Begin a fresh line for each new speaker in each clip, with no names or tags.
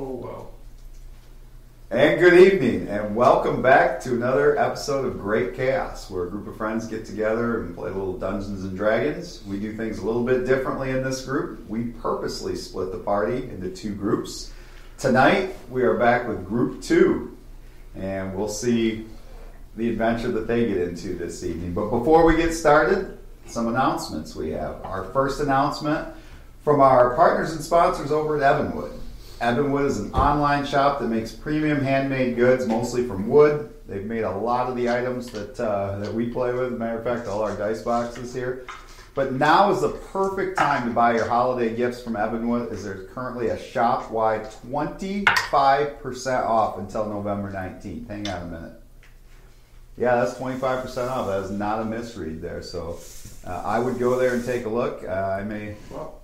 Oh,
And good evening, and welcome back to another episode of Great Chaos, where a group of friends get together and play a little Dungeons and Dragons. We do things a little bit differently in this group. We purposely split the party into two groups. Tonight, we are back with Group Two, and we'll see the adventure that they get into this evening. But before we get started, some announcements we have. Our first announcement from our partners and sponsors over at Evanwood. Evanwood is an online shop that makes premium handmade goods, mostly from wood. They've made a lot of the items that uh, that we play with. matter of fact, all our dice boxes here. But now is the perfect time to buy your holiday gifts from Evanwood, as there's currently a shop-wide 25% off until November 19th. Hang on a minute. Yeah, that's 25% off. That is not a misread there. So uh, I would go there and take a look. Uh, I may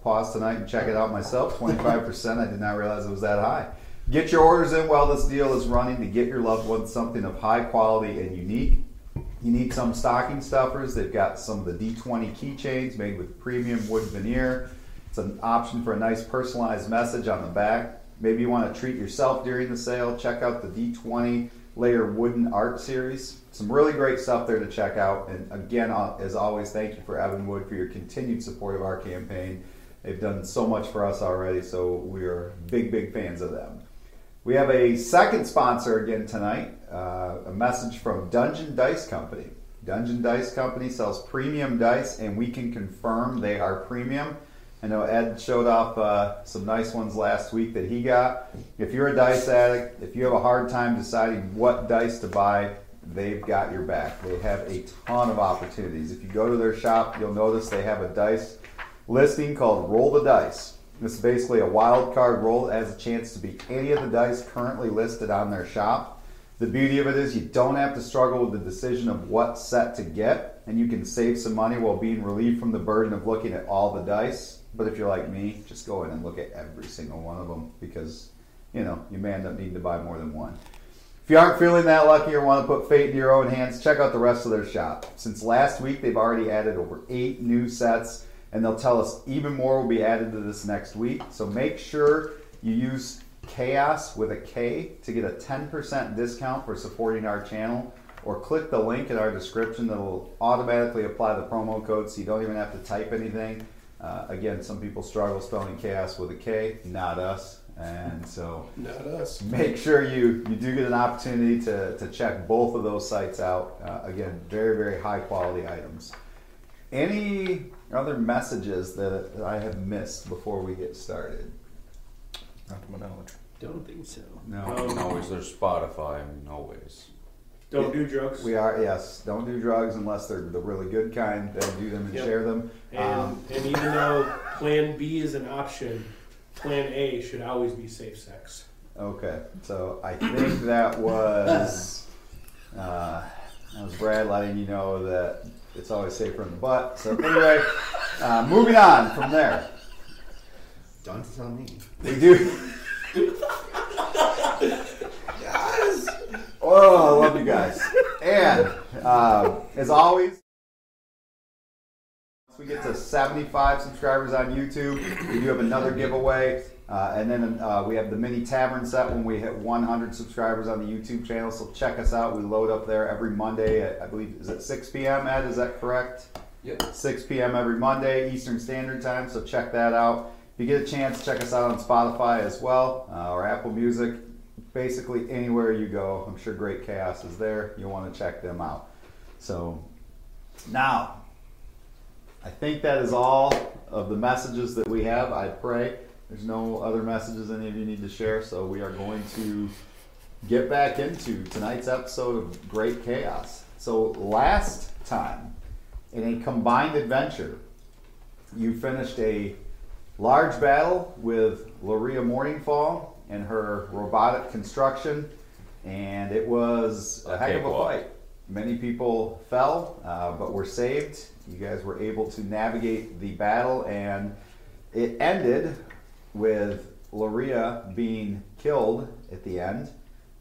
pause tonight and check it out myself. 25%. I did not realize it was that high. Get your orders in while this deal is running to get your loved ones something of high quality and unique. You need some stocking stuffers. They've got some of the D20 keychains made with premium wood veneer. It's an option for a nice personalized message on the back. Maybe you want to treat yourself during the sale. Check out the D20 layer wooden art series. Some really great stuff there to check out. And again, uh, as always, thank you for Evan Wood for your continued support of our campaign. They've done so much for us already, so we are big, big fans of them. We have a second sponsor again tonight, uh, a message from Dungeon Dice Company. Dungeon Dice Company sells premium dice, and we can confirm they are premium. I know Ed showed off uh, some nice ones last week that he got. If you're a dice addict, if you have a hard time deciding what dice to buy, they've got your back. They have a ton of opportunities. If you go to their shop, you'll notice they have a dice listing called Roll the Dice. This is basically a wild card roll that has a chance to be any of the dice currently listed on their shop. The beauty of it is you don't have to struggle with the decision of what set to get, and you can save some money while being relieved from the burden of looking at all the dice. But if you're like me, just go in and look at every single one of them because, you know, you may end up needing to buy more than one. If you aren't feeling that lucky or want to put fate in your own hands, check out the rest of their shop. Since last week, they've already added over eight new sets, and they'll tell us even more will be added to this next week. So make sure you use chaos with a K to get a 10% discount for supporting our channel, or click the link in our description that'll automatically apply the promo code so you don't even have to type anything. Uh, again, some people struggle spelling chaos with a K, not us. And so
Not us.
make sure you, you do get an opportunity to, to check both of those sites out. Uh, again, very, very high quality items. Any other messages that I have missed before we get started?
Not to my knowledge.
Don't think so.
No.
And always there's Spotify. I mean, always.
Don't do drugs.
We are, yes, don't do drugs unless they're the really good kind. They'll do them and
Yep.
share them.
and,
um,
and even though Plan B is an option, Plan A should always be safe sex.
Okay, so I think that was uh, that was Brad letting you know that it's always safer in the butt. So anyway, uh, moving on from there,
Don't tell me.
we do. Oh, I love you guys. And uh, as always, once we get to 75 subscribers on YouTube, we do have another giveaway. Uh, and then uh, we have the mini tavern set when we hit 100 subscribers on the YouTube channel. So check us out. We load up there every Monday at, I believe, is it 6 p.m., Ed? Is that correct?
Yep.
6 p.m. every Monday, Eastern Standard Time. So check that out. If you get a chance, check us out on Spotify as well uh, or Apple Music. Basically, anywhere you go, I'm sure Great Chaos is there. You'll want to check them out. So now, I think that is all of the messages that we have. I pray there's no other messages any of you need to share. So we are going to get back into tonight's episode of Great Chaos. So last time, in a combined adventure, you finished a large battle with Loria Morningfall and her robotic construction, and it was a
A
heck of a
cakewalk.
fight. Many people fell, uh, but were saved. You guys were able to navigate the battle, and it ended with Loria being killed at the end,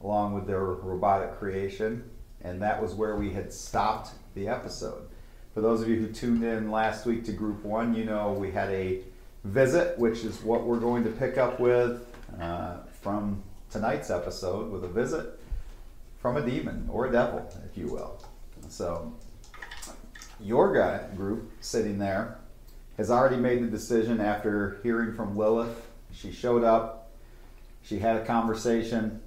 along with their robotic creation, and that was where we had stopped the episode. For those of you who tuned in last week to Group One, you know we had a visit, which is what we're going to pick up with uh, from tonight's episode with a visit from a demon or a devil, if you will. So, your guy group sitting there has already made the decision after hearing from Lilith. She showed up, she had a conversation.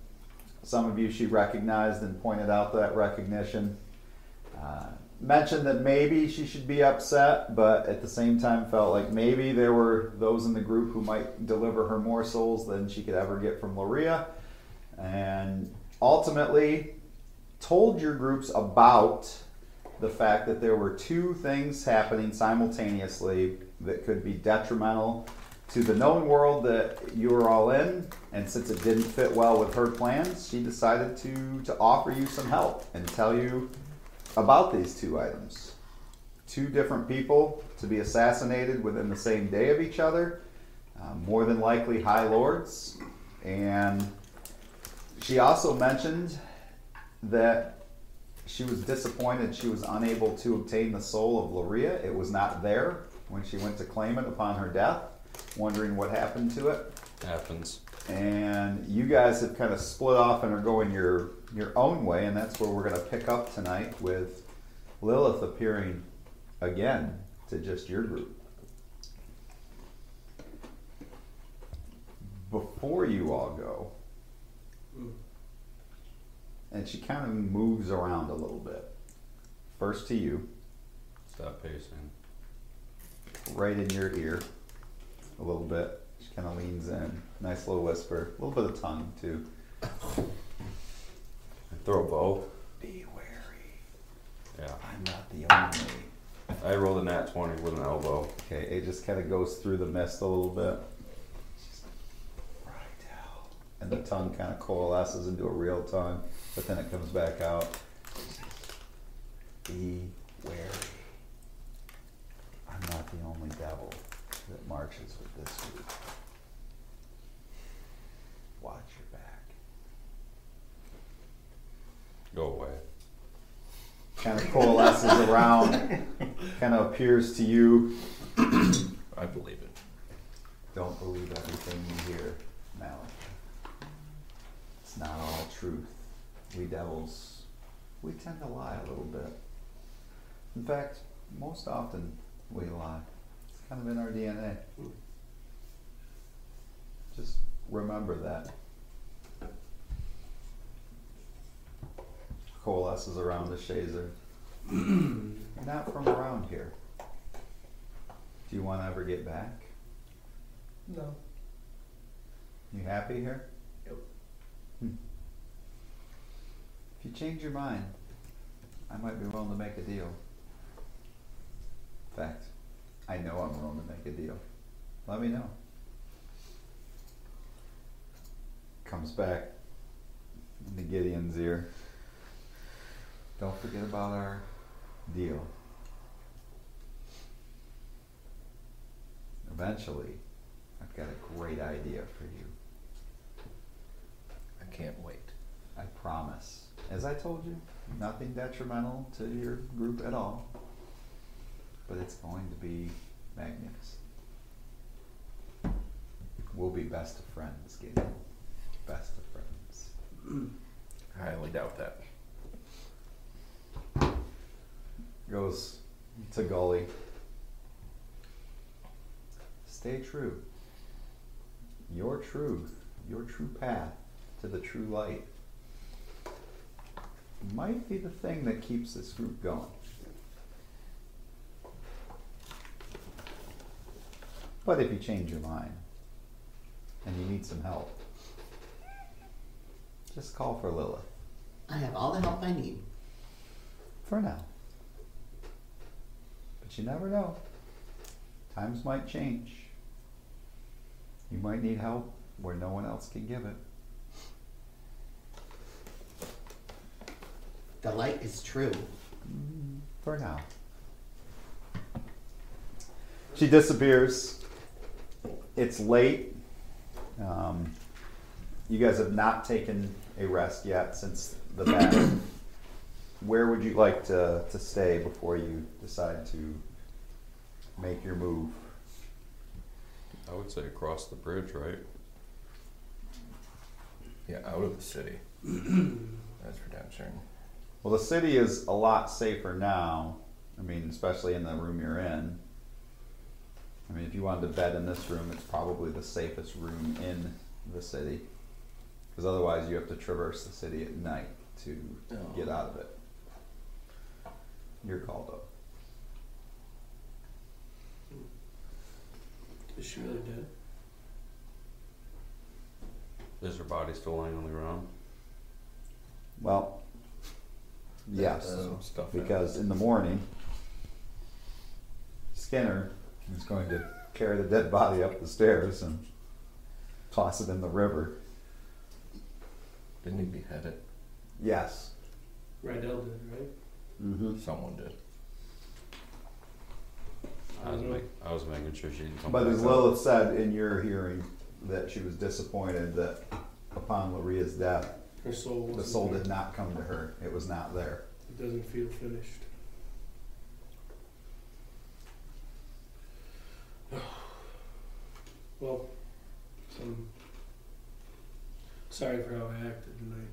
Some of you she recognized and pointed out that recognition. Uh, mentioned that maybe she should be upset, but at the same time felt like maybe there were those in the group who might deliver her more souls than she could ever get from Loria. And ultimately, told your groups about the fact that there were two things happening simultaneously that could be detrimental to the known world that you were all in. And since it didn't fit well with her plans, she decided to, to offer you some help and tell you about these two items. Two different people to be assassinated within the same day of each other, uh, more than likely high lords. And she also mentioned that she was disappointed she was unable to obtain the soul of Loria. It was not there when she went to claim it upon her death, wondering what happened to it
Happens.
and you guys have kind of split off and are going your your own way, and that's where we're going to pick up tonight with Lilith appearing again to just your group. Before you all go,
Mm.
and she kind of moves around a little bit. First to you,
Stop pacing.
right in your ear, a little bit. She kind of leans in, nice little whisper, a little bit of tongue too.
Throw a bow.
Be wary.
Yeah.
I'm not the only.
I rolled a nat 20 with an elbow.
Okay, it just kind of goes through the mist a little bit. She's like, "Right out." And the tongue kind of coalesces into a real tongue, but then it comes back out. Be wary. I'm not the only devil that marches with this group. Watch your back.
Go away.
Kind of coalesces around, kind of appears to you.
I believe it.
Don't believe everything you hear, Malik. It's not all truth. We devils, we tend to lie a little bit. In fact, most often we lie. It's kind of in our DNA. Just remember that. Coalesces around the shazer. not from around here. Do you want to ever get back?
No.
You happy here?
Yep.
Hmm. If you change your mind, I might be willing to make a deal. In fact, I know I'm willing to make a deal. Let me know. Comes back into Gideon's ear. Don't forget about our deal. Eventually, I've got a great idea for you.
I can't wait.
I promise. As I told you, nothing detrimental to your group at all. But it's going to be magnificent. We'll be best of friends, Gideon. Best of friends.
I highly doubt that.
Goes to Gully. Stay true. Your truth, your true path to the true light might be the thing that keeps this group going. But if you change your mind and you need some help, just call for Lilith
I have all the help I need.
for now. But you never know. Times might change. You might need help where no one else can give it.
The light is true.
For now. She disappears. It's late. Um, you guys have not taken a rest yet since the battle. Where would you like to, to stay before you decide to make your move?
I would say across the bridge, right?
Yeah, out of the city. That's for damn certain.
Well, the city is a lot safer now. I mean, especially in the room you're in. I mean, if you wanted to bed in this room, it's probably the safest room in the city. Because otherwise, you have to traverse the city at night to get out of it. You're called up.
Is she really dead?
Is her body still lying on the ground?
Well, yes.
Some stuff. in it.
because in the morning, Skinner is going to carry the dead body up the stairs and toss it in the river.
Didn't he behead it?
Yes.
Rydell did, right?
Mm-hmm.
Someone did.
I was,
Mhm.
Uh,
make, I was making sure she didn't come
But
back
as
up.
Lilith said in your hearing, that she was disappointed that upon Laria's death,
Her soul.
the
wasn't
soul
there.
did not come to her. It was not there.
It doesn't feel finished. well, I'm sorry for how I acted tonight.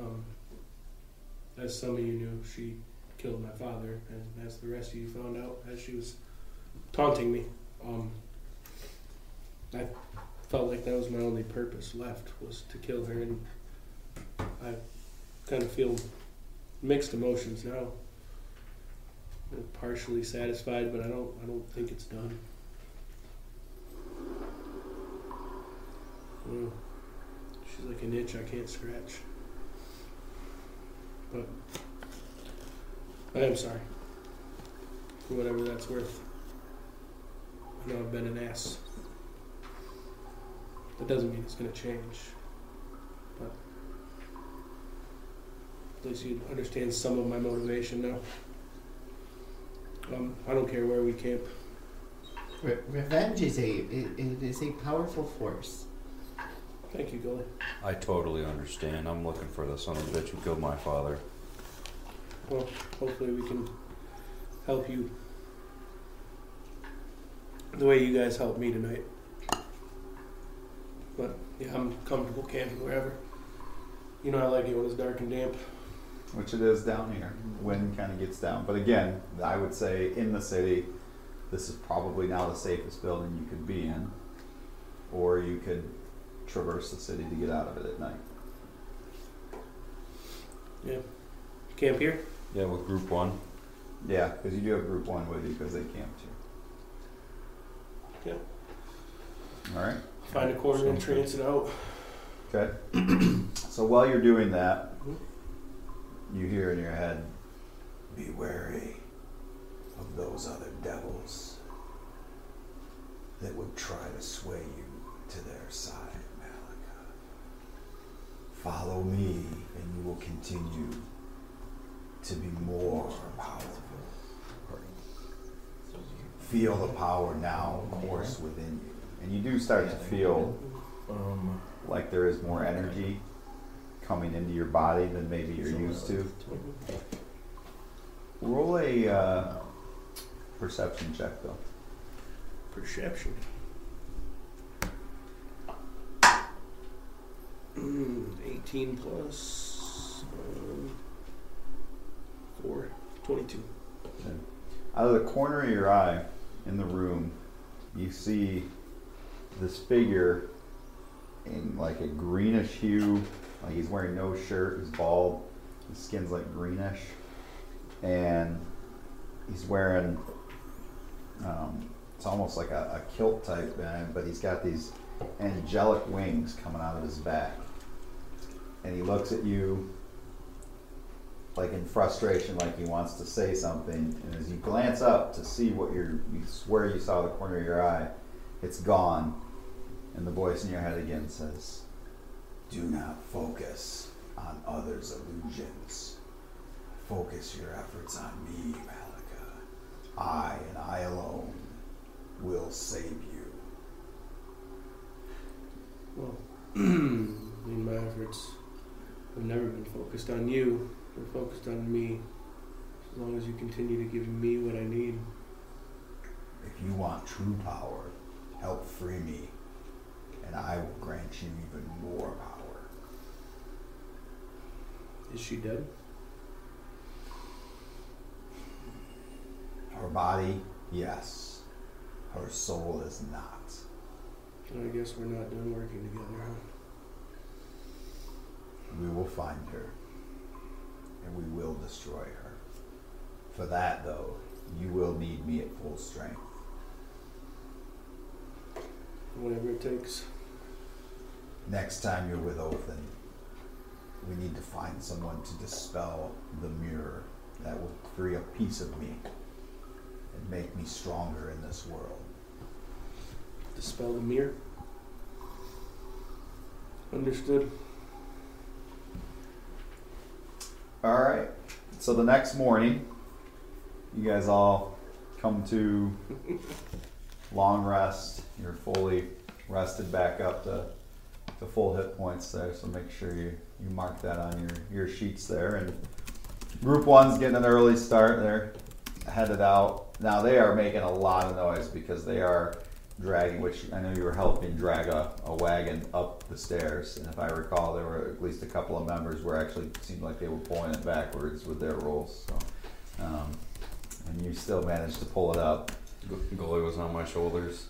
Um, as some of you knew, she killed my father, and as the rest of you found out, as she was taunting me, um, I felt like that was my only purpose left was to kill her and kind of feel mixed emotions now. I'm partially satisfied, but I don't I don't think it's done. Mm. She's like an itch I can't scratch. But I am sorry. For whatever that's worth. I know I've been an ass. That doesn't mean it's gonna change. At least you understand some of my motivation now. Um, I don't care where we camp.
Re- revenge is a it, it is a powerful force.
Thank you, Gully.
I totally understand. I'm looking for the son of a bitch who killed my father.
Hopefully, we can help you the way you guys helped me tonight. But yeah, I'm comfortable camping wherever. You know, I like it when it's dark and damp.
which it is down here. Wind kind of gets down, but again, I would say in the city, this is probably now the safest building you could be in, or you could traverse the city to get out of it at night.
Camp here?
Yeah, with group one.
Yeah, because you do have group one with you because they camped here. Yeah. All right.
Find a corner and trance it out.
Okay. so while you're doing that,
Mhm.
you hear in your head, "Be wary of those other devils that would try to sway you to their side, Malika. Follow me, and you will continue to be more powerful. Feel the power now course within you, and you do start to feel."
Um,
like there is more energy coming into your body than maybe you're used to. Roll a uh, perception check, though.
Perception. Mm, 18 plus um, 4, 22.
Out of the corner of your eye in the room, you see this figure in like a greenish hue. Like he's wearing no shirt, he's bald, his skin's like greenish, and he's wearing um, it's almost like a, a kilt type, uh, but he's got these angelic wings coming out of his back. And he looks at you like in frustration, like he wants to say something. And as you glance up to see what you're, you swear you saw the corner of your eye, it's gone. And the voice in your head again says, Do not focus on others' illusions. Focus your efforts on me, Malika. I and I alone will save you.
Well, in my efforts, I've never been focused on you. They're focused on me. As long as you continue to give me what I need.
If you want true power, help free me, and and I will grant you even more power.
Is she dead?
Her body, yes. Her soul is not.
I guess we're not done working together, huh?
We will find her, and we will destroy her. For that, though, you will need me at full strength.
Whatever it takes.
Next time you're with Othin, we need to find someone to dispel the mirror that will free a piece of me and make me stronger in this world.
Dispel the mirror. Understood.
All right. So the next morning, you guys all come to long rest. You're fully rested back up to, to full hit points there. So make sure you, you mark that on your, your sheets there. And group one's getting an early start. They're headed out. Now they are making a lot of noise because they are dragging, which I know you were helping drag a, a wagon up the stairs. And if I recall, there were at least a couple of members where actually seemed like they were pulling it backwards with their rolls. So, um, and you still managed to pull it up.
Go- Goalie was on my shoulders.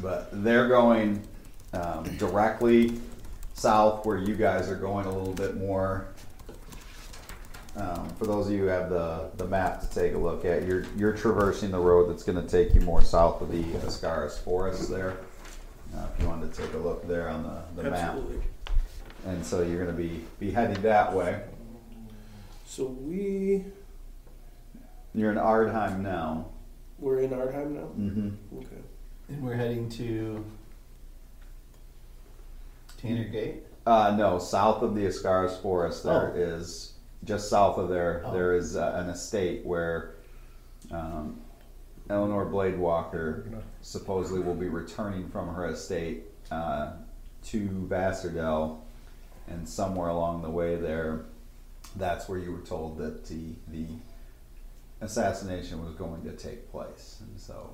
But they're going um, directly south where you guys are going a little bit more. Um, for those of you who have the, the map to take a look at, you're, you're traversing the road that's going to take you more south of the Ascaris Forest there. Uh, if you wanted to take a look there on the, the map.
Absolutely.
And so you're going to be, be heading that way.
So we
You're in Ardheim now.
we're in Ardheim now.
Mm-hmm.
Okay.
And we're heading to Tanner Gate.
Uh, no, south of the Ascaris Forest, there
Oh.
is just south of there.
Oh.
There is uh, an estate where um, Eleanor Blade Walker supposedly will be returning from her estate uh, to Vassardell, and somewhere along the way there, that's where you were told that the the assassination was going to take place, and so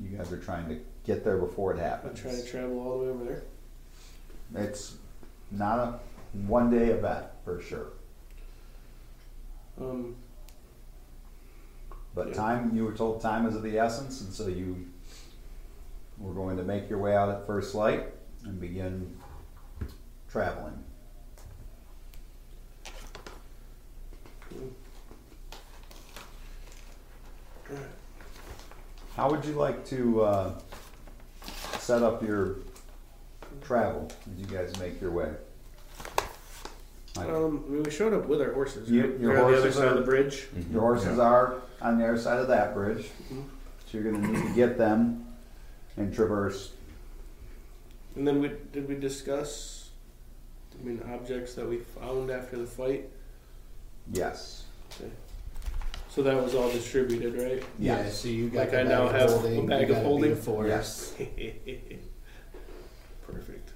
you guys are trying to get there before it
I'm
happens.
trying to travel all the way over there.
It's not a one day event for sure.
Um,
But
Yeah.
time, you were told time is of the essence, and so you were going to make your way out at first light and begin traveling. How would you like to uh, set up your travel as you guys make your way? Like,
um, I mean, we showed up with our horses.
You-
right?
your
They're on the other
horses
side of
are-
the bridge.
Mm-hmm.
Mm-hmm.
Your horses
Yeah.
are on the other side of that bridge,
Mhm.
so you're going to need to get them and traverse.
And then we did we discuss? I mean, objects that we found after the fight.
Yes.
So that was all distributed, right?
Yes.
Yeah, so you got
Like
the
I
bag
now
of
have a
holding,
bag
you
of
got a
holding?
bead of force.
Yes.
Perfect.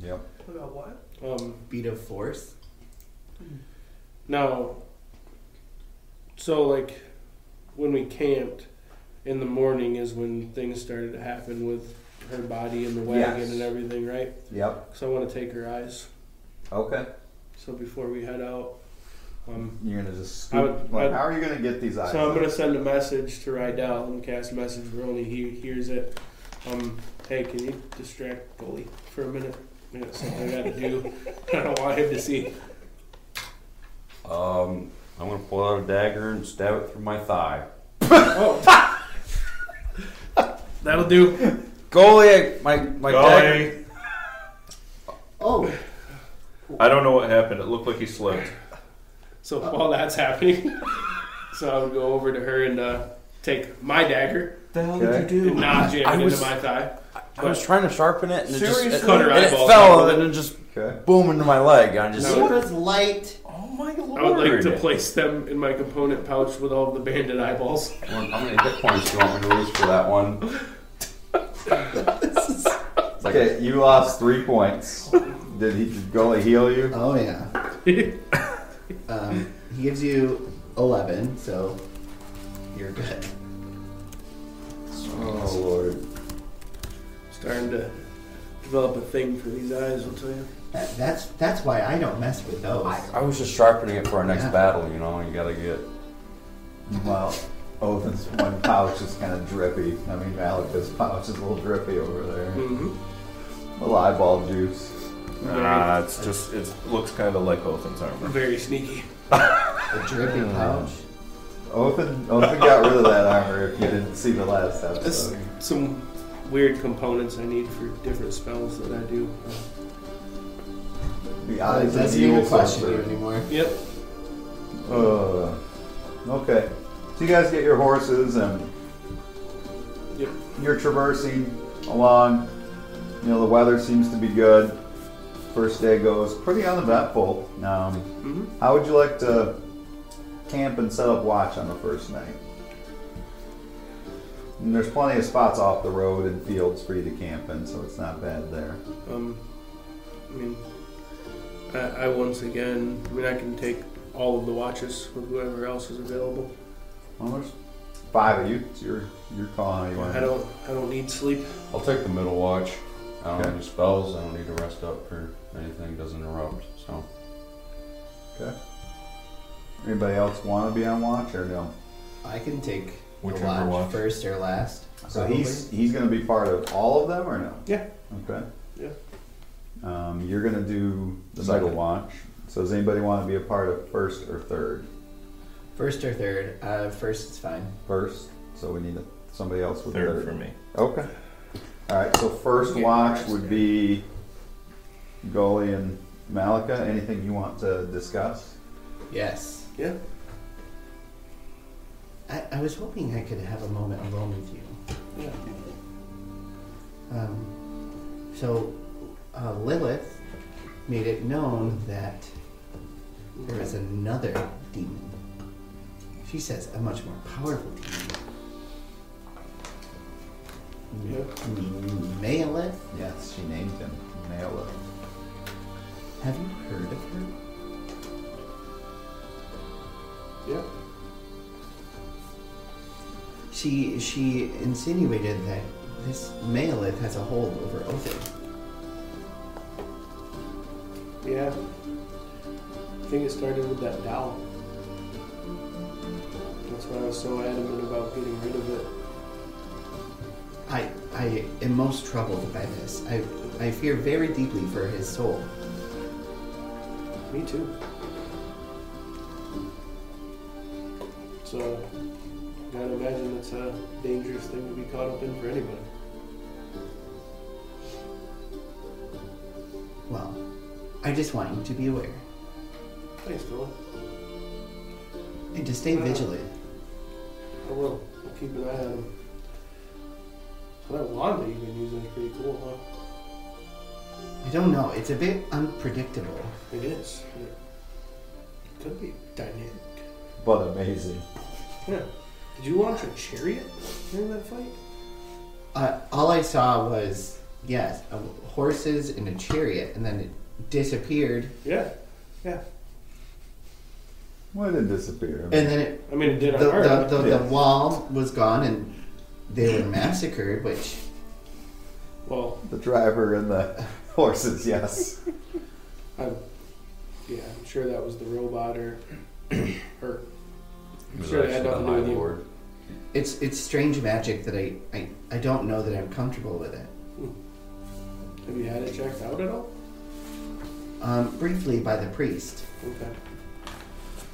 Yep.
About what?
Um,
Beat of force.
Now, so like when we camped in the morning is when things started to happen with her body and the wagon
Yes.
and everything, right?
Yep.
Because I want to take her eyes.
Okay.
So before we head out, um,
You're going to just
I
scoop.
would-
like,
I'd-
how are you going to get these eyes?
so I'm
out?
going to send a message to Rydell and cast a message where only he hears it. Um, hey, can you distract Goalie for a minute? I got something I got to do. I don't want him to see.
Um, I'm gonna pull out a dagger and stab it through my thigh.
Oh. That'll do.
Goalie, my my dagger.
Golly,
Oh,
I don't know what happened. It looked like he slipped.
So while that's happening, so I would go over to her and uh, take my dagger
The hell
Okay.
did you do?
and not jam
I
it
was-
into my thigh.
I was trying to sharpen it and it just it,
Seriously? Cut her
and it
eyeballs
fell
out.
and it just
Okay.
boom into my leg. I just
No.
it was light.
oh my lord!
I would like to place them in my component pouch with all the banded eyeballs.
Well, How many hit points do you want me to lose for that one? It's like
Okay. You lost three points. Did he did Gully heal you?
Oh yeah. Um, he gives you eleven, so you're good.
Oh Lord.
Starting to
develop a thing for these eyes, I'll tell you.
That, that's that's why I don't mess with those.
I was just sharpening it for our next
Yeah.
battle, you know, you gotta get.
Well, Othan's one pouch is kind of drippy. I mean, Malika's pouch is a little drippy over there.
Mm-hmm.
Little eyeball juice.
Nah, it's just it looks kind of like Othan's armor.
Very sneaky.
A drippy pouch.
Othan, Othan got rid of that armor if you didn't see the last
That's
episode.
some weird components I need for different spells that I do.
The
Uh,
eyes
it
of
doesn't even
evil
question you
sorcerer.
anymore.
Yep.
Uh, okay. So you guys get your horses and
Yep.
you're traversing along. You know, the weather seems to be good. First day goes pretty uneventful. Um,
Mm-hmm.
how would you like to camp and set up watch on the first night? And there's plenty of spots off the road and fields for you to camp in, so it's not bad there.
Um, I mean, I, I once again, I mean, I can take all of the watches with whoever else is available.
Well, there's five of you. It's your your call how you want.
I don't, I don't need sleep.
I'll take the middle watch. I don't
Okay.
need any spells, I don't need to rest up or anything, doesn't interrupt, so.
Anybody else want to be on watch or no?
I can take the
Whichever
watch,
watch.
first or last.
So he's he's going to be part of all of them, or no?
Yeah.
Okay.
Yeah.
Um, you're going to do the
Second.
middle watch. So does anybody want to be a part of first or third?
first or third. Uh, first is fine.
First. So we need somebody else with
Third for me.
Okay. All right. So first
Yeah,
watch
that's
would
good.
be Goli and Malika. Anything you want to discuss?
Yes.
Yeah.
I, I was hoping I could have a moment alone with you.
Yeah.
Um, so uh, Lilith made it known that there is another demon. She says a much more powerful demon. M- Maleth?
Yes, she named him Malika.
Have you heard of her?
Yeah.
She she insinuated that this Maleth has a hold over Othin.
Yeah. I think it started with that dowel. That's why I was so adamant about getting rid of it.
I I am most troubled by this. I I fear very deeply for his soul.
Me too. So, I gotta imagine it's a dangerous thing to be caught up in for anybody.
Well, I just want you to be aware
Thanks, Phil.
and to stay vigilant.
I will. I'll keep an eye on him. So that wand that you've been using is pretty cool,
I don't know. It's a bit unpredictable.
huh? It is. It could be dynamic.
But amazing.
Yeah. Did you launch a chariot during that fight?
Uh, all I saw was yes, uh, horses and a chariot, and then it disappeared,
Yeah. Yeah.
Why did it disappear?
and then it,
I mean, it
the
did on
the,
her.
the, the
Yeah.
wall was gone, and they were massacred. Which
well,
the driver and the horses. Yes.
I'm, yeah, I'm sure that was the robot or her.
It was
Sure, it had nothing to do
actually the
with
High
you.
Lord.
it's it's strange magic that I, I I don't know that I'm comfortable with it.
Have you had it checked out at all?
Um, briefly by the priest,
Okay.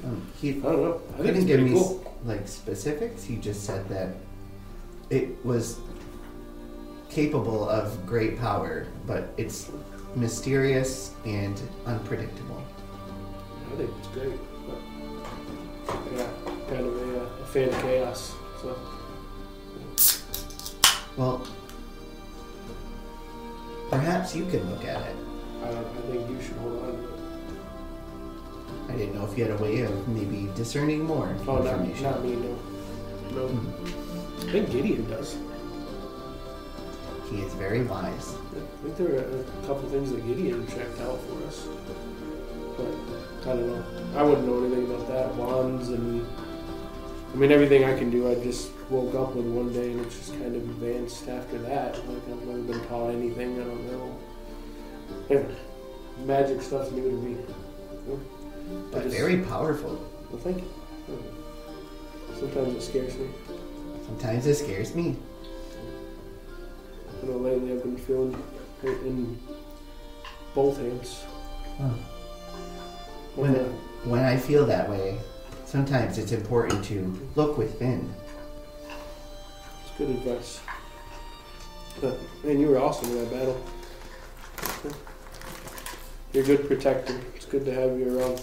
um, he
I don't know. I think it's
couldn't give
pretty
me
cool.
s- like specifics. He just said that it was capable of great power, but it's mysterious and unpredictable.
I think it's great. But yeah, kind of a, uh, a fan of chaos. So
Well, perhaps you can look at it.
I, don't, I think you should hold on to it.
I didn't know if you had a way of maybe discerning more
Oh, not,
information.
not me, no. No. I think Gideon does.
He is very wise.
I think there are a couple things that Gideon checked out for us. But I don't know. I wouldn't know anything about that. Wands and. I mean, everything I can do, I just woke up with one day, and it's just kind of advanced after that. Like I've never been taught anything. I don't know. And magic stuff's new to me.
But
just-
very powerful.
Well, thank you. Sometimes it scares me.
Sometimes it scares me.
You know, lately I've been feeling hurt in both hands. uh,
Huh.
When
When- When I feel that way, sometimes it's important to look within.
It's good advice. But, man, you were awesome in that battle. You're a good protector. It's good to have you around.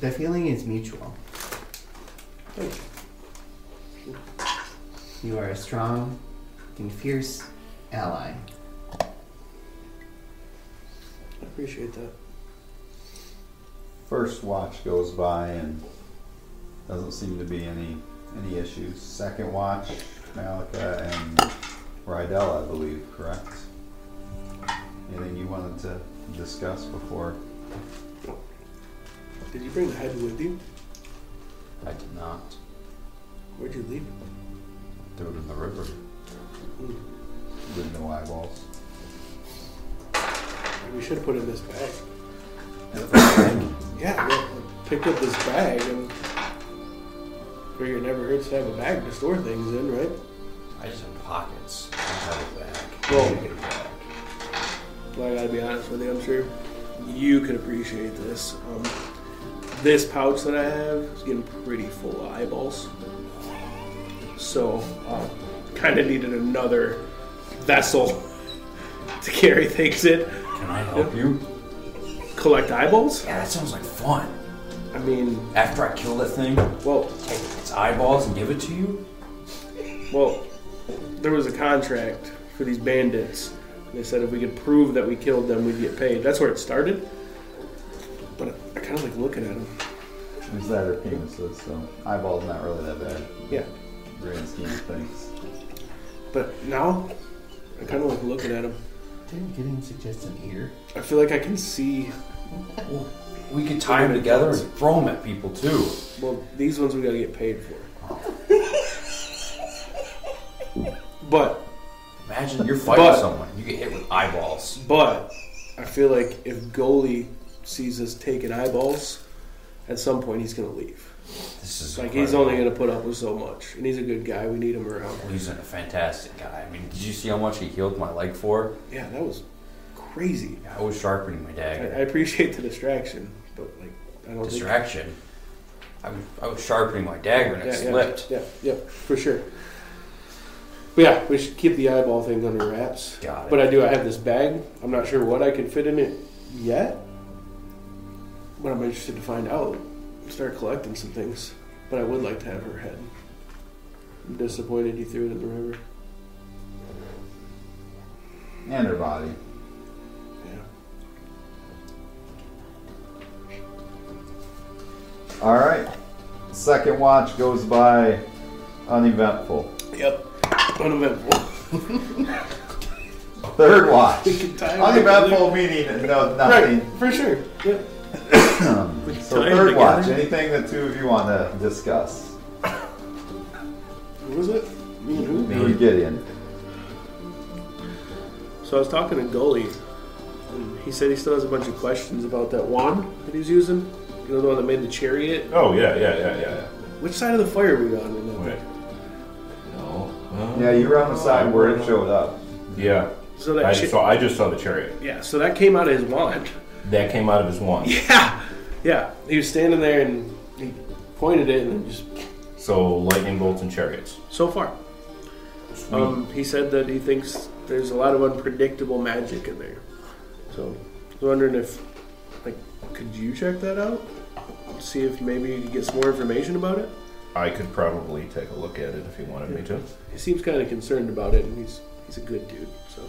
The feeling is mutual.
Thank you.
You are a strong and fierce ally.
I appreciate that.
First watch goes by and doesn't seem to be any any issues. Second watch, Malika and Rydell, I believe, correct? Anything you wanted to discuss before?
Did you bring the head with you?
I did not.
Where'd you leave
Threw it in the river.
it?
With no eyeballs.
Hmm. We should put it in this bag.
Everything.
Yeah, look, I picked up this bag and figure it never hurts to have a bag to store things in, right?
I just have pockets. I have a bag.
Well-
Get a bag.
Well, I gotta be honest with you, I'm sure you could appreciate this. Um, this pouch that I have is getting pretty full of eyeballs. So, um, kind of needed another vessel to carry things in.
Can I help you?
Collect eyeballs?
Yeah, that sounds like fun.
I mean,
After I kill that thing,
well,
take its eyeballs and give it to you?
well, there was a contract for these bandits. They said if we could prove that we killed them, we'd get paid. That's where it started. But I kind of like looking at them.
Is that her penises? So eyeballs not really that bad.
Yeah.
Grand scheme of things.
But now, I kind of like looking at him.
Didn't getting suggest an ear?
I feel like I can see.
We could tie them together and throw them at people too.
Well, these ones we gotta get paid for. but
Imagine you're fighting
But-
someone, you get hit with eyeballs.
but I feel like if goalie sees us taking eyeballs, at some point he's gonna leave.
This is
Like he's
incredible.
only gonna put up with so much, and he's a good guy. We need him around.
He's a fantastic guy. I mean, did you see how much he healed my leg for?
Yeah, that was crazy.
I was sharpening my
I, I
dagger.
appreciate the distraction, but like I don't think.
Distraction. I was, I was sharpening my dagger and it
yeah,
slipped.
Yeah, yeah, yeah, for sure. But yeah, we should keep the eyeball thing under wraps.
Got it.
But I do. I have this bag. I'm not sure what I can fit in it yet. But I'm interested to find out. Start collecting some things. But I would like to have her head. I'm disappointed you threw it in the river.
And her body.
Yeah.
All right. Second watch goes by uneventful.
Yep. Uneventful.
Third watch.
We can tie 'em
uneventful meaning no nothing.
Right, for sure. Yep.
So
tie 'em
third watch.
together.
Anything the two of you want to discuss?
What was it? Me and who?
Me and Gideon.
Um, So I was talking to Goalie, and he said he still has a bunch of questions about that wand that he's using. You know, the one that made the chariot.
Oh yeah, yeah, yeah, yeah.
Which side of the fire are we on? in
yeah.
that
Wait.
thing?
No. Uh,
Yeah, you were on the side where it showed up.
Yeah.
So
I
that cha-
just saw. I just saw the chariot.
yeah, so that came out of his wand.
That came out of his wand.
Yeah, yeah. He was standing there and he pointed it and then just
So lightning bolts and chariots.
so far. Um, he said that he thinks there's a lot of unpredictable magic in there. So I was wondering if, like, could you check that out? See if maybe you could get some more information about it.
I could probably take a look at it if you wanted me to.
He seems kind of concerned about it, and he's he's a good dude. So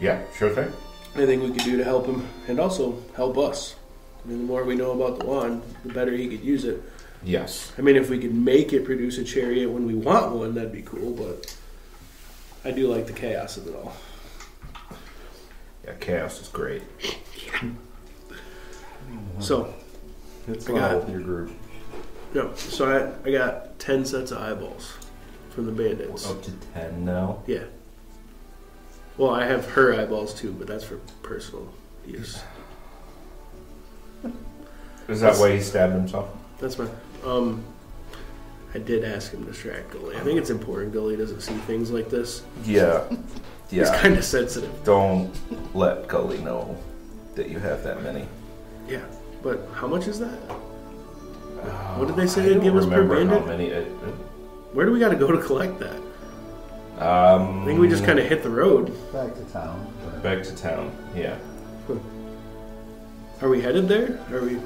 Yeah, sure thing.
anything we could do to help him, and also help us. I mean, the more we know about the wand, the better he could use it.
Yes.
I mean, if we could make it produce a chariot when we want one, that'd be cool. But I do like the chaos of it all.
Yeah, chaos is great.
So
It's
I got
well with your group.
Yep. So I, I got 10 sets of eyeballs from the bandits.
Up to ten now.
Yeah. Well, I have her eyeballs too, but that's for personal use.
Is that why he stabbed himself?
That's my. Um, I did ask him to distract Gully. I think it's important Gully doesn't see things like this.
Yeah.
He's
Yeah.
kind of sensitive.
Don't let Gully know that you have that many.
Yeah. But how much is that?
What
What did they say they'd give us per
Uh, remember how
bandit?
many. it-
Where do we got to go to collect that?
it- Um,
I think we just kind of hit the road.
Back to town.
back to town. Yeah.
Are we headed there? Are we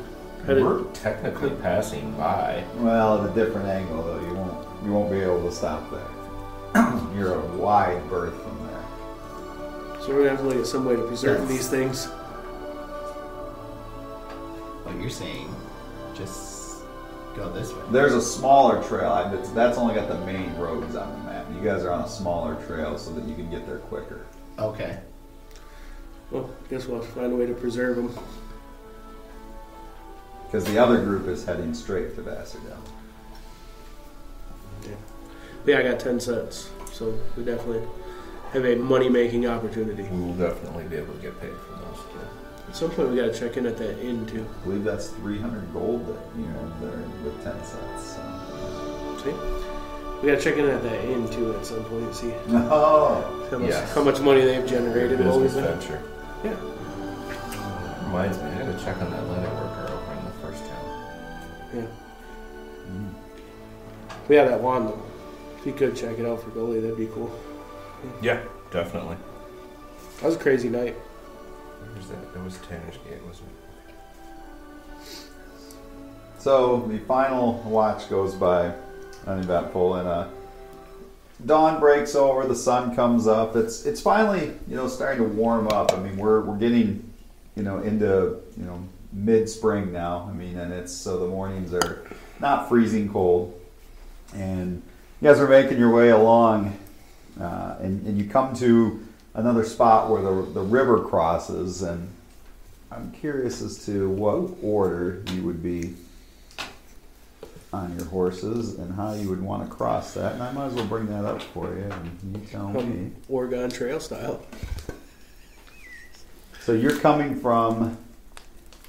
headed?
We're technically passing by.
Well, at a different angle though, you won't you won't be able to stop there. You're a wide berth from there.
So we're gonna have to look at some way to preserve
Yes.
these things.
What you're saying, just go this way.
There's a smaller trail. I- That's, that's only got the main roads on the map. You guys are on a smaller trail so that you can get there quicker.
Okay.
Well, guess we'll have to find a way to preserve them.
Because the other group is heading straight to Vassardale.
Yeah, I got ten cents, so we definitely have a money-making opportunity.
We will definitely be able to get paid for those two.
At some point, we gotta check in at that inn too.
I believe that's 300 gold that you have there with 10 cents. So.
See, we gotta check in at that inn too at some point. See
No!
how much,
Yes.
how much money they've generated. What
Business
was that?
venture.
Yeah.
Reminds me, I gotta check on that letter worker over in the first town.
Yeah. We have that wand though. If you could check it out for goalie, that'd be cool.
Yeah, definitely.
That was a crazy night.
Where was that? That was Tanner's Gate, wasn't it?
So the final watch goes by uneventful, and uh, dawn breaks over. The sun comes up. It's it's finally you know starting to warm up. I mean we're we're getting you know into you know mid spring now. I mean and it's so the mornings are not freezing cold, and you guys are making your way along, uh, and and you come to another spot where the the river crosses and. I'm curious as to what order you would be on your horses and how you would want to cross that. And I might as well bring that up for you. And you tell me.
Um, Oregon Trail style.
So you're coming from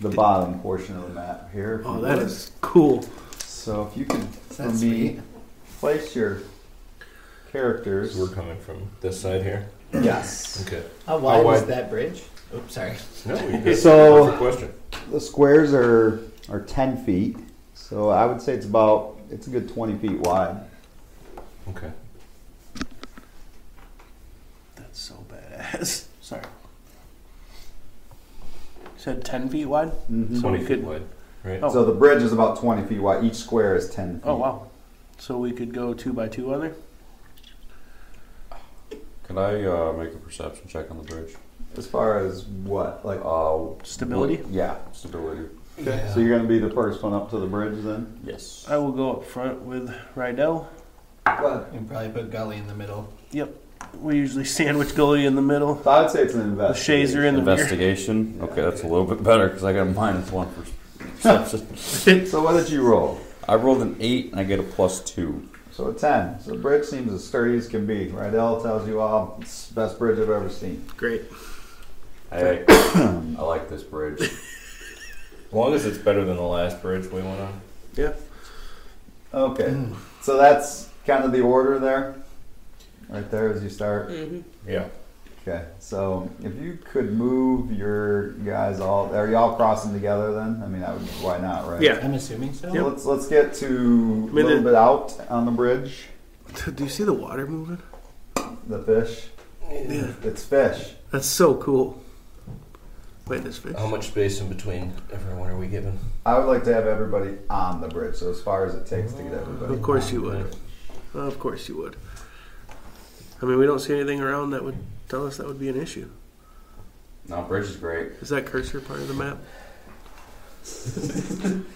the bottom portion of the map here. if
Oh,
you
that
would.
is cool.
So if you can, for
That's
me,
sweet.
place your characters.
So we're coming from this side here.
Yes.
Okay.
How wide, is
wide?
that bridge? Oops, sorry.
No, you
did. So- Perfect
question.
The squares are are ten feet. So I would say it's about it's a good twenty feet wide.
Okay.
That's so badass. Sorry.
Said ten feet wide.
Mm-hmm.
Mhm.
So we could.
wide, right?
Oh.
So the bridge is about twenty feet wide. Each square is ten feet.
Oh wow. So we could go two by two on there.
Could I uh, make a perception check on the bridge?
As far as what, like,
Uh,
Stability.
yeah.
stability.
So you're gonna be the first one up to the bridge then?
Yes.
I will go up front with Rydell.
Well,
You can probably put Gully in the middle.
We usually sandwich goalie in the middle.
so I'd say it's an
The
investment.
shays are in the rear.
Investigation. Okay, that's a little bit better because I got a minus one for perception.
So what did you roll?
I rolled an eight and I get a plus two.
So a ten. So the bridge seems as sturdy as can be. Rydell tells you all, it's the best bridge I've ever seen.
Great.
Hey, I like this bridge.
As long as it's better than the last bridge we went on.
Okay.
Mm.
So that's kind of the order there, right there as you start.
Yeah.
Okay. So if you could move your guys all, are y'all crossing together then? I mean, I would, why not, right?
Yeah.
I'm assuming so.
So let's let's get to a
mean,
little
it-
bit out on the bridge.
Do you see the water moving?
The fish.
Yeah.
It's fish.
That's so cool. Wait, this fish.
How much space in between everyone are we given?
I would like to have everybody on the bridge, so as far as it takes to get
Of
everybody.
course you would. Of course you would. I mean, we don't see anything around that would tell us that would be an issue.
No, bridge is great.
Is that cursor part of the map?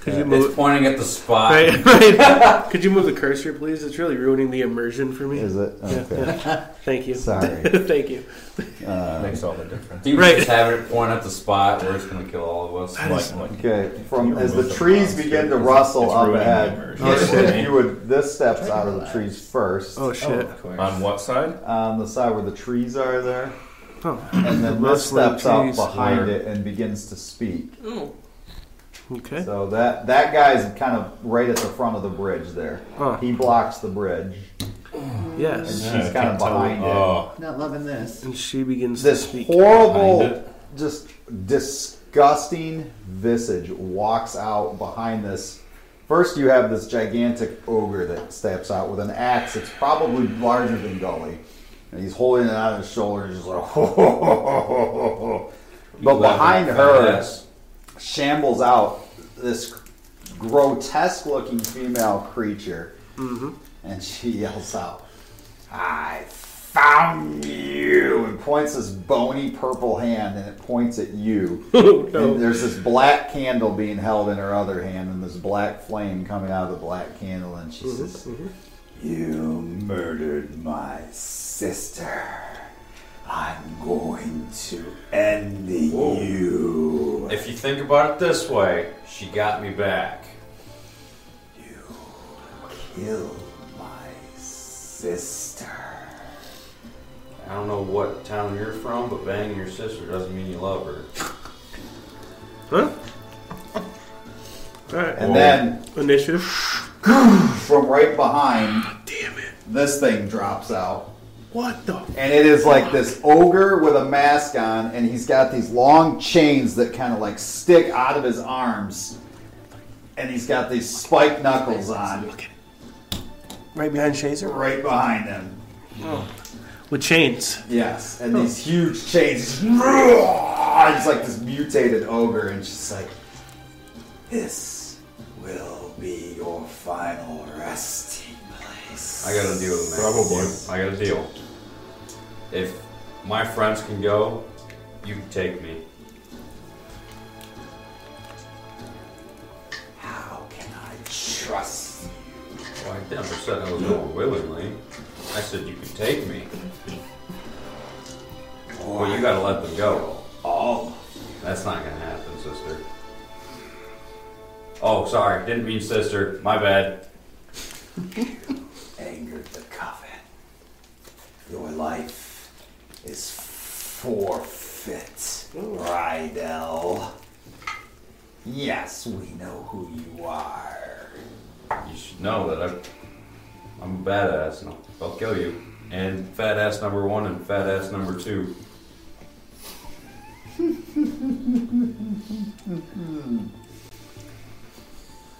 Could you
It's
move?
pointing at the spot.
Right, right. Could you move the cursor, please? It's really ruining the immersion for me.
Is it?
Yeah,
Okay.
yeah. Thank you.
Sorry.
Thank you.
Uh,
Makes all the difference.
Do you
Right.
just have it point at the spot where it's going to kill all of us?
Like, like,
okay. From
you
as the
remove
trees
bronze,
begin to
it's-
rustle
it's
up
ruining the
ahead,
immersion.
Oh,
if
shit.
you would, this steps
Try to
out of the
relax.
trees first.
Oh shit.
Of course.
On what side?
on the side where the trees are there,
Oh,
and then this
Rustling
steps out
trees.
behind
Where-
it and begins to speak.
okay.
So that that guy's kind of right at the front of the bridge there.
Huh.
He blocks the bridge, and
Yes.
she's
Yeah, I
kind of
can't tell.
behind it.
Oh,
Not loving this.
And she begins
this
to speak.
Behind
horrible, just disgusting visage walks out behind this. First, you have this gigantic ogre that steps out with an axe. It's probably larger than Gully, and he's holding it on his shoulder, just like. But behind her,
Yes.
shambles out this grotesque-looking female creature, and she yells out, "I found you!" and points this bony purple hand, and it points at you. And there's this black candle being held in her other hand, and this black flame coming out of the black candle, and she says, "You murdered my sister." I'm going to end
Whoa.
you.
If you think about it this way, she got me back.
Kill my sister.
I don't know what town you're from, but banging your sister doesn't mean you love her.
Huh? All right.
And then
Initiative.
from right behind, this thing drops out.
Ah, What the?
And it is like this ogre with a mask on, and he's got these long chains that kind of like stick out of his arms. And he's got these spiked knuckles on
Right behind Shazer?
right behind him.
With chains.
Yes, and these huge chains. It's like this mutated ogre, and she's like, "This will be your final resting place."
I got a deal with that.
Probably.
I got a deal. If my friends can go, you can take me.
How can I trust you?
Well, I never said I was going willingly. I said you can take me. Well, you gotta let them go.
All
That's not gonna happen, sister. Oh, sorry. Didn't mean sister. My bad.
angered the coven. Your life is forfeit, Rydell. Yes, we know who you are.
You should know that I'm, I'm a badass and I'll, I'll kill you. And fat ass number one and fat ass number two.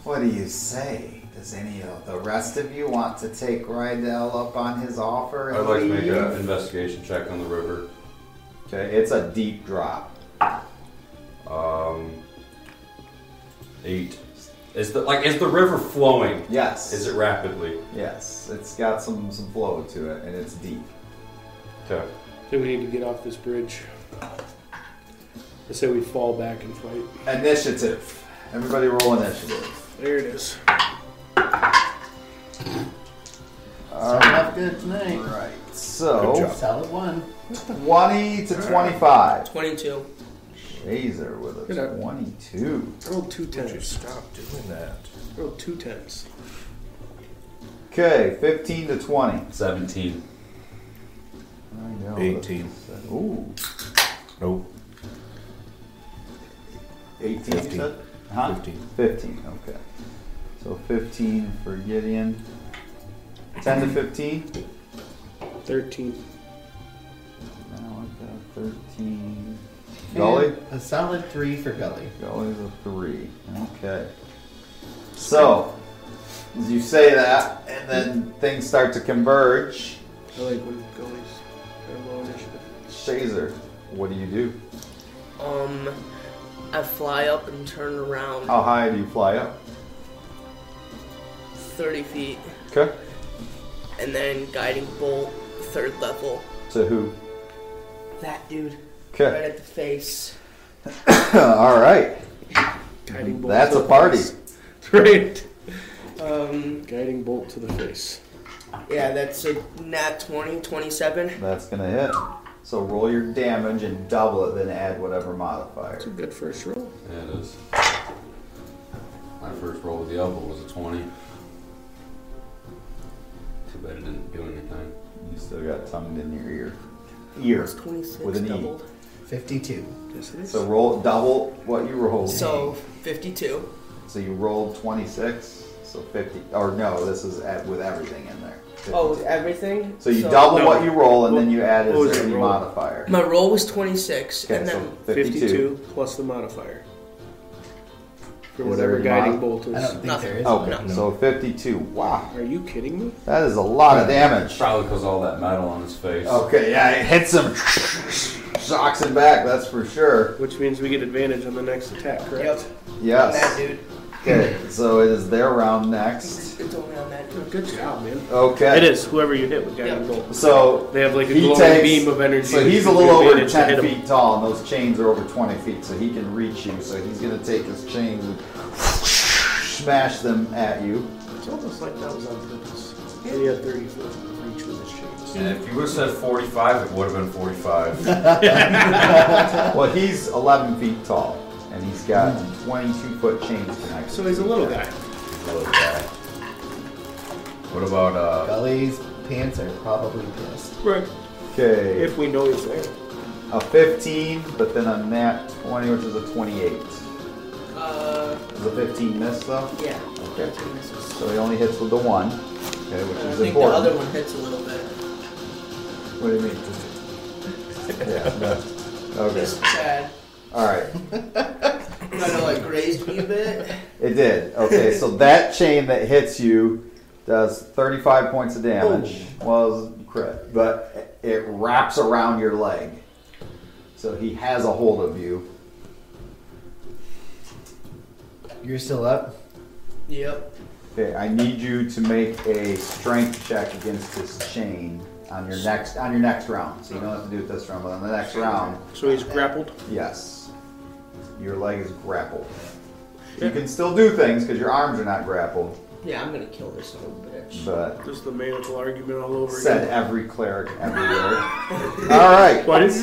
What do you say? Does any of the rest of you want to take Rydell up on his offer?
I'd
And
like to make
leave?
an investigation check on the river.
Okay, it's a deep drop.
Um, eight. Is the like is the river flowing?
Yes.
Is it rapidly?
Yes, it's got some some flow to it, and it's deep.
Okay.
Then we need to get off this bridge. I say we fall back and fight.
Initiative. Everybody roll initiative.
There it is.
All
Starting off good tonight.
right. So
job.
Solid one.
twenty to twenty-five.
22.
Laser with
Good
a
up.
twenty-two.
I rolled Oh, two
Would you
tens.
stop doing that?
I rolled two tens.
Okay, fifteen to twenty.
Seventeen.
I know.
Eighteen.
Ooh,
Nope.
eighteen. You
Fifteen.
said? Huh?
Fifteen.
15, okay. So 15 for Gideon. 10 to 15?
13.
Now I've got 13. Gully?
And A solid three for Gully.
Gully's a 3. Okay. So, as you say that, and then things start to converge,
I like when goalies are low initiative.
Shazer, what do you do?
Um, I fly up and turn around
How high do you fly up?
30 feet,
Okay.
and then guiding bolt, third level.
To who?
That dude, right
Okay.
at the face.
All right.
Guiding bolt.
That's
to
a
the
party.
face. Right. Um, guiding bolt to the face.
Yeah, that's a nat 20, 27.
That's gonna hit. So roll your damage and double it, then add whatever modifier.
It's a good first roll.
Yeah, it is. My first roll with the elbow was a 20. Too bad it didn't do anything.
You still got tongued in your ear. Ear.
It's 26
With an E.
doubled.
52.
Yes, it is.
So roll double what you rolled.
So 52.
So you rolled 26, so 50. Or no, this is at, with everything in there. 52.
Oh, with everything?
so you double
No.
what you roll, and then you add
What
is
was
there any
your roll?
modifier?
My roll was 26,
Okay,
and
so
then
52.
52 plus the modifier. For
Is
whatever
there a
guiding
mod-
bolt
I don't
is.
think
Nothing.
there is.
Okay,
No.
so 52. Wow,
Are you kidding me?
that is a lot of damage.
Probably because all that metal on his face.
Okay, yeah, it hits him, shocks him back. That's for sure.
Which means we get advantage on the next attack, correct?
that
Yes.
dude.
Okay, so it is their round next.
It's only on that dude.
Good job, man.
Okay.
It is whoever you hit with guiding
Yeah.
bolt.
So
They have like a
He
glowing
takes-
beam of energy.
So he's a
You
little over
advantage to hit
10
him.
feet tall, and those chains are over 20 feet, so he can reach you. So he's going to take his chains and smash them at you.
It's almost like that was on purpose. And he had 30 foot reach with his chains.
And if you would have said 45, it would have been 45.
Well, he's 11 feet tall, and he's got 22 foot chains connected.
So he's a little guy.
Little guy. What about, uh,
Gully's pants are probably pissed.
Right.
Okay.
If we know he's there.
A 15, but then a nat 20, which is a 28.
Uh,
Is a 15 miss, though?
yeah.
Okay.
13 misses.
So he only hits with the one, okay, which
I
is
think the
important.
other one hits a little bit.
What do you mean? yeah, no. Okay.
Just sad.
All right.
Kind of like grazed me a bit.
It did. Okay, so that chain that hits you does 35 points of damage.
Oh.
Well, it was crit, but it wraps around your leg. So he has a hold of you.
You're still up?
Yep.
Okay, I need you to make a strength check against this chain on your next on your next round. So you don't have to do it this round, but on the next round,
So he's grappled.
yes, your leg is grappled. You can still do things because your arms are not grappled,
Yeah, I'm gonna kill this little bitch.
but
Just the medical argument all over
said
again.
every cleric everywhere. All right.
What did you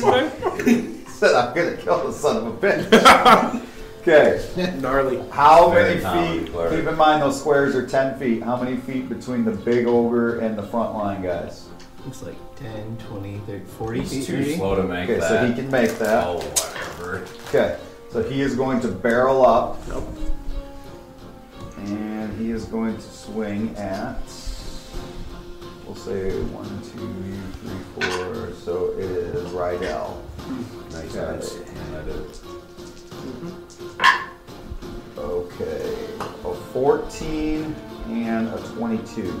say?
said I'm gonna kill the son of a bitch. okay.
Gnarly.
How
Very
many
talented
feet?
player.
Keep in mind those squares are ten feet. How many feet between the big ogre and the front line guys?
It's like 10, 20, 30, 40
he's
feet.
too
maybe?
slow to make
Okay,
that.
so he can make that.
Oh, whatever.
Okay. So he is going to barrel up. And he is going to swing at we'll say one, two, three, four. So it is Rydell.
Makes
Got
sense.
it.
I did.
Mm-hmm. Okay. A 14 and a 22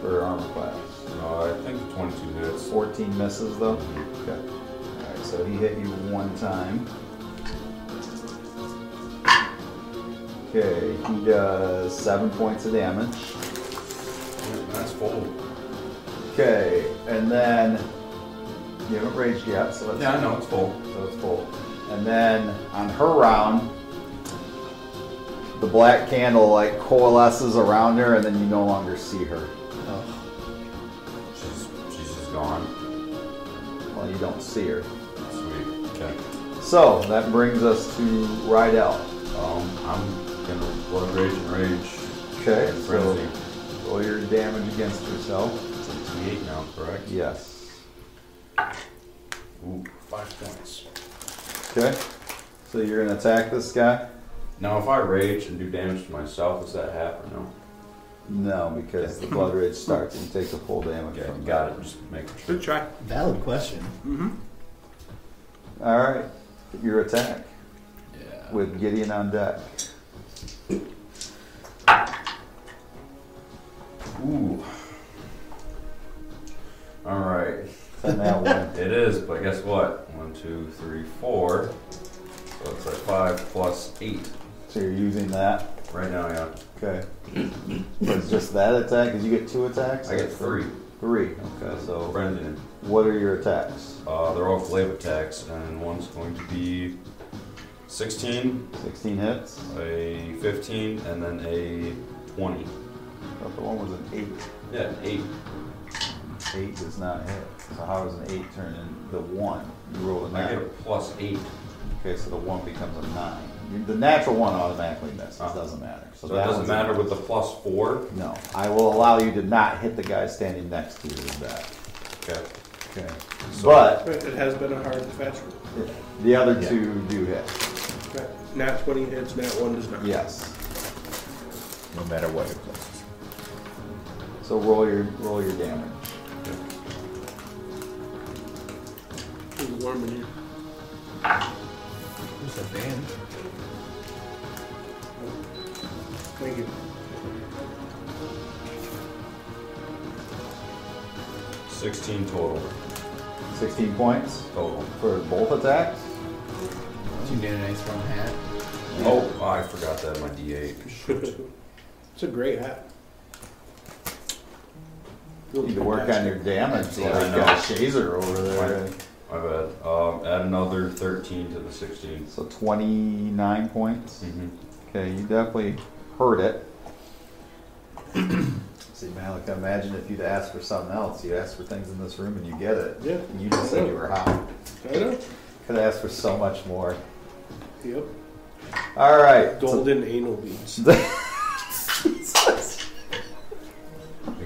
for armor class.
No, I think 22 hits.
14 misses though. Okay. All right, so he hit you one time. Okay, he does seven points of damage.
That's full.
Okay, and then you haven't raged yet, so let's
Yeah, I know, it's full.
So it's full. And then on her round, the black candle like coalesces around her, and then you no longer see her.
She's, she's just gone.
Well, you don't see her.
Sweet. Okay.
So that brings us to Rydell.
Um, I'm gonna blood rage and rage.
Okay,
and
so
frenzy.
roll your damage against yourself.
It's a D8 now, correct?
Yes.
Ooh, five points.
Okay. So you're gonna attack this guy?
Now, if I rage and do damage to myself, does that happen? No.
No, because the blood rage starts and you take the full damage
Okay,
from
got it. Just making sure.
Good try.
Valid question.
it. All right, your attack with Gideon on deck.
Ooh. All right.
Send that one.
It is, but guess what? One, two, three, four. So it's like five plus eight.
So you're using that.
Right now, yeah.
Okay. So it's just that attack? Did you get two attacks?
I get three.
Three. Okay, so
Brendan.
what are your attacks?
Uh, they're all glaive attacks, and one's going to be 16,
16 hits.
a 15, and then a 20.
Thought the one was an 8.
Yeah, 8.
8 does not hit. So how does an 8 turn in the 1? You roll a
I get a
9.
plus 8.
Okay, so the 1 becomes a 9. You- The natural 1 automatically misses.
Ah.
Doesn't matter.
So it
that
doesn't
one's-
matter with the plus 4.
No. I will allow you to not hit the guy standing next to you with that.
Okay.
Okay. But
Right, it has been a hard fetch.
the other
Yeah.
two do hit.
Right. Nat 20 hits, Nat 1 does not.
Yes.
No matter what your place is.
So roll your roll your damage.
It's warm in here.
It's a band.
Thank you.
16 total.
16 points
Total.
for both attacks.
Did you do a nice round hat?
Oh, I forgot that my D8.
It's a great hat.
You need to work on your damage.
Yeah,
like,
I know.
uh, Shazer over there.
My bad. Um, add another 13 to the 16.
So 29 points.
Mm-hmm.
Okay, you definitely heard it. See, Malik, imagine if you'd asked for something else. You asked for things in this room and you get it.
Yeah.
And you just said you were hot.
I know.
Could have asked for so much more.
Yep.
All right. so-
Golden anal beads.
We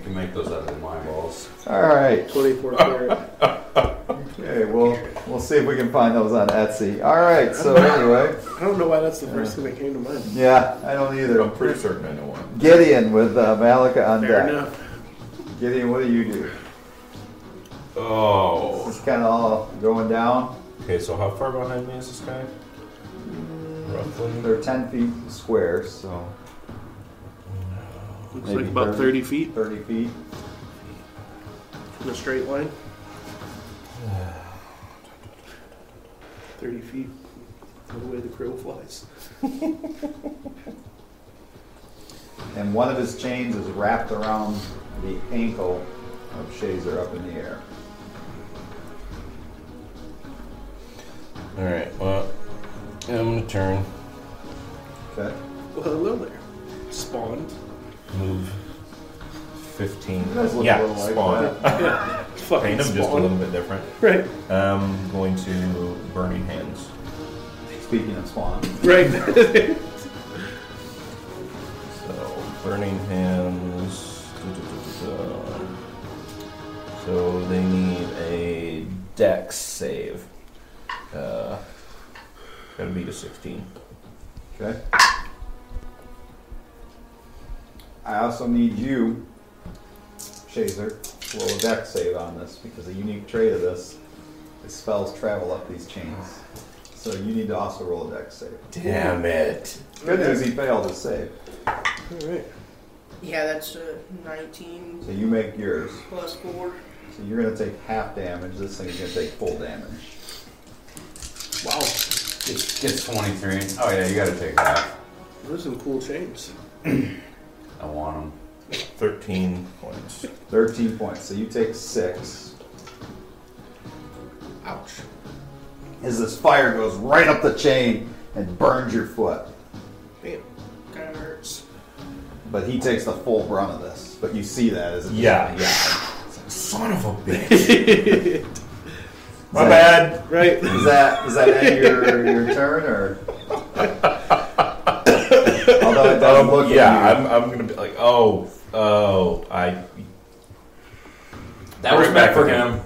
can make those out of my balls.
All right.
24 karat.
Okay, we'll, we'll see if we can find those on Etsy. All right, so anyway.
I don't know why that's the first thing that came to mind.
Yeah, I don't either.
I'm pretty certain I know one.
Gideon with uh, Malika on
Fair
deck.
enough.
Gideon, what do you do?
Oh.
This is kind of all going down.
Okay, so how far behind me is this guy? Roughly.
They're 10 feet square, so
Looks
Maybe
like about
30.
30 feet
30 feet.
in a straight line. 30 feet. The way the crow flies.
And one of his chains is wrapped around the ankle of Shazer up in the air.
Alright, well, I'm gonna turn,
Okay.
Well, hello there. Spawn.
move 15.
You guys look a
yeah,
little like
spawn.
that.
Fucking
Paint them just a
spawn.
little bit different.
Right.
I'm going to Burning Hands.
Speaking of Spawn,
Right.
So, Burning Hands. duh, duh, duh, duh, duh. So, they need a dex save. Uh, gotta beat a 16.
okay. I also need you, Shazer, to roll a deck save on this because the unique trait of this is spells travel up these chains. So you need to also roll a deck save.
Damn it.
Good news, he failed his save.
All right.
Yeah, that's uh, 19
So you make yours.
plus 4.
So you're gonna take half damage. This thing's gonna take full damage.
Wow.
Gets, gets 23. Oh, yeah, you gotta take that.
Those are some cool chains.
I want them.
13 points.
13 points. So you take six.
Ouch.
As this fire goes right up the chain and burns your foot.
Damn.
Kind of hurts.
But he takes the full brunt of this. But you see that as it
Yeah, yeah. Son of a bitch. My
Zach.
bad.
Right.
Is that is that end your, your turn or? Although it doesn't
Um,
look
yeah,
like you.
I'm, I'm gonna be like, oh, oh, I.
That was back for him.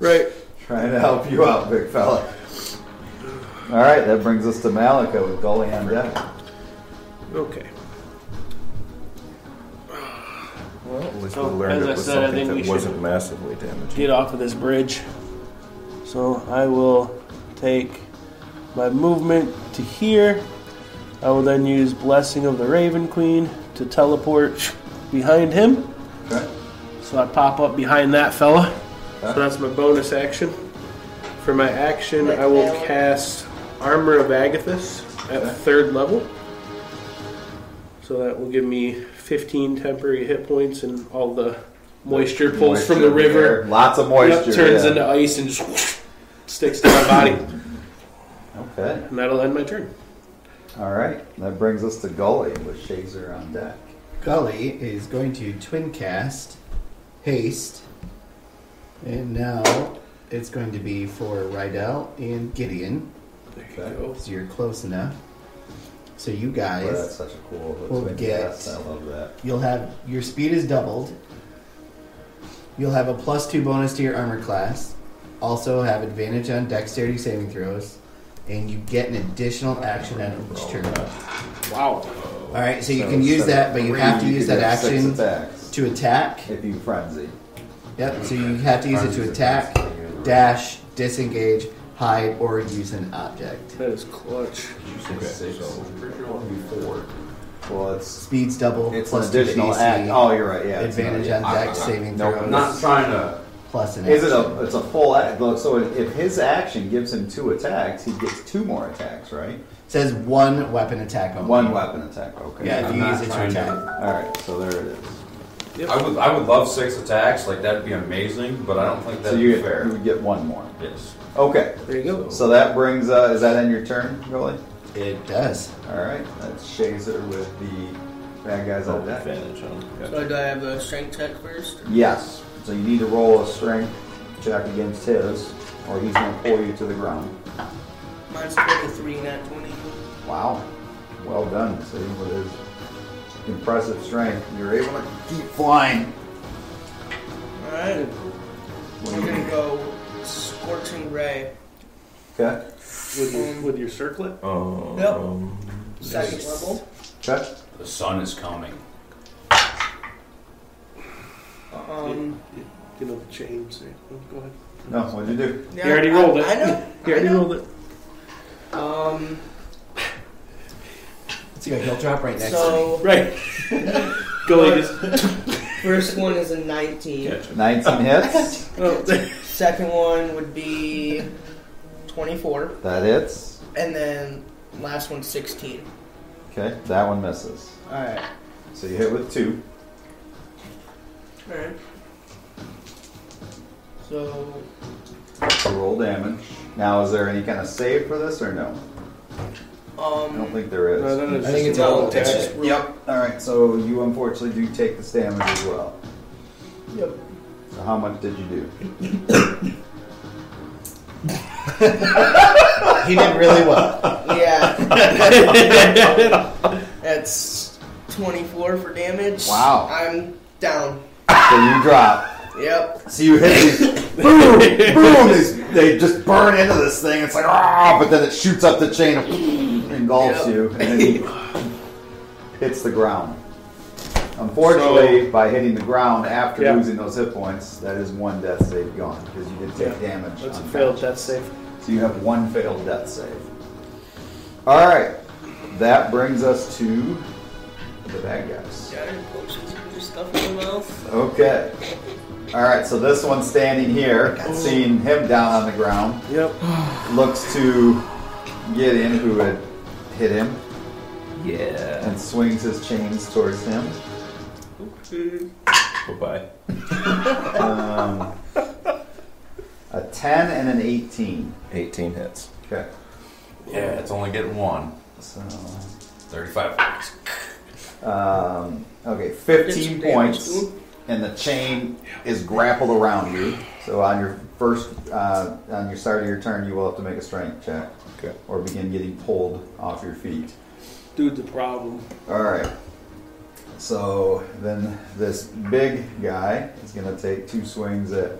Right.
trying to help you out, big fella. All right, that brings us to Malika with Gully on deck.
Okay.
Well, at least
we So, learned as it I was said, I something think that we should- wasn't
massively damaging.
get off of this bridge. So I will take my movement to here. I will then use Blessing of the Raven Queen to teleport behind him.
Okay.
So I pop up behind that fella. So that's my bonus action. For my action, I will cast Armor of Agathis at third level. So that will give me 15 temporary hit points and all the moisture pulls from
Moisture
the
in
river.
air. Lots of moisture.
Yep, turns
yeah.
into ice and just whoosh, sticks to my body.
Okay.
And that'll end my turn.
All right. That brings us to Gully with Shazer on deck.
Gully is going to twin cast haste, and now it's going to be for Rydell and Gideon.
There you
Okay.
go.
So you're close enough. So you
Boy, that's
guys,
such a cool. that's
We'll
fantastic.
get-
I love that.
you'll have your speed is doubled. You'll have a plus two bonus to your armor class. Also have advantage on dexterity saving throws, and you get an additional action on each turn.
Wow.
All right, so you
So
can use
instead of
that, but you
three,
have to use
could
that
have six
action
attacks
to attack.
if you frenzy.
Yep, so you have to use it to
Frenzy
attack,
attacks.
dash, disengage, hide, or use an object.
That is clutch.
Okay, so
Four. Well, it's
Speeds double,
it's an
plus two
additional
AC,
act. Oh, you're right. Yeah. it's
advantage
not-
on
I-
dex
I-
saving
no,
throws,
I'm not trying to.
plus an
Is it
action.
a? It's a full act. Look, so if his action gives him two attacks, he gets two more attacks, right?
says one weapon attack only.
One weapon attack. Okay.
Yeah, if
I'm
you
not
use it to
trying to-
attack.
All right. So there it is.
I would, I would love six attacks. Like that'd be amazing, but I don't think
So
that'd
you
be
get,
fair.
you would get one more.
Yes.
Okay.
There you go.
So that brings. Uh, is that end your turn, really?
It does.
All right. That's Shazer with the bad guys
Oh,
on deck.
advantage on.
So do I have a strength check first?
Yes. So you need to roll a strength check against his, or he's going to pull you to the ground.
Mine's 23, not 20.
Wow. Well done, see with his impressive strength. You're able to keep flying.
Alright. We're gonna go Scorching Ray.
Okay.
With your, with your circlet?
Um,
Yep. Second level.
Okay.
The sun is coming.
Um,
You know, the chains. eh? Oh, Go ahead.
No, what'd you do?
yeah,
You already
I-
rolled it.
I know. I
You already
know.
rolled it.
Um,
It's like he'll drop right next to me.
so
Right. Go ahead. just-
first one is a 19.
19 hits.
Oh,
Second one would be 24.
That hits.
And then last one, 16.
Okay. That one misses.
Alright.
So you hit with two.
Alright. So,
So roll damage. Now, is there any kind of save for this or no? I don't
um,
think there is.
no, no, no,
I think
just
it's
a
all
roll attack.
attached.
Yep. All right. So you unfortunately do take this damage as well.
Yep.
So how much did you do?
He did really well.
yeah. That's 24 for damage.
Wow.
I'm down.
So you drop.
Yep.
So you hit these. boom, boom. These, they just burn into this thing. It's like ah, but then it shoots up the chain, and engulfs
Yep.
you, and then you hits the ground. Unfortunately, by hitting the ground after
Yeah.
losing those hit points, that is one death save gone because you did take
Yeah.
damage.
That's a
on
failed
that.
death save.
So you have one failed death save. All right, that brings us to the bad guys.
Got any potions you can just stuff in your mouth?
Okay. All right, so this one standing here, seeing him down on the ground,
Yep.
looks to Gideon, who had hit him,
Yeah.
and swings his chains towards him.
Bye bye.
Um, a 10 and an 18.
18 hits.
Okay.
Yeah, it's only getting one.
So,
Thirty-five points.
um, okay, 15 points. and the chain is grappled around you. So on your first, uh, on your start of your turn, you will have to make a strength check,
Okay.
or begin getting pulled off your feet.
Dude, the problem.
All right. So then this big guy is going to take two swings at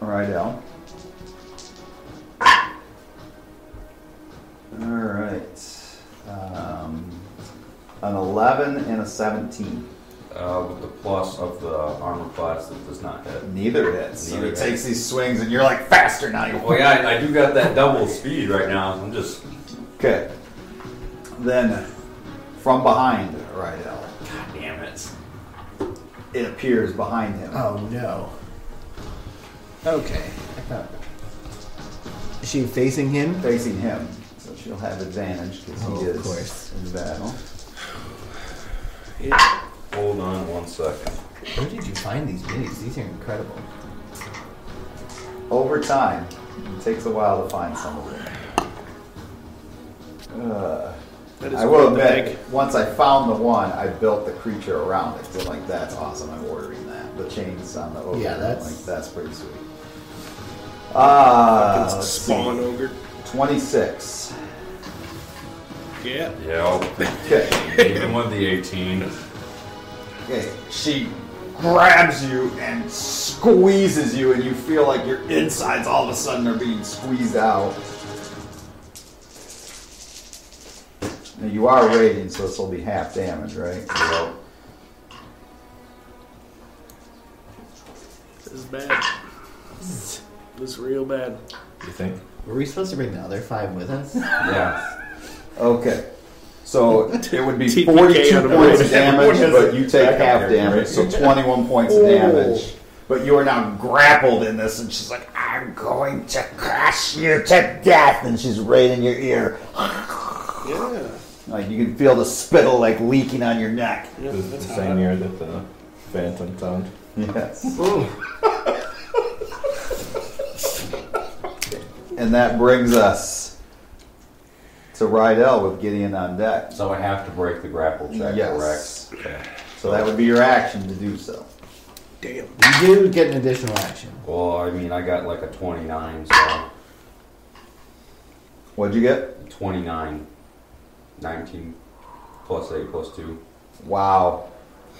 Rydell. All right. Um, an 11 and a 17.
Uh, with the plus of the armor class that does not hit.
Neither hits. So
Neither
he
hits.
takes these swings, and you're like faster now. You
Well, Oh, yeah, I, I do got that double speed right now. I'm just
Okay. Then, from behind Rydell,
damn it.
it appears behind him.
Oh no. Okay. I thought. Is she facing him?
Facing him, so she'll have advantage because he
Oh, of
is
course.
in the battle.
Hold on one second.
Where did you find these minis? These are incredible.
Over time, it takes a while to find some of them. Uh,
That
I
worth
will
the
admit,
egg.
once I found the one, I built the creature around it. So I'm like, that's awesome. I'm ordering that. The chains on the ogre.
Yeah,
I'm
that's-
like that's pretty sweet. Ah,
Fucking
let's
spawn
see.
ogre.
twenty-six.
Yeah.
Yeah, I'll-
Okay.
even with the 18.
Okay, she grabs you and squeezes you, and you feel like your insides all of a sudden are being squeezed out. Now you are radiant, so this will be half damage, right?
Well,
This is bad. This is real bad.
You think?
Were we supposed to bring the other five with us?
yeah.
Okay. So it would be
TPK
42
on the
points
road.
of damage, but you take
Back up
half
here,
damage,
right?
so 21 points of damage. But you are now grappled in this, and she's like, I'm going to crush you to death. And she's right in your ear.
Yeah.
Like you can feel the spittle like leaking on your neck.
yeah
This is the
that's hot.
same year that the Phantom Sound.
Yes. and that brings us to Rydell with Gideon on deck.
So I have to break the grapple check,
Yes.
correct? Okay.
So that would be your action to do so.
Damn.
You do get an additional action.
Well, I mean, I got like a 29, so
What'd you get?
29, 19 plus 8 plus 2.
Wow.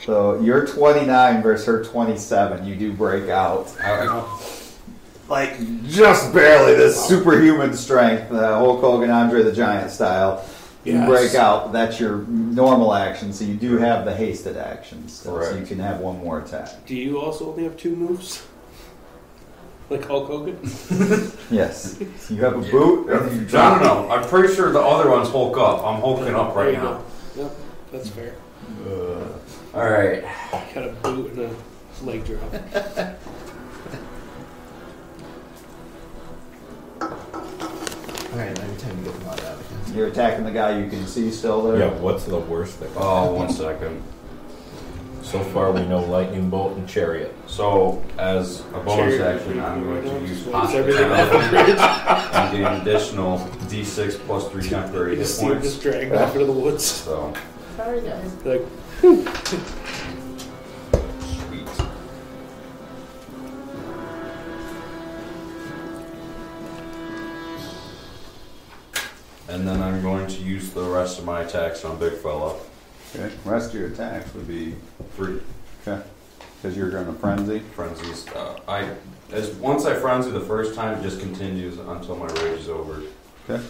So you're 29 versus her 27. You do break out.
I, I,
Like just barely this superhuman strength, uh, Hulk Hogan, Andre the Giant style. You
Yes.
break out. That's your normal action, so you do have the hasted action still, so you
Correct.
can have one more attack.
Do you also only have two moves? Like Hulk Hogan?
Yes, you have a boot. and you
no, no, no. I'm pretty sure the other one's Hulk up. I'm hulking up
There
right
you
now.
go. Yep, that's fair.
All right.
Got a boot and a leg drop.
All right, now time to get the mod out of here.
You're attacking the guy you can see still there.
Yeah, what's the worst that could
Oh, one second.
So far, we know lightning bolt and chariot.
So, as a bonus
Cherry.
action, I'm going to use
Just
pocket
everything off
talent.
the bridge.
I'm getting an additional d6 plus 3 temporary hit
Just see him
points.
just dragged off into the woods.
So,
Sorry, guys.
Like,
sweet. And then I'm going to use the rest of my attacks on Big Fella.
Okay. Rest of your attacks would be
Three.
okay because you're going to frenzy.
frenzies. Uh, I as once I frenzy the first time, it just continues until my rage is over.
Okay.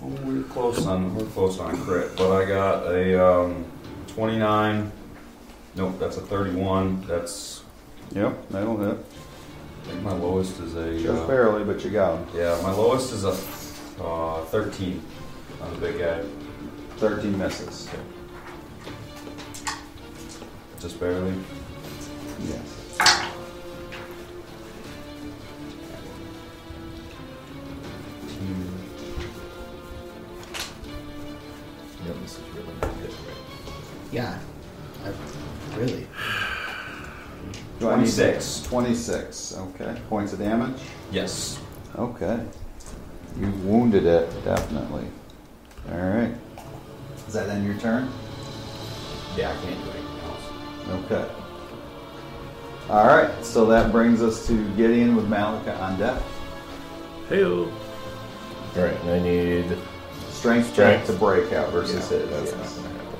Well, we're close on we're close on crit, but I got a um, twenty nine. Nope, that's a thirty one. That's
Yep, that'll hit.
I think my lowest is a
Just
uh,
barely, but you got him.
yeah. My lowest is a uh, thirteen on the big guy,
Thirteen misses.
just barely.
Yes.
Yeah, this is really not good, right?
Yeah. I, really?
Do I need-
26.
Twenty-six. Okay. Points of damage.
Yes.
Okay. You wounded it definitely. All right. Is that then your turn?
Yeah, I can't do anything else.
Okay. All right. So that brings us to Gideon with Malika on deck.
Heyo.
Alright, and I need.
Strength check
Strength.
to breakout versus
Yeah,
hit.
that's
yes.
not gonna happen.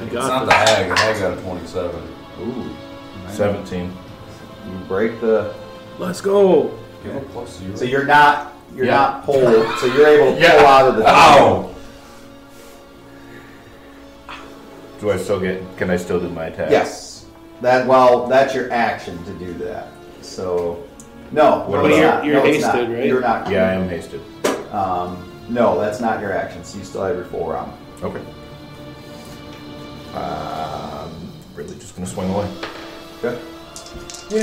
I
It's not
got
the hag. The hag got a twenty seven.
Ooh.
17.
You break the.
this. Let's go.
You have a plus zero.
So you're not. You're
Yeah.
not pulled. So you're able to pull out of the.
Ow!
Do I still get. Can I still do my attack?
Yes. That. Well, that's your action to do that. So. No.
What
no, it's
about-
not.
You're- you're
No, it's not.
hasted, right?
You're not.
Yeah, I am hasted.
Um. No, that's not your action. So you still have your full round.
Okay. Um, really just gonna swing away.
Okay.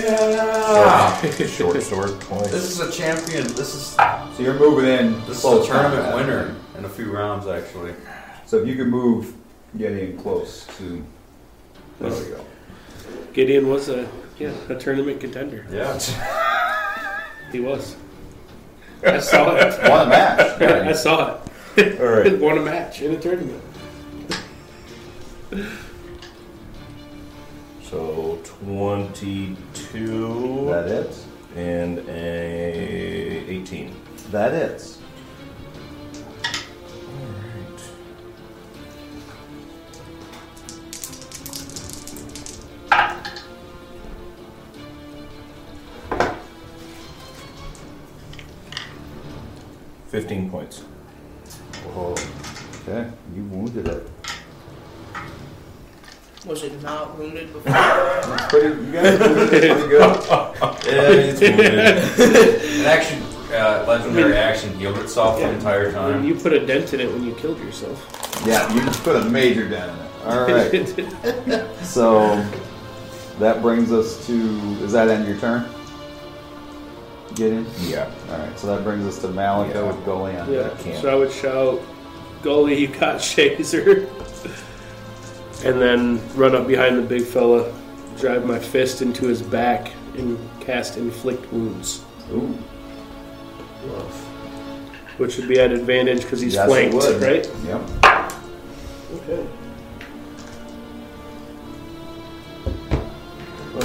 Ah.
Yeah!
Short sword twice.
This is a champion. This is
So you're moving in.
this
close
is a tournament
combat.
winner in a few rounds, actually.
So if you could move Gideon close to. There we go.
Gideon was a yeah a tournament contender.
Yeah.
He was. I saw it.
One match.
I saw it.
All right.
Won a match in a tournament.
So 22
That it.
and a 18.
That is.
Fifteen points.
Whoa. Oh, Okay, you wounded it.
Was it not wounded before?
That's pretty. You guys wounded it pretty good.
Yeah, it's wounded. An action, uh, legendary action healed itself the entire
When
time.
you put a dent in it when you killed yourself.
Yeah, you just put a major down in it. All right. So that brings us to. Is that end your turn? Get in.
Yeah.
All right. So that brings us to Malika
Yeah.
with Golian.
yeah.
can't.
So I would shout, "Goalie, you got Shazer," and then run up behind the big fella, drive my fist into his back, and cast inflict wounds,
Ooh.
which would be at advantage because he's
Yes, it
flanked,
would.
right?
Yep.
Okay.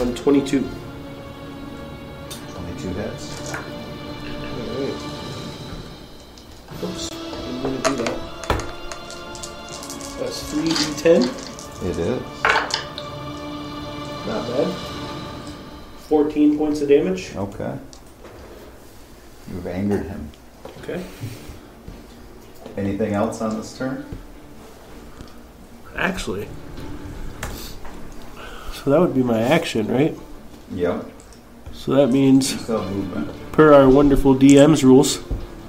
Um, 22.
Only two hits.
Alright. Oops. I'm gonna do that. That's 3d10.
It is.
Not bad. 14 points of damage.
Okay. You've angered him.
Okay.
Anything else on this turn?
Actually. So that would be my action, right?
Yep.
So that means,
Still movement.
per our wonderful DM's rules,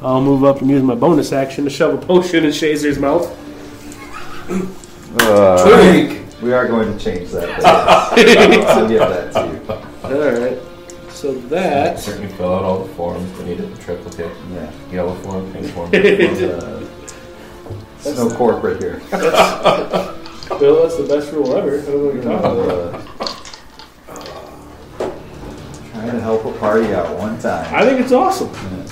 I'll move up and use my bonus action to shove a potion in Shazer's mouth.
Uh, we are going to change that. I'll give that to you.
Alright. So that.
Certainly fill out all the forms. We need it in triplicate.
Yeah.
Yellow form, pink form. purple form.
Uh, it's no corporate here.
Bill, that's the best rule ever. I don't know what you're talking about.
Uh, trying to help a party out one
I
time.
think it's awesome.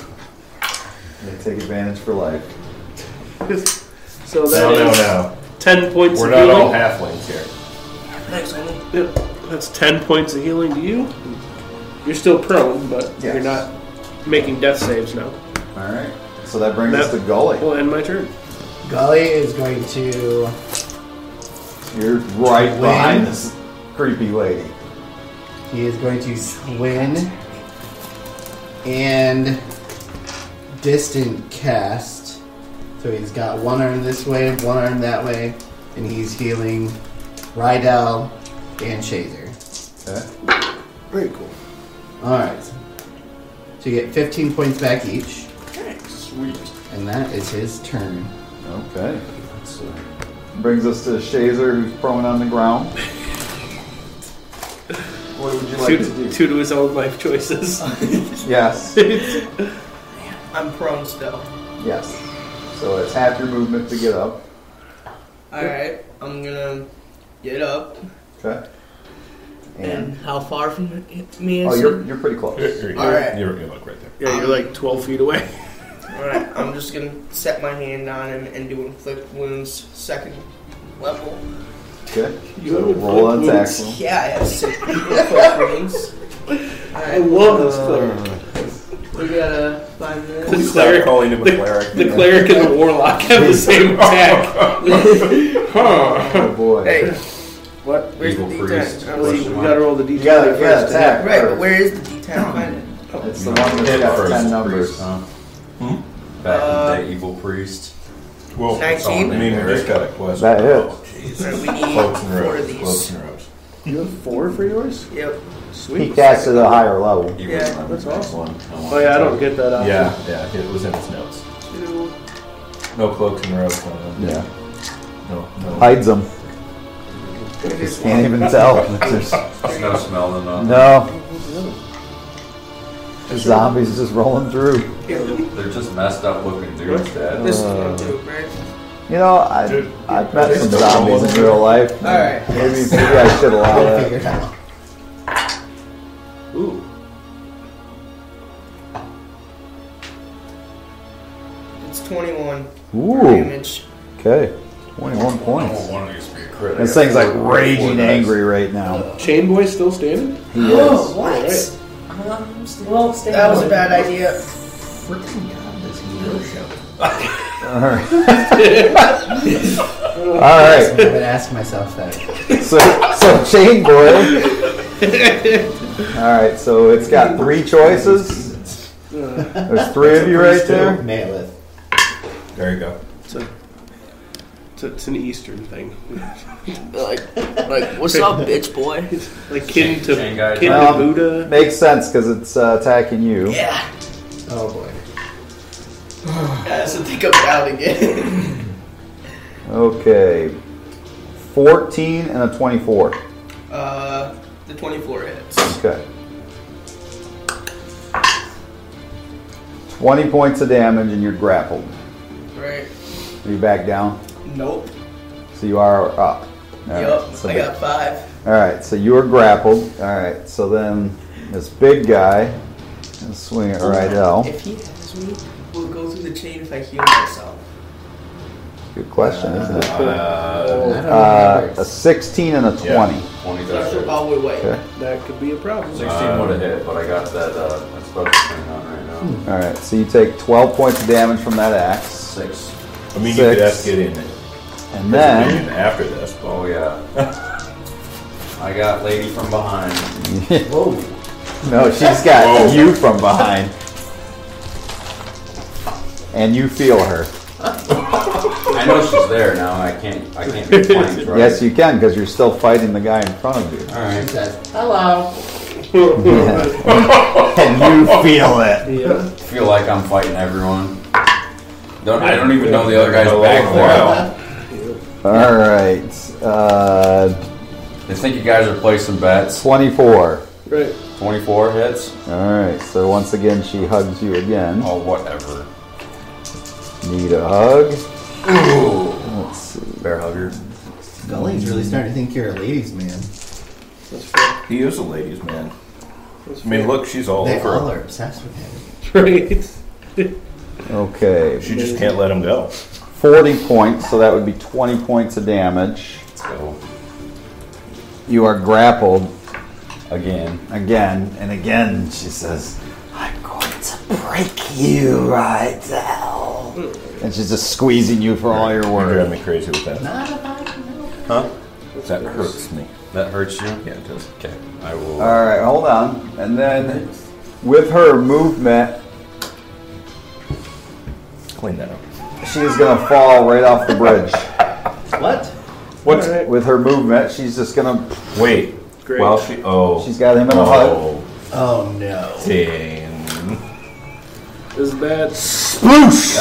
They take advantage for life.
So that
No, no,
is
no.
10 points
We're
of
not
healing.
all halflings here.
Thanks, homie.
Yep. That's 10 points of healing to you. You're still prone, but you're
Yes.
not making death saves now.
All right. So that brings us to
That-
Gully.
We'll end my turn.
Gully is going to.
You're right
Win.
behind this creepy lady.
He is going to win and distant cast. So he's got one arm this way, one arm that way, and he's healing Rydell and Shazer.
Okay.
Very cool.
All right. So you get 15 points back each,
Sweet.
and that is his turn.
Okay. So, brings us to Shazer, who's prone on the ground. What would you like
Two
to do?
to, two to his own life choices.
Yes.
I'm prone still.
Yes. So it's half your movement to get up.
Alright, I'm gonna get up.
Okay.
And
And
how far from it- me is
oh,
it?
you're you're pretty close.
Here you go.
All right.
You're, you look right there.
yeah, you're like 12 feet away.
Alright, I'm just gonna set my hand on him and do inflict wounds second level.
Okay.
You
So
have
roll
inflict
on
wounds.
Zaxxon.
Yeah, I have six inflict wounds.
I
Alright,
love this
Uh,
cleric.
we got a five minutes.
The cleric,
calling him a
the-
cleric.
the cleric and the warlock have the same attack. huh.
Oh boy.
Hey,
What?
where's the
Evil
D10?
priest.
I
We
was-
Question
gotta roll the d10
You got to
first.
attack.
Right, but
first.
where is the D10? Find it.
It's the one that's got ten numbers. Hmm?
huh? Back
Uh,
with that evil priest.
Well,
Nineteen.
it's all in
I
there.
mean, we just got a
question.
That is.
Alright, we need
Cloaks and
four of
robes.
these.
Cloaks and robes.
You have four for yours?
Yep.
He
Sweet.
cast at a higher level.
Evil
Yeah,
numbers.
That's awesome.
One.
Oh, yeah, I don't get that option.
Yeah, yeah. It was in his notes.
Two.
No cloaks and robes. on them.
Yeah.
No. No.
Hides them.
There's one.
Can't even tell. It's just-
There's no smell in them.
No. Zombies just rolling through.
Here,
They're just messed up looking dudes,
Oh,
Dad.
This is one too, right?
You know, I,
Dude,
I've met
it's
some
the
zombies
one.
in real life.
Alright.
Maybe, maybe I should allow
We'll
that.
figure it out.
Ooh.
That's 21 for
Ooh.
damage.
Okay. 21 points.
one of these would be a crit.
This thing's like
Four
raging
dice.
angry right now.
Chain boy still standing?
He is.
What?
Alright.
Well, that was a bad idea.
All right. All right.
I would ask myself that.
So, so chain boy. All right. So it's got three choices. There's three of you right there.
Malith.
There you go.
It's, a, it's, a- it's an Eastern thing.
Like, like, what's up, bitch boy?
Like kin to,
Chain guy.
kin to
Um,
Buddha.
Makes sense because it's uh, attacking you.
Yeah,
Oh boy.
that's what they come out again.
Okay. 14 and a 24.
uh, the 24 hits.
Okay. 20 points of damage and you're grappled.
Right.
Are you back down?
Nope.
So you are up. All right,
Yup.
so
I
the-
got five.
All right, so you are grappled. All right, so then this big guy can swing at Rydell.
If he has me, we'll go through the chain if I heal myself.
Good question, isn't it?
I
Uh,
don't know how
Uh,
that
a
works.
16 and a 20.
yeah, 20 does
That's
hit.
all we wait.
Okay.
That could be a problem.
16 would have hit, but Uh, I got that, uh, that spell thing on right now.
Hmm.
All right, so you take 12 points of damage from that axe.
Six.
I mean, you could
Six.
ask it in
And then,
in after this, but
Oh, yeah. I got lady from behind.
Whoa.
no, she's got you from behind. And you feel her.
I know she's there now. I can't. I can't be flanked, right?
Yes, you can, because you're still fighting the guy in front of you.
All right.
Says, hello.
And you feel it.
Yeah.
feel like I'm fighting everyone. Don't, I don't even know the other guy's back there.
All right, uh,
They think you guys are placing bets.
24.
Right.
24 hits?
Alright, so once again she hugs you again.
Oh, whatever.
Need a hug.
Ooh.
Let's see.
Bear hugger.
Gully's really starting to think you're a ladies' man.
That's fair.
he is a ladies' man.
That's
I mean,
fair.
look, she's all
They
over
all
him.
are obsessed with him.
Right.
Okay.
She just can't let him go.
40 points, so that would be 20 points of damage.
Let's go.
You are grappled again. Again and again, she says, I'm going to break you right now. And she's just squeezing you for all your
You drive
worth.
me crazy with that.
Not about no.
Huh? That hurts me.
That hurts you?
Yeah, it does.
Okay. I will.
Alright, hold on. And then with her movement,
Clean that up.
she's gonna fall right off the bridge.
What?
What's
Alright.
With her movement, she's just gonna
Wait.
Great.
While she oh
She's got him in a hug.
oh
Oh no.
dang.
This is bad.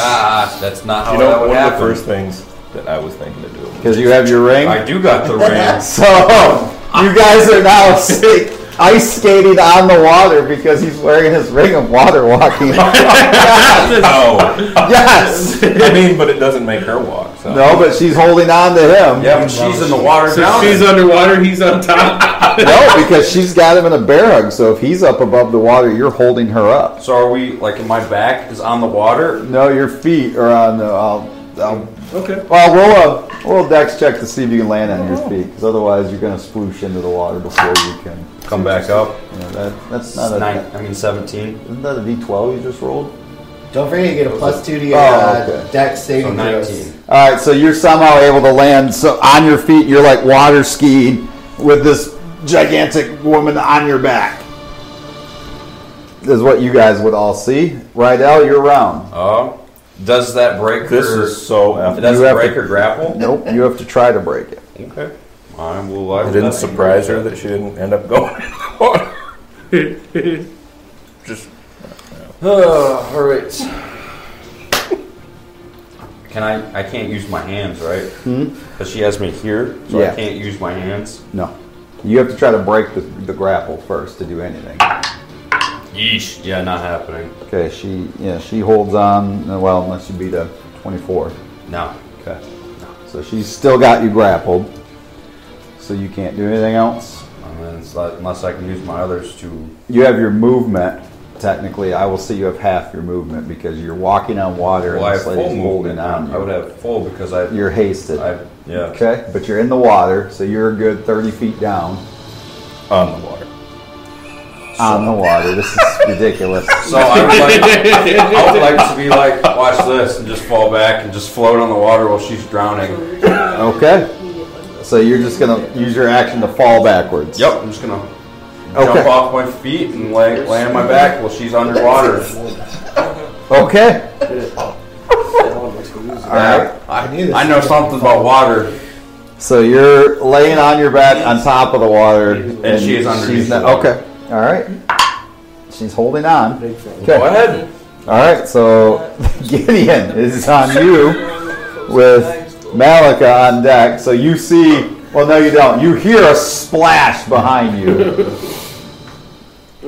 Ah, that's not how
You
that
know,
would
one of the
happen.
first things that I was thinking to do.
Because you have your ring.
I do got the ring.
So you guys are now sk- ice skating on the water because he's wearing his ring of water walking.
oh,
yes.
I mean, but it doesn't make her walk. So.
No, but she's holding on to him.
yeah, but she's in the water
So
drowning.
she's underwater, he's on top.
No, because she's got him in a bear hug. So if he's up above the water, you're holding her up.
so are we, like, my back is on the water?
No, your feet are on the. I'll, I'll,
Okay.
well, roll a roll a dex check to see if you can land on your feet. Because otherwise, you're going to swoosh into the water before you can.
Come back up.
You know, that, that's
It's
not a.
nine, I mean, 17.
Isn't that a D12 you just rolled?
Don't forget you get a plus two to your
Oh,
uh,
okay.
deck
So
saving throws.
19.
All right, so you're somehow able to land so on your feet. You're like water skiing with this gigantic woman on your back. This is what you guys would all see. Rydell, you're round.
Oh. Does that break
This
her?
is so
It
effed.
You
doesn't
have
break
to-
her grapple?
Nope, you have to try to break it.
Okay. I will. I
It
will
didn't
definitely
surprise her
do
that she didn't end up going in the water. Just
Oh, all right. Can I? I can't use my hands, right?
Hmm?
Because she has me here, so
Yeah.
I can't use my hands.
No, you have to try to break the, the grapple first to do anything.
Yeesh. Yeah, not happening.
Okay, she yeah she holds on. uh, Well, unless you beat a 24.
No.
Okay, so she's still got you grappled. So you can't do anything else.
And then it's like- unless I can use my others to.
You have your movement to technically, I will see you have half your movement because you're walking on water
Well, I
and
have
this
full
lady's holding
movement.
on
I
you.
would have full because I.
You're hasted.
I yeah.
Okay, but you're in the water, so you're a good 30 feet down
on the water.
on the water. This is ridiculous.
So I would, like, I would like to be like, watch this, and just fall back and just float on the water while she's drowning.
Okay, so you're just gonna use your action to fall backwards.
Yep, I'm just gonna
Okay.
jump off my feet and lay, lay on my back while she's underwater.
Okay.
All
All right.
I,
knew this
I know something about water.
So you're laying on your back on top of the water,
And she is underneath
she's
the
not-
water.
okay. All right. She's holding on. Okay.
Go ahead.
All right, so Gideon is on you with Malika on deck. So you see, well, no, you don't. You hear a splash behind you. Mm.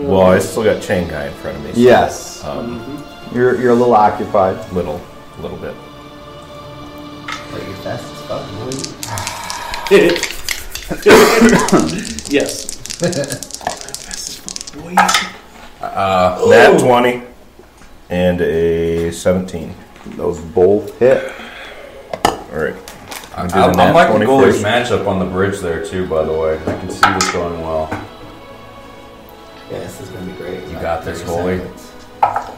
Well, I still got chain guy in front of me. so,
Yes,
Um,
you're, you're a little occupied.
little, little bit.
But you're fast as fuck, boy.
yes.
Uh, nat 20 and a 17.
Those both hit.
All right.
I'm,
do the
I'm
nat
liking
20
Goalie's
first.
matchup on the bridge there too. By the way, I can see this going well.
Yeah, this is gonna be great.
You got this, goalie.
All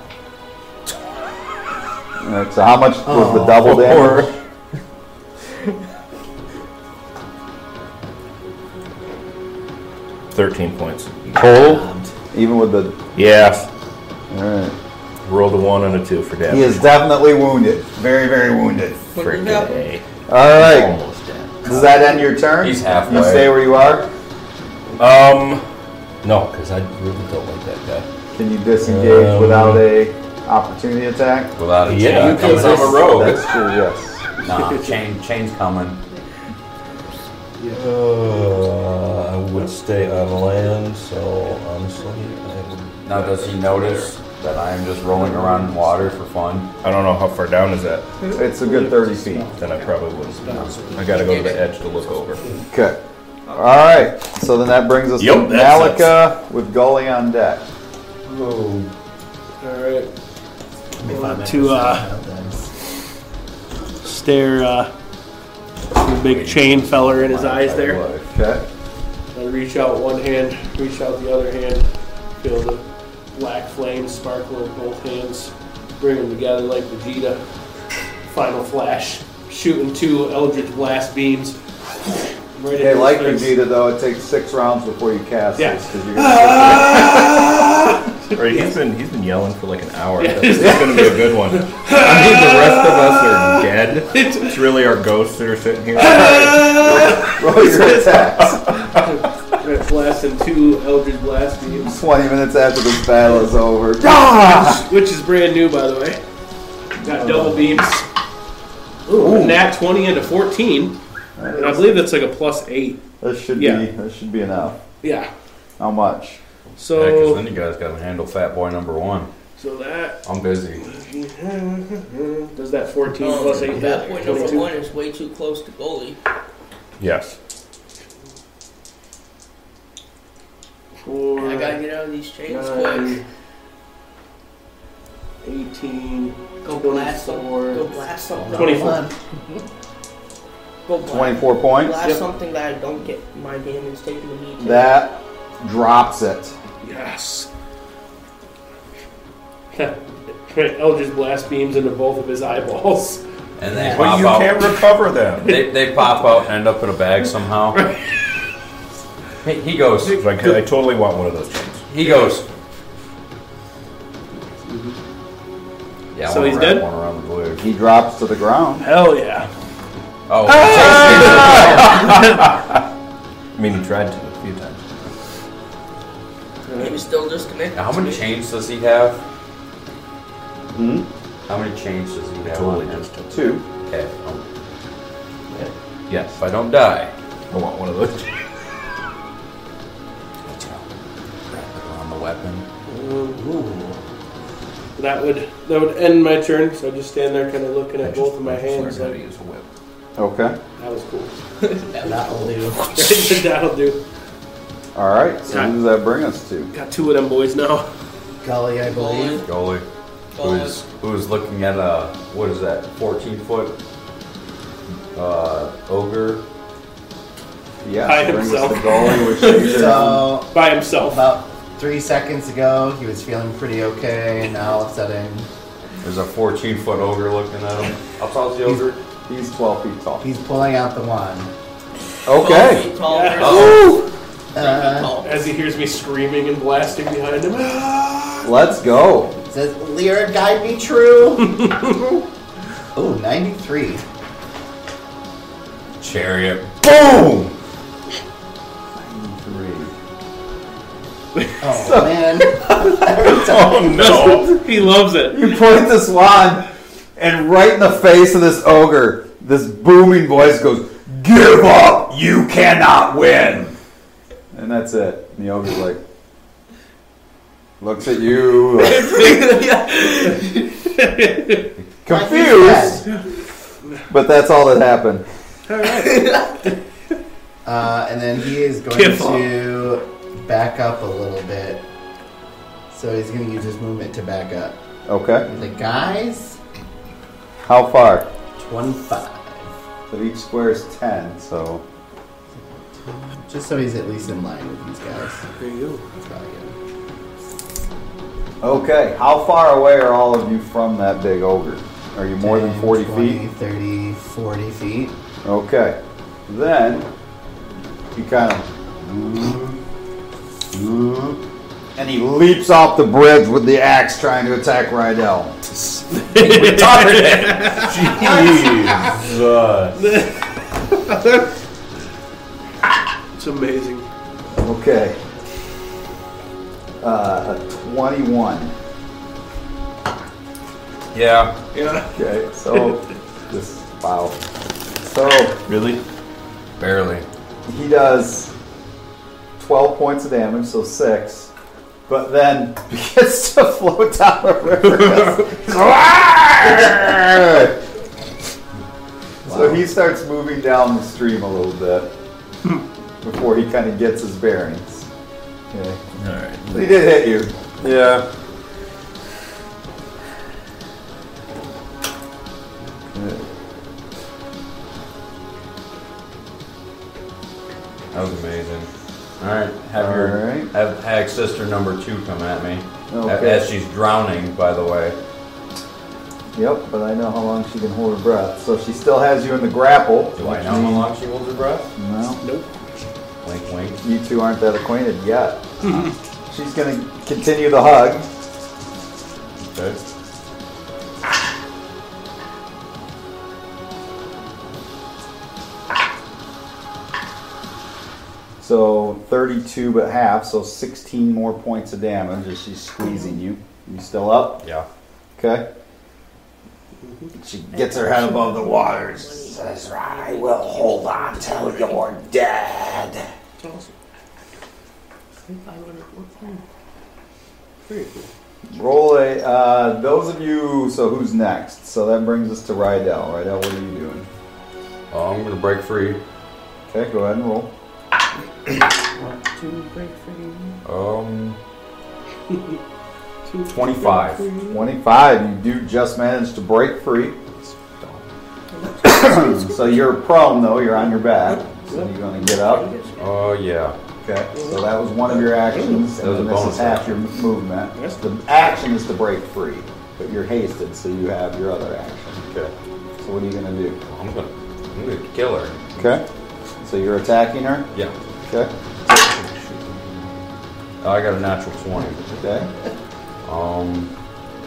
right, so how much was the
Oh.
double damage?
Thirteen points.
Total,
Um,
even with the.
Yeah.
All right.
Rolled a one and a two for
He
damage.
is definitely wounded. Very, very wounded.
Freaking A.
All right.
Almost dead.
Does that end your turn?
He's halfway.
You stay where you are.
Um, no, because I really don't like that guy.
Can you disengage
Um,
without a opportunity attack?
Without a chain,
Yeah,
I'm coming
because
on a rogue.
That's true. Yes.
Nah, chain, chain's coming.
Uh, I would stay on land, so honestly, I would.
Now, does he notice that I am just rolling around in water for fun?
I don't know how far down is that.
It's a good 30 feet.
Then I probably wouldn't. I gotta go to the edge to look over.
Okay. All right. So then that brings us
Yup,
to
that
Malika with Gully on deck.
All right.
If I'm
To, uh,
ever so bad,
Stare, uh, the big chain feller in his eyes there.
Okay.
I reach out one hand, reach out the other hand, feel the black flame sparkle in both hands, bring them together like Vegeta. Final flash, shooting two Eldritch blast beams. Right at
Okay,
his
like
face.
Vegeta, though, it takes six rounds before you cast
Yeah.
this. 'cause you're gonna-
Right, he's been he's been yelling for like an hour. This is gonna be a good one. I mean, the rest of us are dead. It's really our ghosts that are sitting here.
Roll your attacks.
Right, Blasting two Eldritch blast beams,
20 minutes after this battle is over.
which is brand new, by the way. Got double beams. Oh. Ooh, nat 20 into 14. And I believe that's like a plus 8.
This should
Yeah.
be. This should be enough.
Yeah.
How much?
Yeah, 'cause
So,
then you guys gotta handle Fat Boy number one.
so that.
I'm busy.
Does that 14 plus 8
um, that
hit?
Oh, point number
22?
one is way too close to goalie.
Yes.
Four,
I gotta get out of these chains
nine, 18,
quick. Go blast them. Go blast something.
24.
Go blast.
24 points.
Blast
Yep.
something that I don't get my damage taken to me. too.
That drops it.
Yes. Eldritch blast beams into both of his eyeballs.
And they
But
pop
you
out.
can't recover them.
They, they pop out and end up in a bag somehow. he, he goes.
Like, I totally want one of those chains.
He goes. Yeah, I
So
wanna
he's
wrap
dead?
One around the blue.
He drops to the ground.
Hell yeah.
Oh,
Ah! I mean, he tried to a few times.
He was still disconnected.
Now, how many chains does he have?
Hmm?
How many chains does he have?
Totally
on him?
just took.
Two.
Okay. um, Yes, if I don't die.
I want one of those. chains.
On the weapon.
That would that would end my turn. So I just stand there, kind of looking
I
at
just-
both of my
I just
hands.
learned how to
Like
use a whip.
Okay.
that was cool.
that's- That'll do.
That'll do.
All right. So who does that bring us to?
Got two of them boys now.
Gully, I believe.
Goalie. Who's who's looking at a what is that? Fourteen foot uh, ogre.
Yeah,
By
brings us
himself.
the goalie, which is
So
By himself.
about three seconds ago, he was feeling pretty okay, and now all of a sudden,
There's a fourteen foot ogre looking at him. How tall's the ogre?
he's 12 feet tall.
he's pulling out the wand.
Okay.
Tall
Yeah.
Oh.
versus
Uh,
tall.
As he hears me screaming and blasting behind him.
Let's go.
says, "Lyra, guide me true." oh, 93.
Chariot.
Boom.
Oh man.
Oh
No. he loves it.
You point this wand, and right in the face of this ogre, this booming voice goes, "Give up! You cannot win!" And that's it. And the ogre's like, looks at you, like, confused. But that's all that happened.
Uh, and then he is going
Careful.
to back up a little bit. So he's going to use his movement to back up.
Okay.
The guys,
How far?
25.
So each square is ten. So
Just so he's at least in line with these guys.
There you
That's probably good.
okay. How far away are all of you from that big ogre? Are you more than
10,
forty
20,
feet?
30, 40 feet.
Okay. Then he kind of and he leaps off the bridge with the axe trying to attack Rydell.
Jesus.
go. It's amazing.
Okay. Uh, 21.
Yeah.
Yeah.
Okay, so this wow. So
Really?
Barely.
he does 12 points of damage, so 6. But then begins to float down the river. He's like, So he starts moving down the stream a little bit before he kind of gets his bearings. Okay.
Alright.
He did hit you.
Yeah. That was amazing. All right, have your
Alright.
have hag sister number two come at me.
Okay.
As she's drowning, by the way.
Yep, but I know how long she can hold her breath. So she still has you in the grapple.
Do I know how long she holds her breath?
No.
Nope.
Wink, wink.
You two aren't that acquainted yet. She's gonna continue the hug.
Okay.
So 32 but half, so 16 more points of damage as she's squeezing you. You still up?
Yeah.
Okay. She gets her head above the water. and Says, "I will hold on till you're dead."
Very cool.
Roll a. Uh, those of you. So who's next? So that brings us to Rydell. Rydell, what are you doing?
Oh, I'm gonna break free.
Okay, go ahead and roll.
Um, 25.
25. You do just manage to break free. so you're prone though. You're on your back. So you're gonna get up.
Oh, yeah.
Okay, so that was one of your actions,
That
and then
was a
this
bonus
is half your m- movement.
Yes.
The action is to break free, but you're hasted, so you have your other action.
Okay.
So what are you gonna do?
I'm gonna, I'm gonna kill her.
Okay, so you're attacking her.
Yeah.
Okay,
I got a natural 20.
okay.
Um,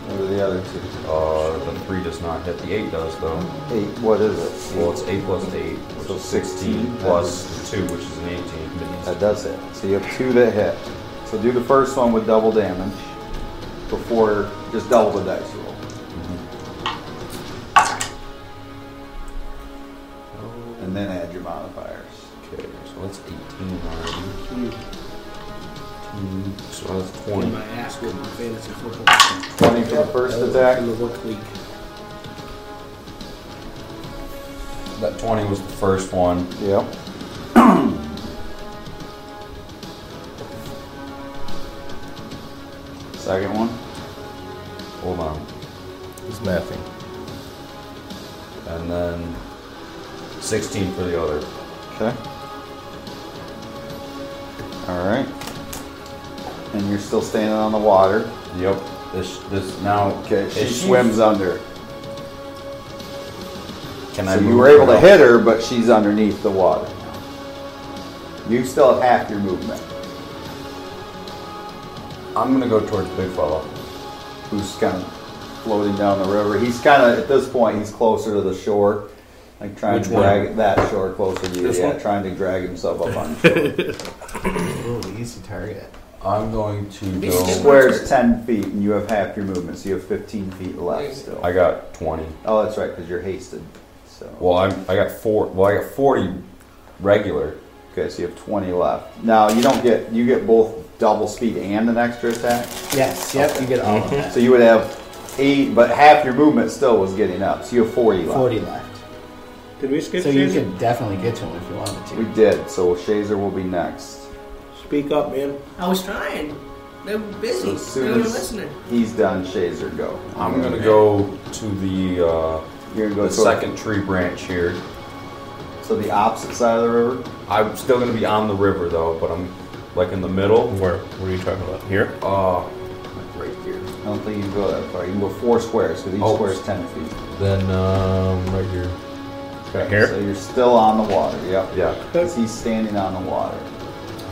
What are the other two?
uh, the 3 does not hit. The 8 does, though.
Eight. What is it?
Well, it's 8 plus 8, which
So
is 16,
16.
plus 2, which is an 18.
That does hit. So you have two that hit. So do the first one with double damage before just double the dice roll.
Mm-hmm.
And then add your modifiers.
Okay, so that's 18 already. So that's 20.
my ass with my fantasy football.
20 for the first attack.
In the work league.
That 20 was the first one.
Yep. Second one.
Hold on.
It's nothing.
And then 16 for the other.
Okay. All right. And you're still standing on the water.
Yep. This this now.
Okay. She
is
swims under.
Can
So you
move
were able to
around?
hit her, but she's underneath the water. You still have half your movement.
I'm gonna go towards Big Fella.
Who's kind of floating down the river? He's kind of at this point. He's closer to the shore, like trying
Which
to
one?
drag that shore closer to you.
This
yeah,
one?
trying to drag himself up on shore.
Ooh, easy target.
I'm going to
Be
go.
still.
Square is ten feet, and you have half your movement, so you have fifteen feet left still.
I got 20.
Oh, that's right, because you're hasted. So
Well, I'm, I got four. Well, I got 40 regular.
okay, so you have twenty left. Now you don't get you get both double speed and an extra attack.
Yes, yep, you get all of that.
So you would have eight, but half your movement still was getting up. So you have forty left.
40 left.
Did we skip
So you
Shazam?
could definitely get to him if you wanted
We
to.
did. So Shazer will be next.
Speak up, man.
I was trying. They were
So
busy.
as
they
soon
were
as-
listening.
He's done. Shazer, go.
I'm gonna go to the uh,
You're gonna go
the
to
second tree branch here.
So the opposite side of the river.
I'm still gonna be on the river though, but I'm like in the middle.
Where? What are you talking about? Here?
Uh, right here.
I don't think you can go that far. You can go four squares because each
Oh.
square is ten feet.
Then um, right here. Right
So
here.
you're still on the water. Yep.
Yeah.
'Cause he's standing on the water.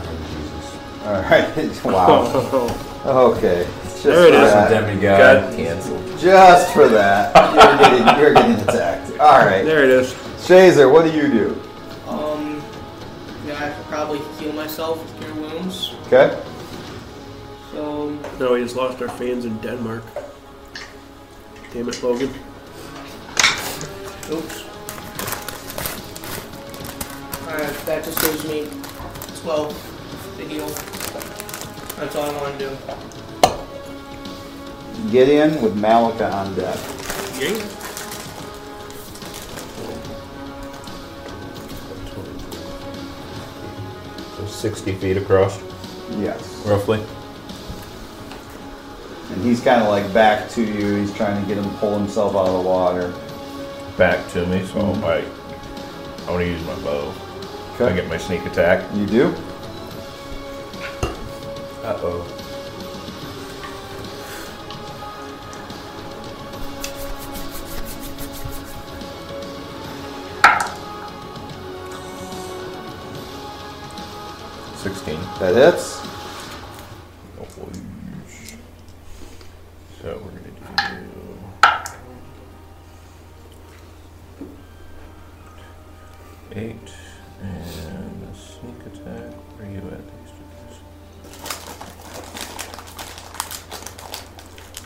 Jesus.
All right. wow. Okay. Just
There it
for
is.
that-
Demigod.
Just for that, you're getting, you're getting attacked. All right.
There it is.
Shazer, what do you do?
Um, yeah, I could probably heal myself with cure wounds.
Okay.
So
No, we just lost our fans in Denmark. Damn it, Logan.
Oops. Alright, that just gives me 12 to heal. That's all I want to do.
Get in with Malika on deck.
Yeah.
So 60 feet across,
Yes.
roughly.
And he's kind of like back to you. He's trying to get him pull himself out of the water.
Back to me, so I, I want to use my bow. I get my sneak attack.
You do?
Uh oh.
Sixteen.
That hits.
So we're gonna do eight and a sneak attack. Where are you at? These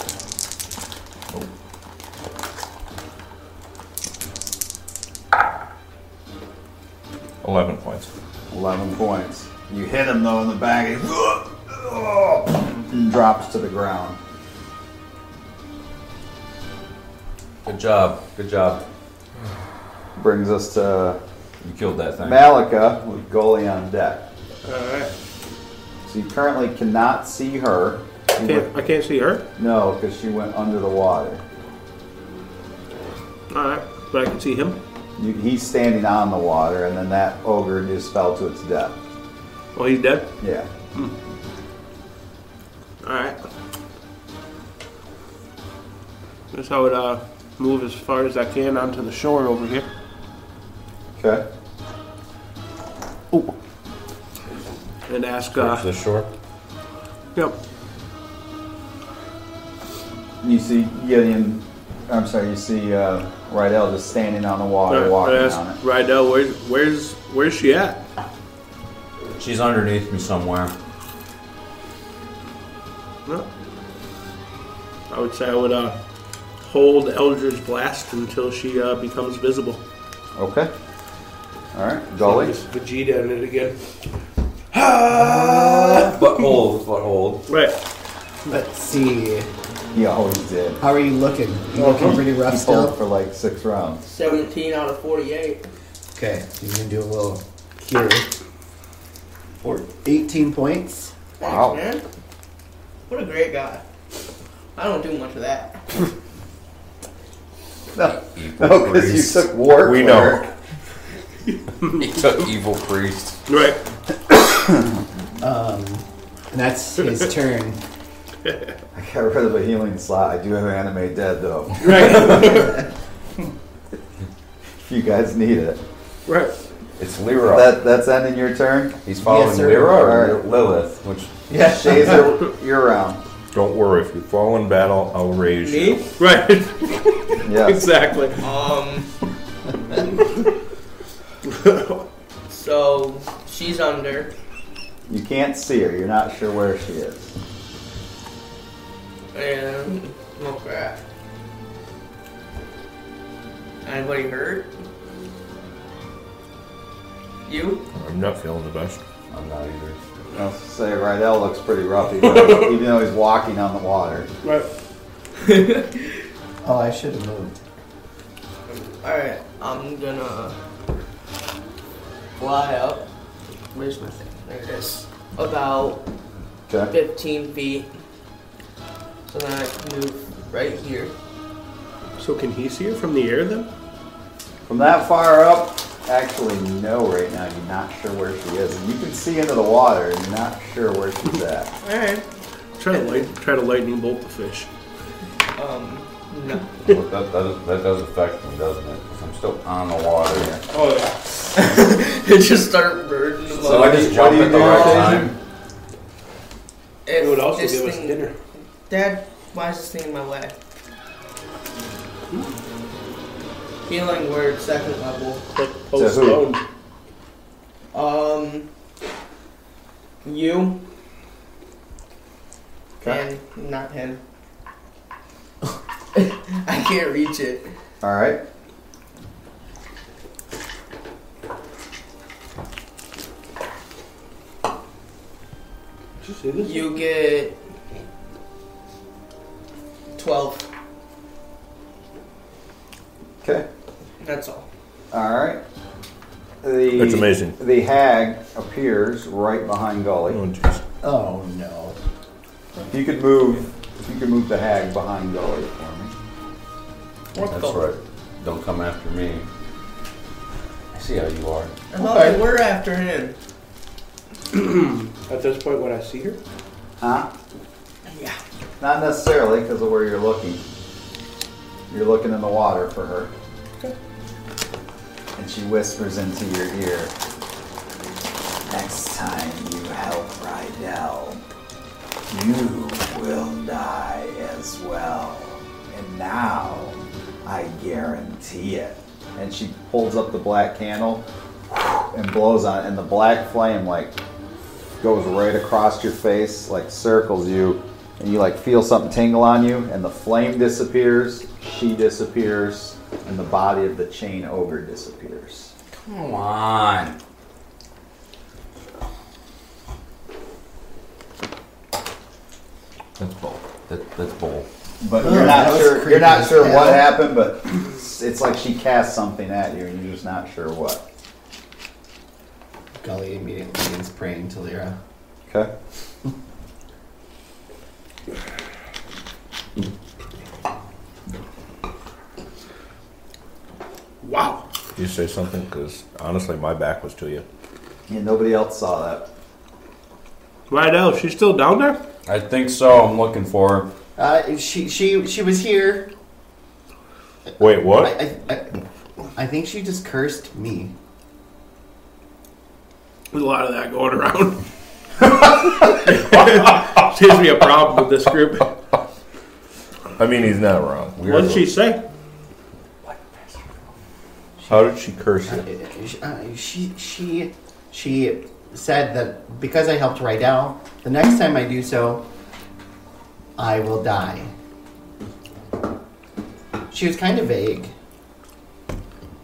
two guys? Oh. Eleven points.
11 points. You hit him though in the back and, oh, and drops to the ground.
Good job. Good job.
Brings us to
You killed that thing.
Malika with goalie on deck.
Alright.
So you currently cannot see her. You
Can't, I can't see her.
went- no, because she went under the water.
Alright. But I can see him.
You, he's standing on the water, and then that ogre just fell to its death.
Oh, he's dead?
Yeah.
Alright. Guess I would uh, move as far as I can onto the shore over here.
Okay.
Ooh. And ask,
To
uh,
the shore.
yep.
You see Gideon, I'm sorry, you see uh, Rydell just standing on the water, walking
I uh, ask
on it.
Rydell, where, where's, where's she at?
She's underneath me somewhere.
Well, I would say I would uh, hold Eldridge Blast until she uh, becomes visible.
Okay. All right, Dolly.
Just Vegeta in it again.
But hold, but hold.
Right.
Let's see.
He always did.
How are you looking?
Oh,
You looking pretty rough
He
still?
pulled for like six rounds.
17 out of 48.
Okay, so you're gonna do a little cure. For 18 points.
Thanks, man. What a great guy. I don't do much of that.
No, because you took war.
We know.
He took evil priest.
Right.
Um, and that's his turn.
I got rid of a healing slot. I do have anime dead though.
Right.
If you guys need it,
right.
It's Leroy.
that that's ending your turn.
He's following
Yes, sir.
Leroy or
Alright.
Lilith, which
Yeah, Shazer, you're around.
Don't worry, if you fall in battle, I'll raise you.
Me?
Right.
Yes.
exactly.
Um. so she's under,
You can't see her. You're not sure where she is.
and oh crap. Anybody hurt? You?
I'm not feeling the best.
I'm not either.
I'll say Rydell looks pretty rough, even though, even though he's walking on the water.
Right.
Oh, I should have moved.
All right. I'm gonna fly up. Where's my thing? There it is. About
Okay.
15 feet. So then I can move right here.
So can he see her from the air then?
From that far up, actually, no, right now you're not sure where she is. And you can see into the water, and you're not sure where she's at.
Alright.
Try to light, try to lightning bolt the fish.
Um, no.
Well, that, that, that does affect me, doesn't it? 'Cause I'm still on the water.
Oh yeah.
It just start burning them
So
up.
I
What
just
do
jump
you
at the
do,
right
Jason?
time.
If
It would also
this
give us
thing-
dinner.
Dad, why is this thing in my way? Healing word, second level.
Like post
who?
stone.
Um, you.
Okay.
And not him. I can't reach it.
All right.
Did you see this?
You get 12.
Okay.
That's all.
All right. The,
That's amazing.
The hag appears right behind
Oh,
Gully.
jeez.
Oh no.
If you could move, if you could move the hag behind Gully for me.
What
That's
the-
right. Don't come after me. I see how you are.
I thought
Okay.
they were after him.
At this point, when I see her,
Huh?
Yeah.
Not necessarily because of where you're looking. You're looking in the water for her. And she whispers into your ear Next time you help Rydell, you will die as well. And now I guarantee it. And she holds up the black candle and blows on it, and the black flame, like, goes right across your face, like circles you, and you like feel something tingle on you, and the flame disappears, she disappears, and the body of the chain ogre disappears.
Come on.
That's bold.
That, that's bull.
But
Ugh,
you're not
Oh, that was
sure you're
creepy
not
as
sure what
hell.
happened, but it's it's like she cast something at you, and you're just not sure what.
Gully immediately begins praying to Lyra.
Okay.
Wow.
You say something? Because honestly, my back was to you.
Yeah, nobody else saw that.
Right out. She's still down there?
I think so. I'm looking for her.
Uh, she she she was here.
Wait, what?
I I, I, I think she just cursed me.
There's a lot of that going around. Seems to be a problem with this group.
I mean, he's not wrong.
What did she say?
How did she curse you?
Uh, she she she said that because I helped Rydell, the next time I do so, I will die. She was kind of vague.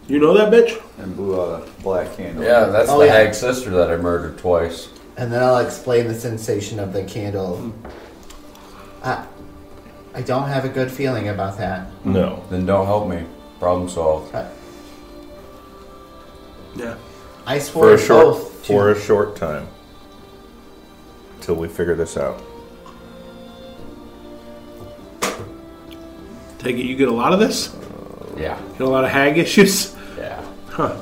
You know that bitch?
And blew out a black candle.
Yeah, that's
Oh,
the
yeah.
hag sister that I murdered twice.
And then I'll explain the sensation of the candle.
Hmm.
I, I don't have a good feeling about that.
No.
Then don't help me. Problem solved.
Yeah.
I swore
For a
an
short,
oath to-
for a short time, till we figure this out.
Take it you get a lot of this?
Yeah.
Get a lot of hag issues?
Yeah.
Huh.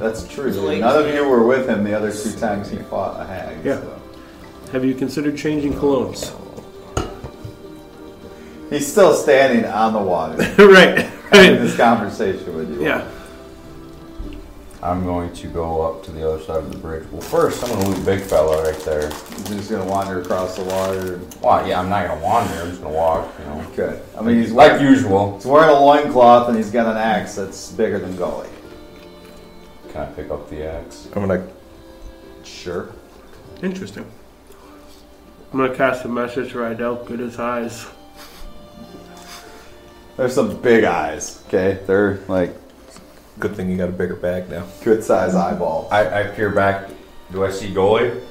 That's true.
It's late.
None of you were with him the other two times he fought a hag.
Yeah.
So.
Have you considered changing colognes?
He's still standing on the water
right.
having
Right.
this conversation with you.
Yeah.
I'm going to go up to the other side of the bridge. Well, first, I'm going to loot Big Fella right there.
He's just going to wander across the water.
Well, yeah, I'm not going to wander. I'm just going to walk, you know.
Good. I mean, he's
like
like you.
usual.
He's wearing a loincloth and he's got an axe that's bigger than Gully.
Can I pick up the axe?
I'm gonna
Sure.
Interesting. I'm gonna cast a message where I don't get his eyes.
There's some big eyes. Okay, they're like
good thing you got a bigger bag now.
good size eyeball.
I, I peer back. Do I see goalie?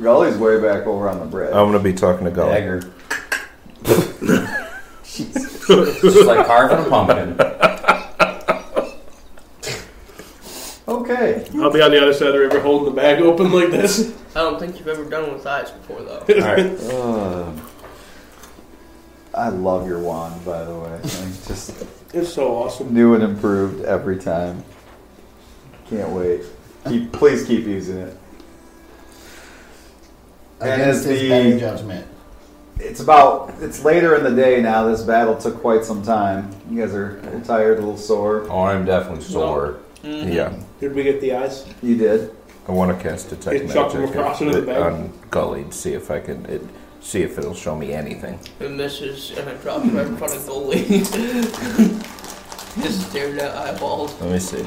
Gully's way back over on the bridge.
I'm gonna be talking to Gully.
Dagger. Just like carving a pumpkin.
Okay.
I'll be on the other side of the river holding the bag open like this.
I don't think you've ever done one with eyes before, though.
Alright.
Ugh. I love your wand, by the way. Like, just
It's so awesome.
new and improved every time. Can't wait. Keep, please keep using it. And
Against
as
his
the-
better judgment.
It's about it's later in the day now. This battle took quite some time. You guys are a little tired, a little sore.
Oh, I'm definitely sore.
Mm-hmm.
Yeah,
Did we get the eyes?
You did.
I want to cast detect
It chucked him
magic
across into the
it-
bag.
on Gully to see if I can it, see if it'll show me anything.
It misses and it drops right in front of goalie. Just stared at eyeballs.
Let me see.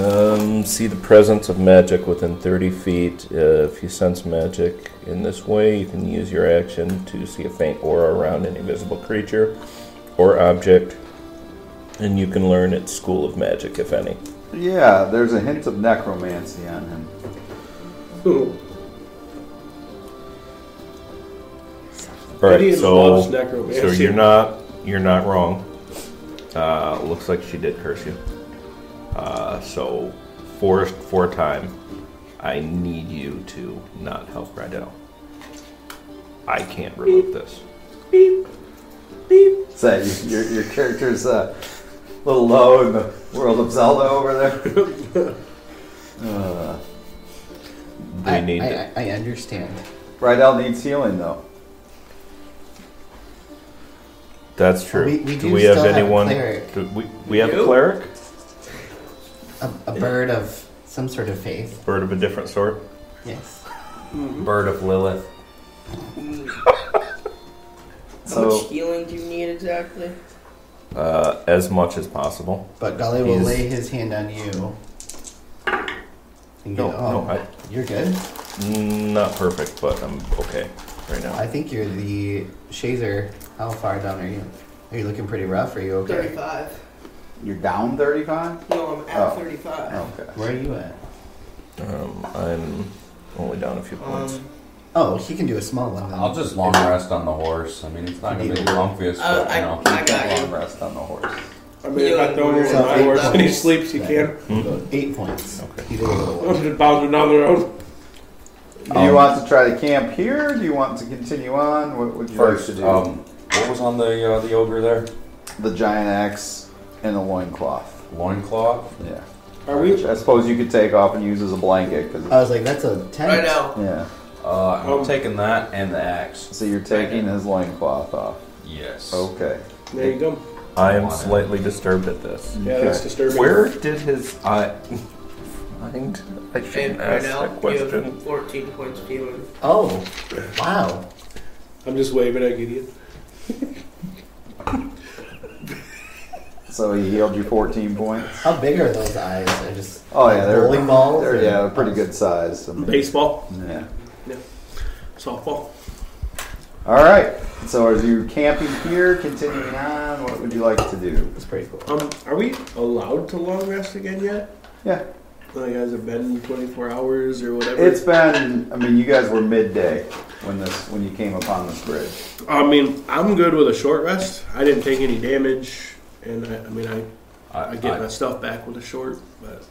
Um, see the presence of magic within 30 feet. Uh, if you sense magic in this way, you can use your action to see a faint aura around any visible creature or object, and you can learn its school of magic, if any.
Yeah, there's a hint of necromancy on him.
Ooh,
All right,
Gideon
so
loves necromancy.
so you're not you're not wrong. Uh, looks like she did curse you. Uh, so for for time, I need you to not help Rydell. I can't remove this.
So you- your your character's uh, a little low in the world of Zelda over there. Uh,
They
I,
need
I,
it.
I, I understand.
Rydell needs healing though.
That's true.
We- we
do,
do
we have
still have a
anyone?
cleric.
do we we have a
do?
cleric,
A, a bird of some sort of faith.
bird of a different sort.
Yes.
Mm-hmm.
Bird of Lilith.
How much
So
healing do you need exactly?
Uh, as much as possible.
But Golly will
He's-
lay his hand on you. And
No,
go, oh,
no, I,
you're good.
not perfect, but I'm okay right now.
I think you're the Shazer. How far down are you? Are you looking pretty rough? Are you okay?
35.
you're down 35.
No, I'm at
Oh.
35.
Okay.
Where are you at?
Um, I'm only down a few points.
Um,
Oh, he can do a small one then.
I'll just long rest on the horse. I mean, it's not going to be the comfiest, but, you know.
Uh, I got
Long
you.
rest on the horse.
I mean, if I throw him in
So
my
eight
horse and he
points.
sleeps, he
Then.
can.
Eight points.
Okay.
He did a little
I'm
one.
just bouncing down the road.
Do you want to try to camp here? Do you want to continue on? What would you like
First,
to do?
um, what was on the uh, the ogre there?
the giant axe and the loincloth.
Loincloth?
Yeah.
Are we?
Which I suppose you could take off and use as a blanket.
I
Cause
was like, that's a ten.
Right now.
yeah.
Uh, I'm
Um,
taking that and the axe.
So you're taking his loincloth off.
Yes.
Okay.
There you go.
I am slightly disturbed at this.
Yeah, that's
Okay.
disturbing.
Where did his eye find? I
And
shouldn't
right
ask
now,
that
you
question.
have 14 points of healing.
Oh, wow.
I'm just waving at Gideon.
So he healed you 14 points.
How big are those eyes? They're just
Oh yeah, they're
bowling balls.
They're,
or-
yeah, they're pretty good size. I mean,
Baseball,
yeah.
softball.
All right. So are you camping here? Continuing on? What would you like to do?
That's pretty cool.
Um, are we allowed to long rest again yet?
Yeah.
Like, Oh, has it been 24 hours or whatever?
It's been. I mean, you guys were midday when this when you came upon this bridge.
I mean, I'm good with a short rest. I didn't take any damage, and I, I mean, I,
I,
I get
I-
my stuff back with a short. But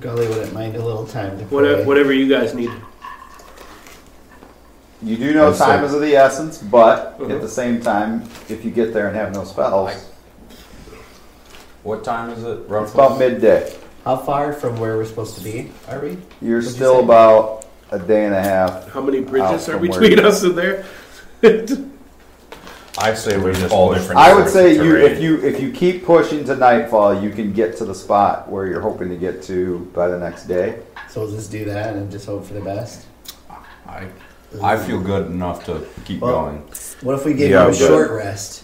Golly wouldn't mind a little time to play.
whatever, whatever you guys need.
You do know
I see.
time is of the essence, but
Uh-huh.
at the same time, if you get there and have no spells,
What time is it?
it's about midday.
How far from where we're supposed to be are we?
You're
What'd you
still
say?
about a day and a half.
How many bridges
Out
are
from where?
between us and there?
I say we just
all
push
different
I would
through
say you
terrain.
if you if you keep pushing to nightfall, you can get to the spot where you're hoping to get to by the next day.
So we'll just do that and just hope for the best.
I, I feel good enough to keep
Well,
going.
What if we gave
Yeah,
you a
but-
short rest?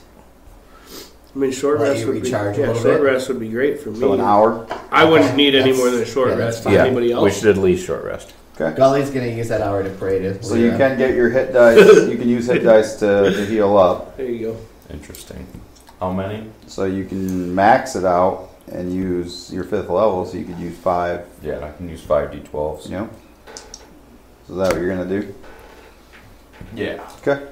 I mean, short
Let
rest
you
would be yeah,
recharge a
short
little bit.
rest would be great for me.
So an hour.
I wouldn't need any more than a
That's-
short
yeah, that's
rest.
fine.
yeah,
Anybody
we
else?
should at least short rest.
Okay.
Gully's gonna use that hour to pray to.
So you
Lyra.
can get your hit dice. You can use hit dice to, to heal up.
There you go.
Interesting. How many?
So you can max it out and use your fifth level. So you could use five.
Yeah, I can use five d12s.
You know. So is that what you're gonna do?
Yeah.
Okay.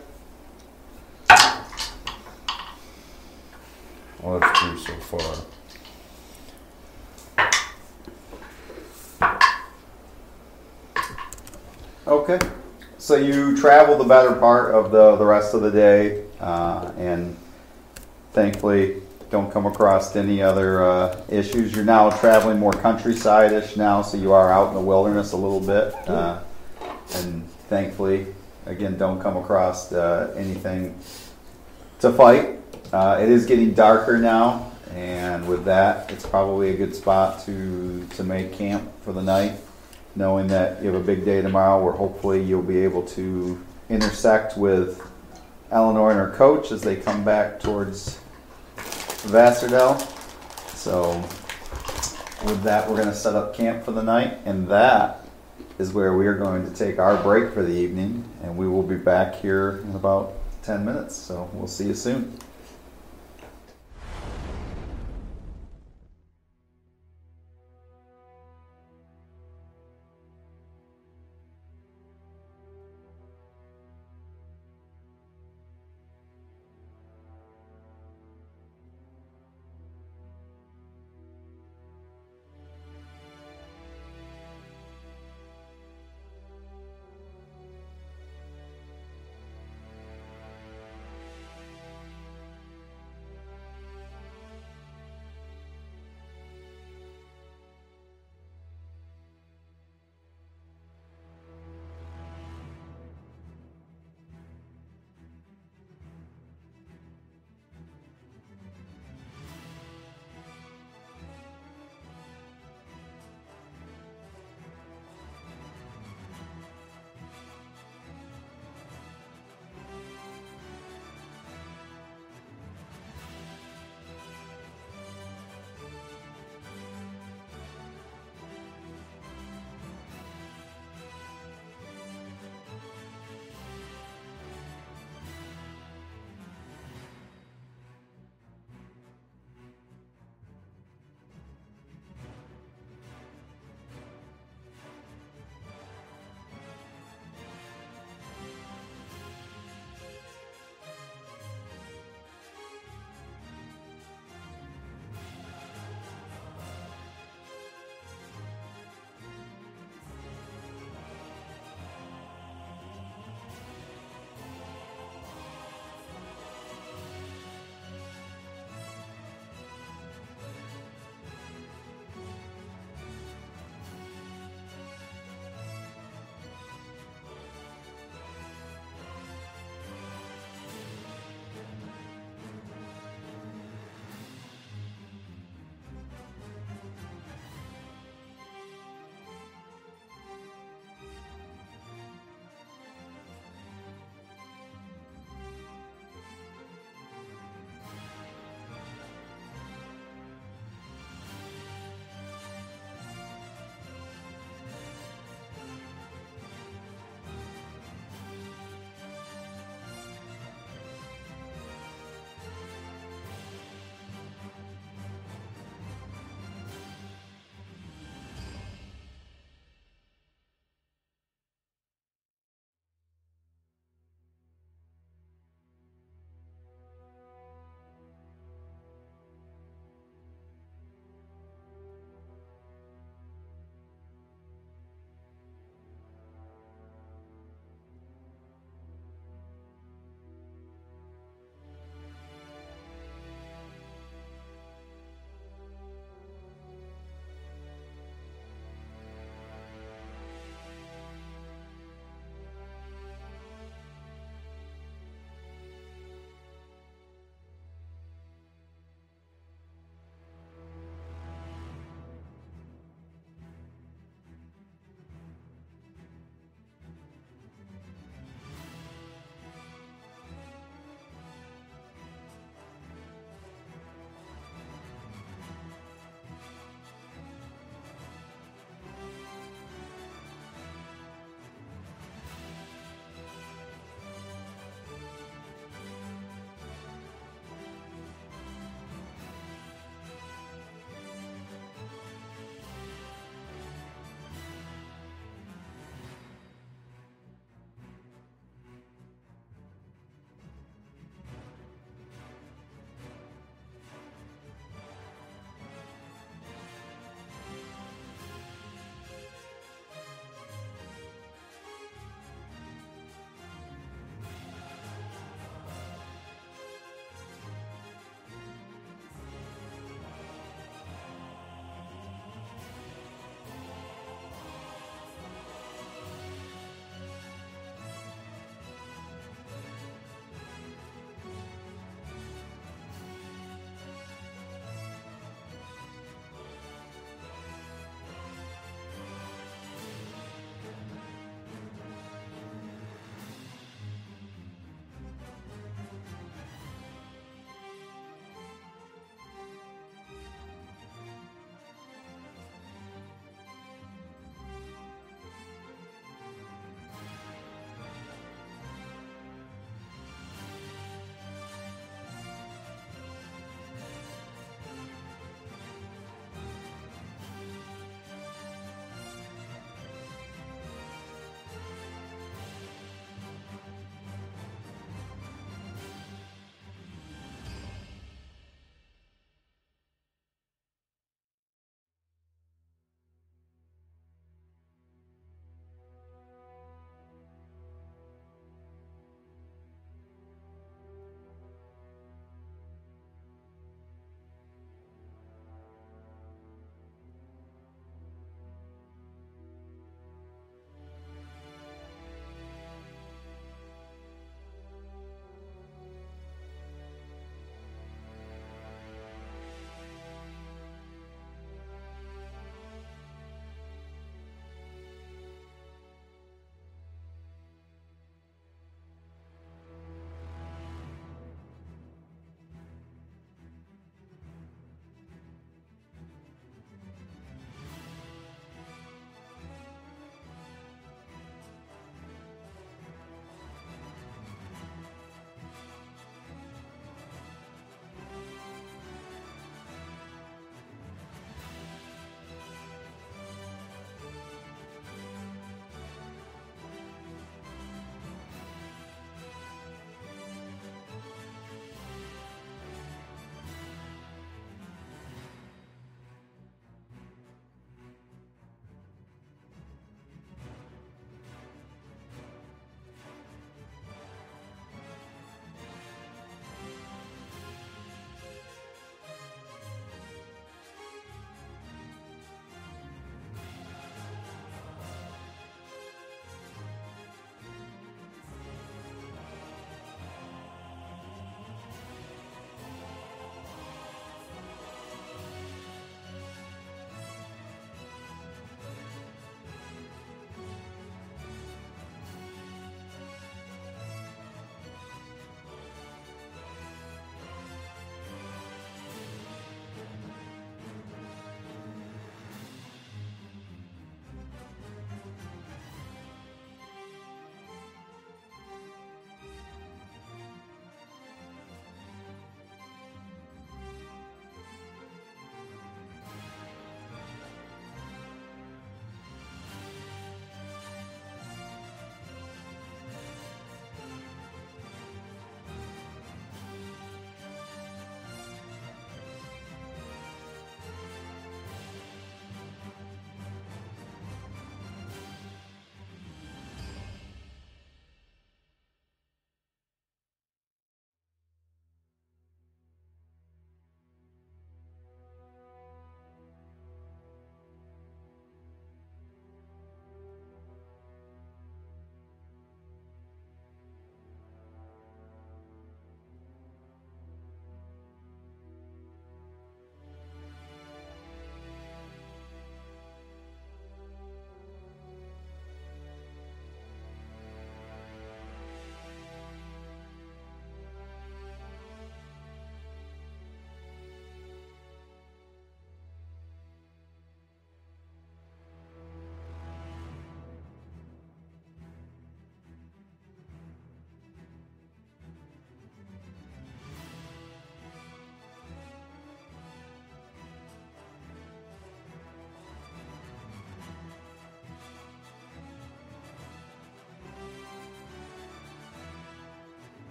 Well, that's three so far.
Okay. So you travel the better part of the, the rest of the day, uh, and thankfully don't come across any other uh, issues. You're now traveling more countryside-ish now, so you are out in the wilderness a little bit, uh, and thankfully, again, don't come across uh, anything to fight. Uh, it is getting darker now, and with that, it's probably a good spot to to make camp for the night knowing that you have a big day tomorrow where hopefully you'll be able to intersect with Eleanor and her coach as they come back towards Vassardell. So, with that, we're going to set up camp for the night, and that is where we are going to take our break for the evening, and we will be back here in about 10 minutes. So, we'll see you soon.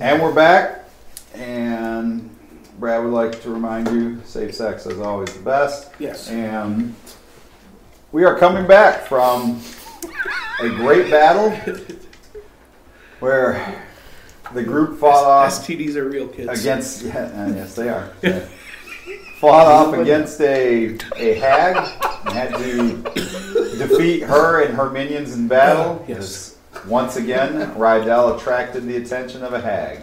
And we're back. And Brad would like to remind you safe sex is always the best.
Yes.
And we are coming back from a great battle where the group fought off
STDs are real kids.
against yeah, uh, yes they are fought off against a a hag and had to defeat her and her minions in battle
Yes.
once again rydell attracted the attention of a hag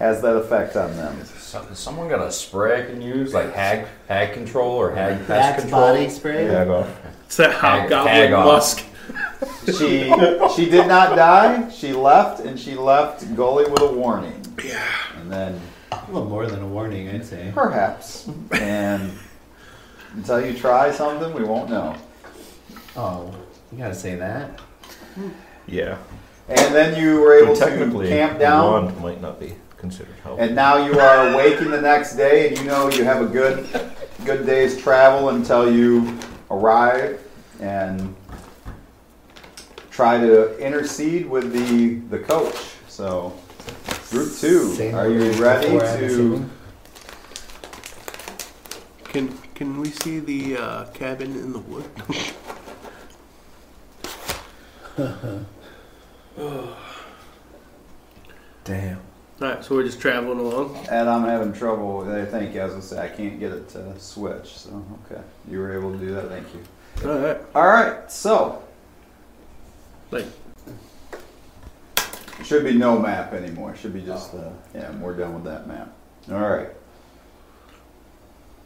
has that effect on them
Some- Someone got a spray I can use, like hag hag control or hag pest
That's
control.
body spray.
Yeah.
It's that hobgoblin
Hag off.
musk.
she she did not die she left and she left Gully with a warning
Yeah.
and then
A little more than a warning, I'd say.
perhaps and until you try something we won't know
Oh, you gotta say that.
Yeah.
and then you were able
But
to
technically,
camp down
wand might not be considered help.
And now you are waking the next day, and you know you have a good, good day's travel until you arrive and try to intercede with the the coach. So, group two,
Same
are you
word
ready
before, I'm
to?
assuming.
Can can we see the uh, cabin in the wood?
Damn.
All right, so we're just traveling along.
And I'm having trouble. with it, I think, as I say, I can't get it to switch. So, okay, you were able to do that. Thank you.
All right.
All right, so
Like-
should be no map anymore. Should be just the yeah. We're done with that map. All right.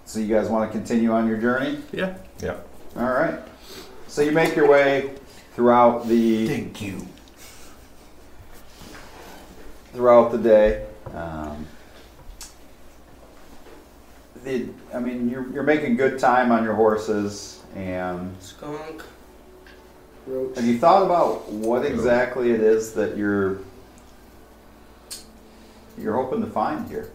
So you guys want to continue on your journey?
Yeah.
All right. So you make your way throughout the
Thank you.
throughout the day. Um, the, I mean, you're, you're making good time on your horses, and
Skunk.
Roach.
Have you thought about what exactly it is that you're you're hoping to find here?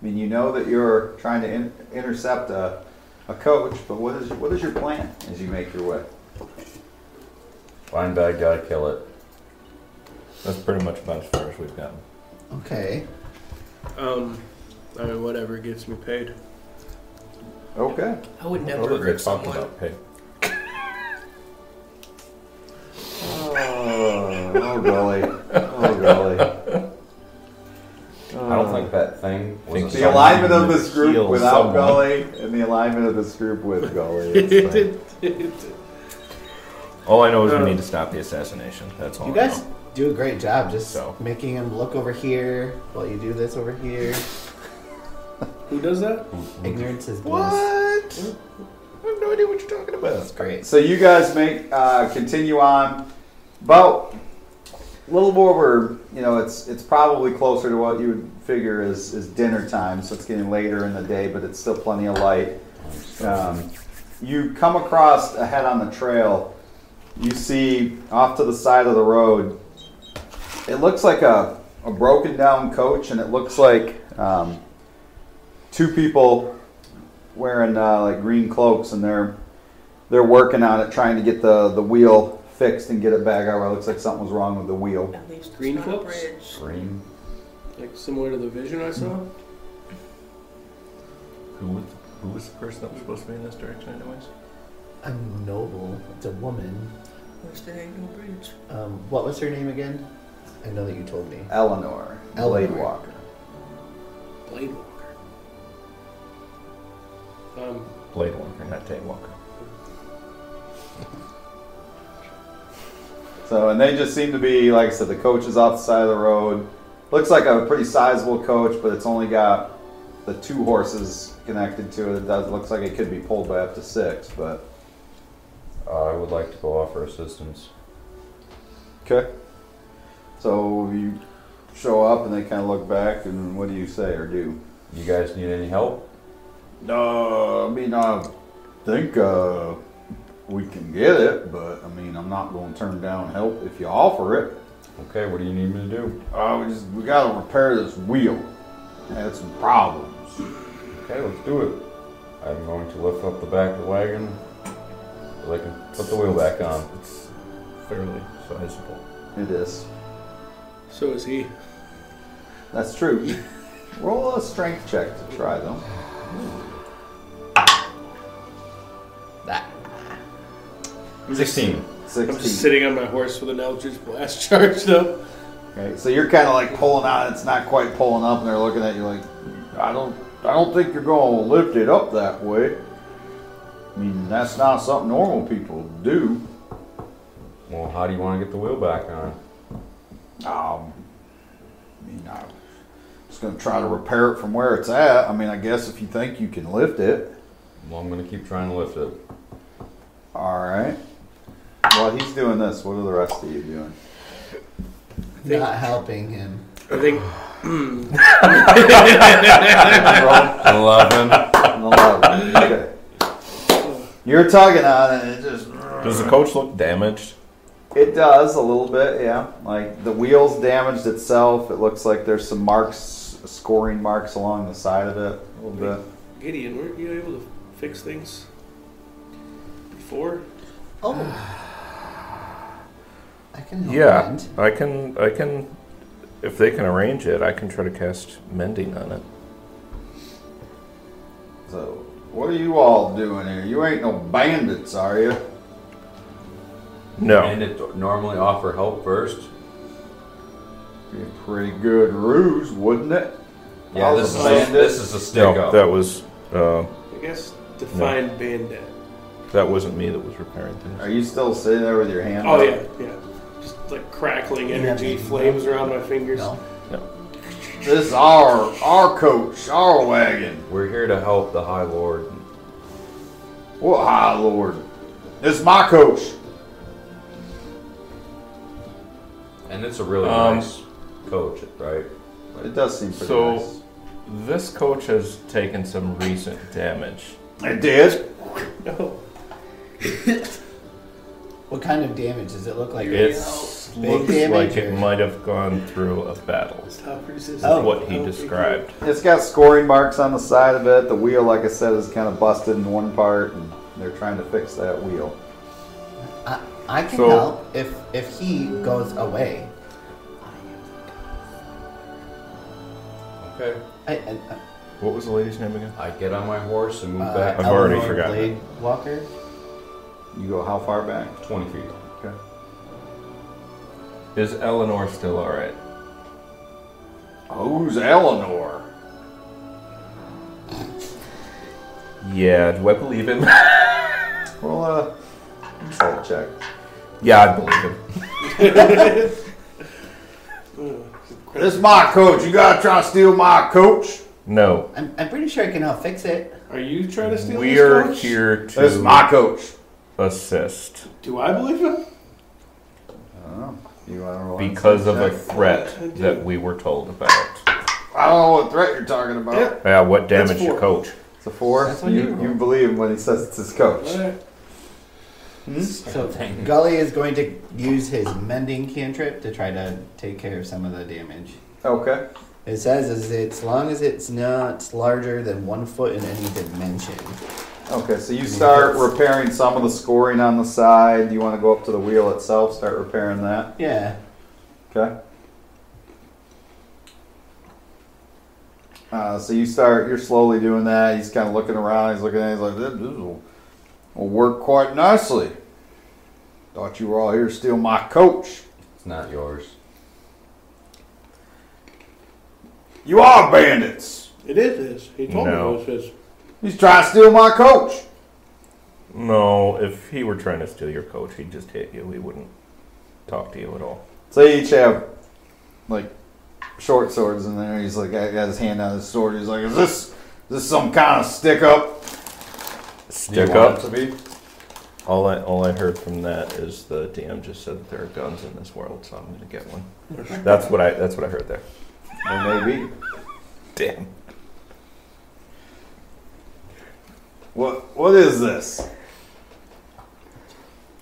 I mean, you know that you're trying to in, intercept a, a coach, but what is what is your plan as you make your way?
Find bad guy, kill it.
That's pretty much about as far as we've gotten.
Okay.
Um, I mean, whatever gets me paid.
Okay.
I would never
Robert
hurt
Rick talked
someone.
about pig.
Oh, oh golly, oh golly.
I don't think that thing was
Think
a
The
sign.
alignment of this group
Heal
without
someone.
Gully and the alignment of this group with Gully. It's like-
All I know is
Uh,
we need to stop the assassination. That's all.
You
I
guys
know.
do a great job just
So.
making him look over here while you do this over here.
Mm-hmm.
Who does that?
Ignorance is bliss.
What? I have no idea what you're talking about.
That's great.
So you guys make uh, continue on about a little over. You know, it's it's probably closer to what you would figure is is dinner time. So it's getting later in the day, but it's still plenty of light. Um, you come across ahead on the trail. You see off to the side of the road. It looks like a, a broken down coach, and it looks like um, two people wearing uh, like green cloaks, and they're they're working on it, trying to get the, the wheel fixed and get it back out. It looks like something was wrong with the wheel.
At least it's
Green
not a
clips?
bridge.
Green.
Like similar to the vision I saw?
Who was, who was the person that was supposed to be in this direction, anyways?
I'm noble. It's a woman.
Wish there ain't no bridge.
Um, what was her name again? I know that you told me.
Eleanor,
Eleanor.
Blade Walker.
Blade Walker. Um,
Blade Walker, not Day Walker.
So, and they just seem to be, like I said, the coach is off the side of the road. Looks like a pretty sizable coach, but it's only got the two horses connected to it. It does, looks like it could be pulled by up to six, but.
Uh, I would like to go offer assistance.
Okay. So you show up and they kind of look back, and what do you say or do?
You guys need any help?
No, I mean, I think uh, we can get it, but I mean, I'm not going to turn down help if you offer it.
Okay, what do you need me to do?
Uh, we just we got to repair this wheel. I had some problems.
Okay, let's do it. I'm going to lift up the back of the wagon so they can put the wheel back on.
fairly sizable.
It is.
So is he.
That's true. Roll a strength check to try them.
Sixteen.
16.
I'm just sitting on my horse with an Eldritch Blast charged up.
Okay, so you're kind of like pulling out. It's not quite pulling up, and they're looking at you like, I don't, I don't think you're gonna lift it up that way. I mean, that's not something normal people do.
Well, how do you want to get the wheel back on?
Um, I mean, I'm just gonna try to repair it from where it's at. I mean, I guess if you think you can lift it,
Well, I'm gonna keep trying to lift it.
all right. While he's doing this, what are the rest of you doing?
Not helping him.
I think
Roll
Eleven.
an 11. Okay. You're tugging on it. It just
Does the coach look damaged?
It does a little bit, yeah. Like the wheels damaged itself. It looks like there's some marks, scoring marks along the side of it a little bit.
Gideon, weren't you able to fix things before?
Oh. I can help
Yeah,
mend.
I can. I can. If they can arrange it, I can try to cast mending on it.
So, what are you all doing here? You ain't no bandits, are you?
No,
And it normally offer help first.
Be a pretty good ruse, wouldn't it?
Yeah,
I was
this
a
is a,
bandit.
this is a stick
no,
up.
that was uh,
I guess define bandit.
that wasn't me that was repairing things.
Are you still sitting there with your hand?
Oh
up?
yeah, yeah. Just like crackling
Yeah,
energy,
maybe.
flames around my fingers.
No.
This is our our coach, our wagon.
We're here to help the High Lord.
What high ah, lord? This is my coach.
And it's a really
Um,
nice coach, right?
It does seem pretty
So- This coach has taken some recent damage.
nice. It did.
No.
What kind of damage does it look like?
It
Big
looks like
damage
it
or-
might have gone through a battle.
Stop resisting.
Oh.
what he described.
It's got scoring marks on the side of it. The wheel, like I said, is kind of busted in one part, and they're trying to fix that wheel.
I, I can
So-
help if if he goes away.
Okay.
I, I, I-
What was the lady's name again?
I get on my horse and move
uh,
back
I've already
Eleanor
forgotten.
Blade Walker.
You go how far back?
20 feet.
Okay.
Is Eleanor still alright?
Who's Eleanor?
Yeah, do I believe him?
Roll a salt uh, check.
yeah, I believe him.
This is my coach. You gotta try to steal my coach.
No.
I'm, I'm pretty sure I can help fix it.
Are you trying to steal
We
this
are
coach?
here to
This is my coach.
assist
Do I believe him?
Oh, you wanna roll an
because of a
insight
threat that we were told about.
check? I don't know what threat you're talking about.
Yeah.
Yeah, what damaged
That's
your
four.
coach?
It's a four.
That's what you
you,
roll.
you believe him when he says it's his coach. Hmm?
Alright.
So Gully is going to use his mending cantrip to try to take care of some of the damage.
Okay.
It says is it's long as it's not larger than one foot in any dimension.
Okay, so you start repairing some of the scoring on the side. You want to go up to the wheel itself, start repairing that.
Yeah.
Okay. Uh, so you start, you're slowly doing that. He's kind of looking around. He's looking at it. He's like, this, this will, will work quite nicely. Thought you were all here to steal my coach.
It's not yours.
You are bandits.
It is his. He told me
No.
it was his.
He's trying to steal my coach.
No, if he were trying to steal your coach, he'd just hit you. He wouldn't talk to you at all.
So they each have, like, short swords in there. He's like, I got his hand out his sword. He's like, is this, is this some kind of stick up?
Do you
Stick
want
up.
it to be?
All I all I heard from that is the DM just said that there are guns in this world, so I'm gonna get one. That's what I that's what I heard there.
Or maybe.
Damn.
What, what is this?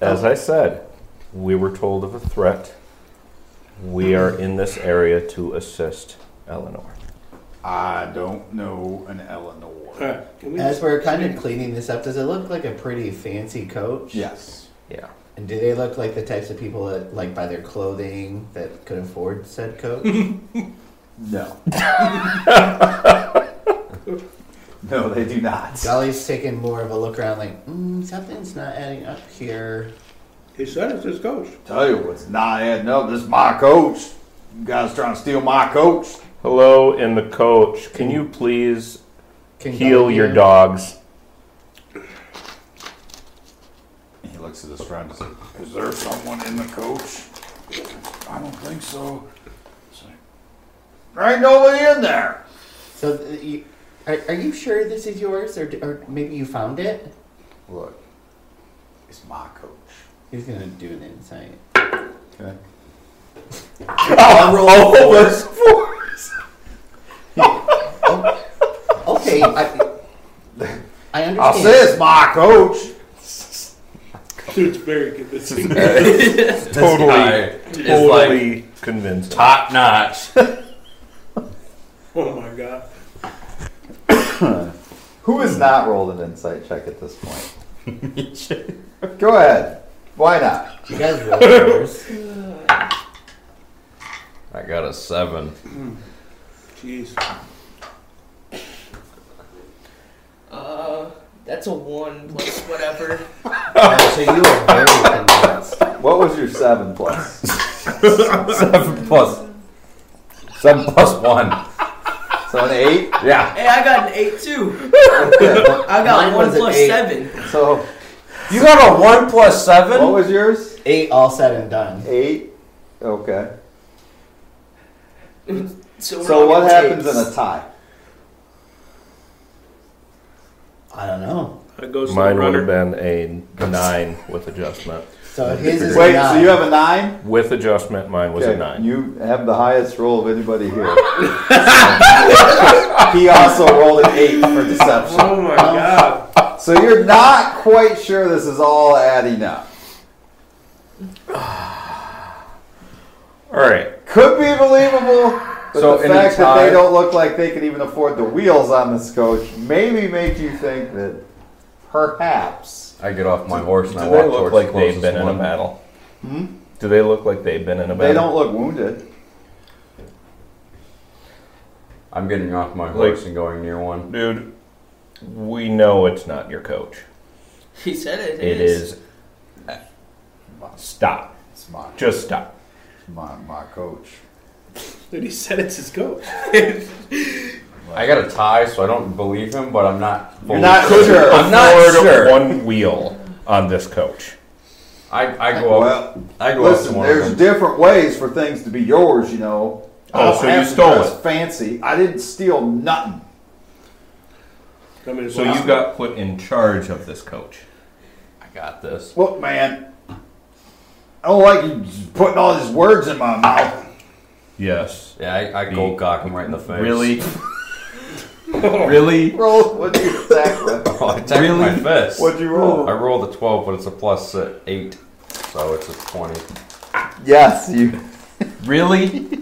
As I said, we were told of a threat. We are in this area to assist Eleanor.
I don't know an Eleanor.
Alright, can we
As we're kind of cleaning this up, does it look like a pretty fancy coach?
Yes.
Yeah.
And do they look like the types of people that, like, by their clothing, that could afford said coat?
No. no, they do not.
Dolly's taking more of a look around, like, mm, something's not adding up here.
He said it's his coach.
Tell you what's not adding up. This is my coach. You guys trying to steal my coach?
Hello, in the coach. Can you please
Can
heal
Dolly
your
hear?
dogs?
He looks at his friend. He's like, "Is there someone in the coach?" I don't think so. He's like, There ain't nobody in there.
So, th- you, are, are you sure this is yours, or, d- or maybe you found it?
Look, it's my coach.
He's gonna do an insight.
Okay.
Ah,
Oh, Okay, I, I understand.
I say it's my coach.
Dude's very convincing.
Totally,
It's like
totally convinced.
top notch.
oh my god.
Who has not rolled an insight check at this point? Go ahead. Why not?
You guys roll yours.
I got a seven.
Jeez.
Uh, that's a one plus whatever.
so you are very convinced.
What was your seven plus?
Seven plus. Seven plus one.
So an eight.
Yeah.
Hey, I got an eight too.
Okay.
I got
Mine
one
was an
plus
eight.
seven.
So
You got a one plus seven?
what was yours?
Eight all said and done.
Eight. Okay.
So, we're
So
all
what
gonna
happens
take-
in a tie?
I don't know.
That goes to
Mine
the
would have
runner.
been a nine with adjustment.
So his is
Wait.
nine.
So you have a nine.
With adjustment, mine was a
Okay,
nine.
You have the highest roll of anybody here. he also rolled an eight for deception.
Oh my god.
So you're not quite sure this is all adding up.
All right.
Could be believable, but
So
the
in a
fact that
tie-
they don't look like they can even afford the wheels on this coach maybe make you think that perhaps.
I get off my horse and I
Do
walk
they look
towards the
like they've
closest
been in a
one.
battle? Do they look like they've been in a battle?
They don't look wounded.
I'm getting off my
Like-
horse and going near one.
Dude, we know it's not your coach.
He said it.
It is. uh, Stop.
It's my,
Just stop.
my, my coach.
Dude, he said it's his coach.
I got a tie, so I don't believe him, but I'm not.
You're
fully
not sure.
I'm not
Afford
sure.
One wheel on this coach.
I, I go up.
Well,
I go up
listen,
to one
there's
of them.
different ways for things to be yours, you know.
Oh,
I don't
so you
have to
stole
dress
it.
Fancy. I didn't steal nothing.
I mean,
So you got put in charge of this coach.
I got this.
Look, man, I don't like you just putting all these words in my mouth.
Yes.
Yeah, I, I gold cock him right in the face.
Really? really?
Roll. What do you exactly?
Well, I attacked with my fist.
What'd you roll?
I rolled a 12, but it's a plus uh, 8, so it's a 20.
Yes, you.
Really?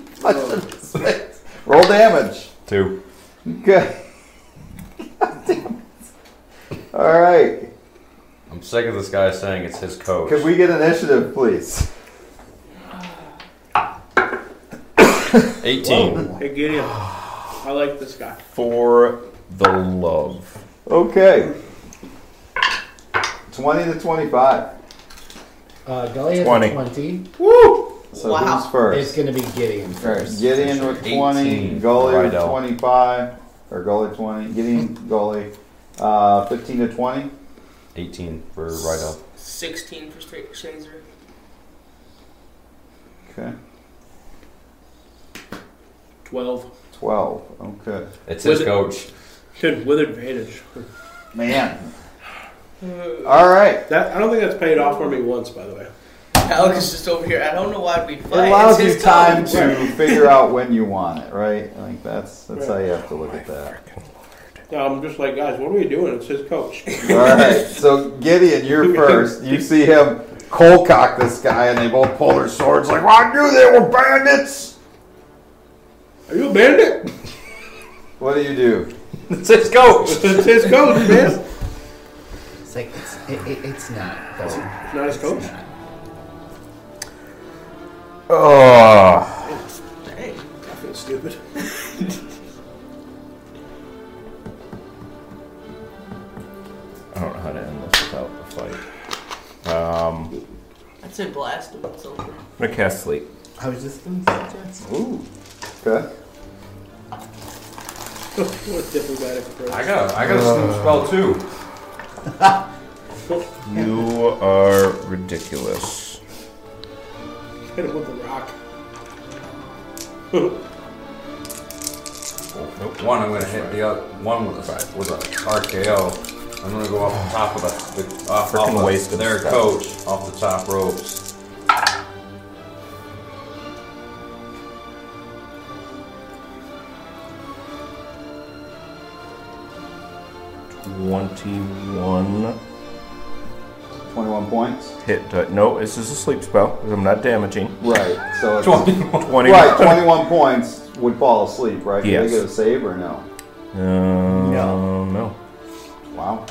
Roll damage.
2.
Okay. God damn it. All right.
I'm sick of this guy saying it's his coach.
Can we get initiative, please?
18.
Hey, Gideon. I like this guy.
For the love.
Okay. 20 to 25.
Uh, Dolly has
20.
a 20.
So
Wow.
who's
It's
first?
going to be Gideon first.
Gideon with 20,
18,
Gully with
Rydell.
25, or Gully 20, Gideon, Gully, uh, 15 to 20.
18 for right up.
sixteen for straight Shazer.
Okay.
12.
12. Okay.
It's his
Was it-
coach.
Dude, with advantage.
Man. All right.
That I don't think that's paid off for me once, by the way.
Alec is just over here. I don't know why we
It
fight.
allows
It's
you
his
time
coach.
to figure out when you want it, right? I think that's that's how you have to look at that.
No, I'm just like, guys, what are we doing? It's his coach.
All right, so Gideon, you're first. You see him cold cock this guy, and they both pull their swords like, well, I knew they were bandits.
Are you a bandit?
What do you do?
It's his coach!
it's his coach, man.
It's like, it's, it, it, it's not. though.
It's not his coach.
It's not.
Oh,
Hey,
I feel stupid.
I don't know how to end this without a fight. Um,
I'd say blast him with something.
I'm gonna cast sleep.
I was just going to suggest.
Okay.
what diplomatic approach.
I got I got a snoop spell too.
You are ridiculous.
Hit him with a rock.
Oh,
One I'm gonna hit the other one with a with a RKO. I'm gonna go off the top of the, the off,
Frickin'
off
wasted
of their
stuff.
coach off the top ropes.
Twenty-one
21 points.
hit. di- no, this is a sleep spell. 'cause I'm not damaging.
Right. So it's,
Twenty.
right, 21 points would fall asleep, right? Do
Yes.
They get a save or no?
Um,
No.
no. No.
Wow.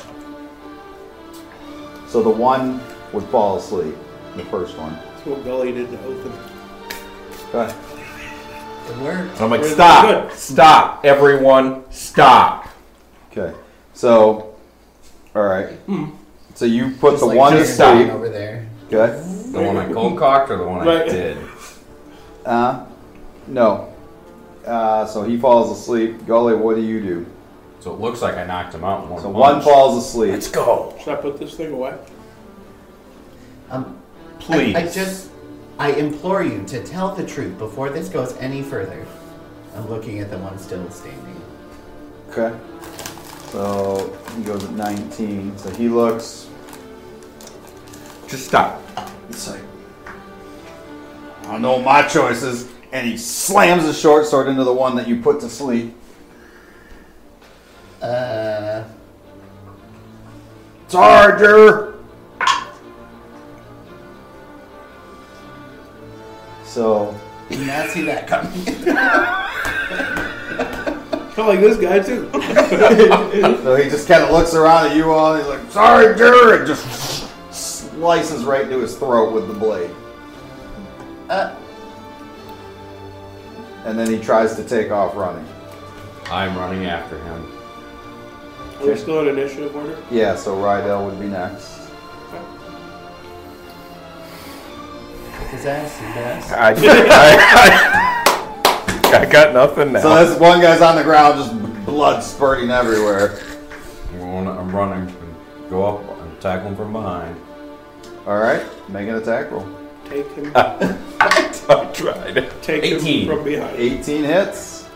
So the one would fall asleep, the first one.
That's what Gully did to Oath.
Okay.
It worked.
I'm like,
Where's the
stop, stop, everyone, stop.
Okay. So, all right. So you put
Hmm. Just
the
like
one to
just down
sleep.
over there.
Okay.
The one I cold cocked or the one I
Right.
did.
Uh, no. Uh, so he falls asleep. Gully, what do you do?
So it looks like I knocked him out in one
So one
punch.
falls asleep.
go.
Should I put this thing away?
Um, I-
Please.
I, just, I implore you to tell the truth before this goes any further. I'm looking at the one still standing.
Okay. So he goes at 19. So he looks.
Just stop.
It's like, I don't know what my choices. And he slams the short sword into the one that you put to sleep.
Uh,
Charger! So,
did not see that coming.
I like this guy too.
so he just kind of looks around at you all. And he's like, Charger! And just slices right into his throat with the blade.
Uh,
And then he tries to take off running.
I'm running after him.
We're still in initiative order.
Yeah, so Rydell would be next.
disaster, disaster.
I, I, I, I got nothing now.
So this one guy's on the ground, just blood spurting everywhere.
I'm, going, I'm running. Go up and tackle him from behind.
All right, make an attack roll.
Take him.
I tried.
Take
18.
him from behind.
18 hits.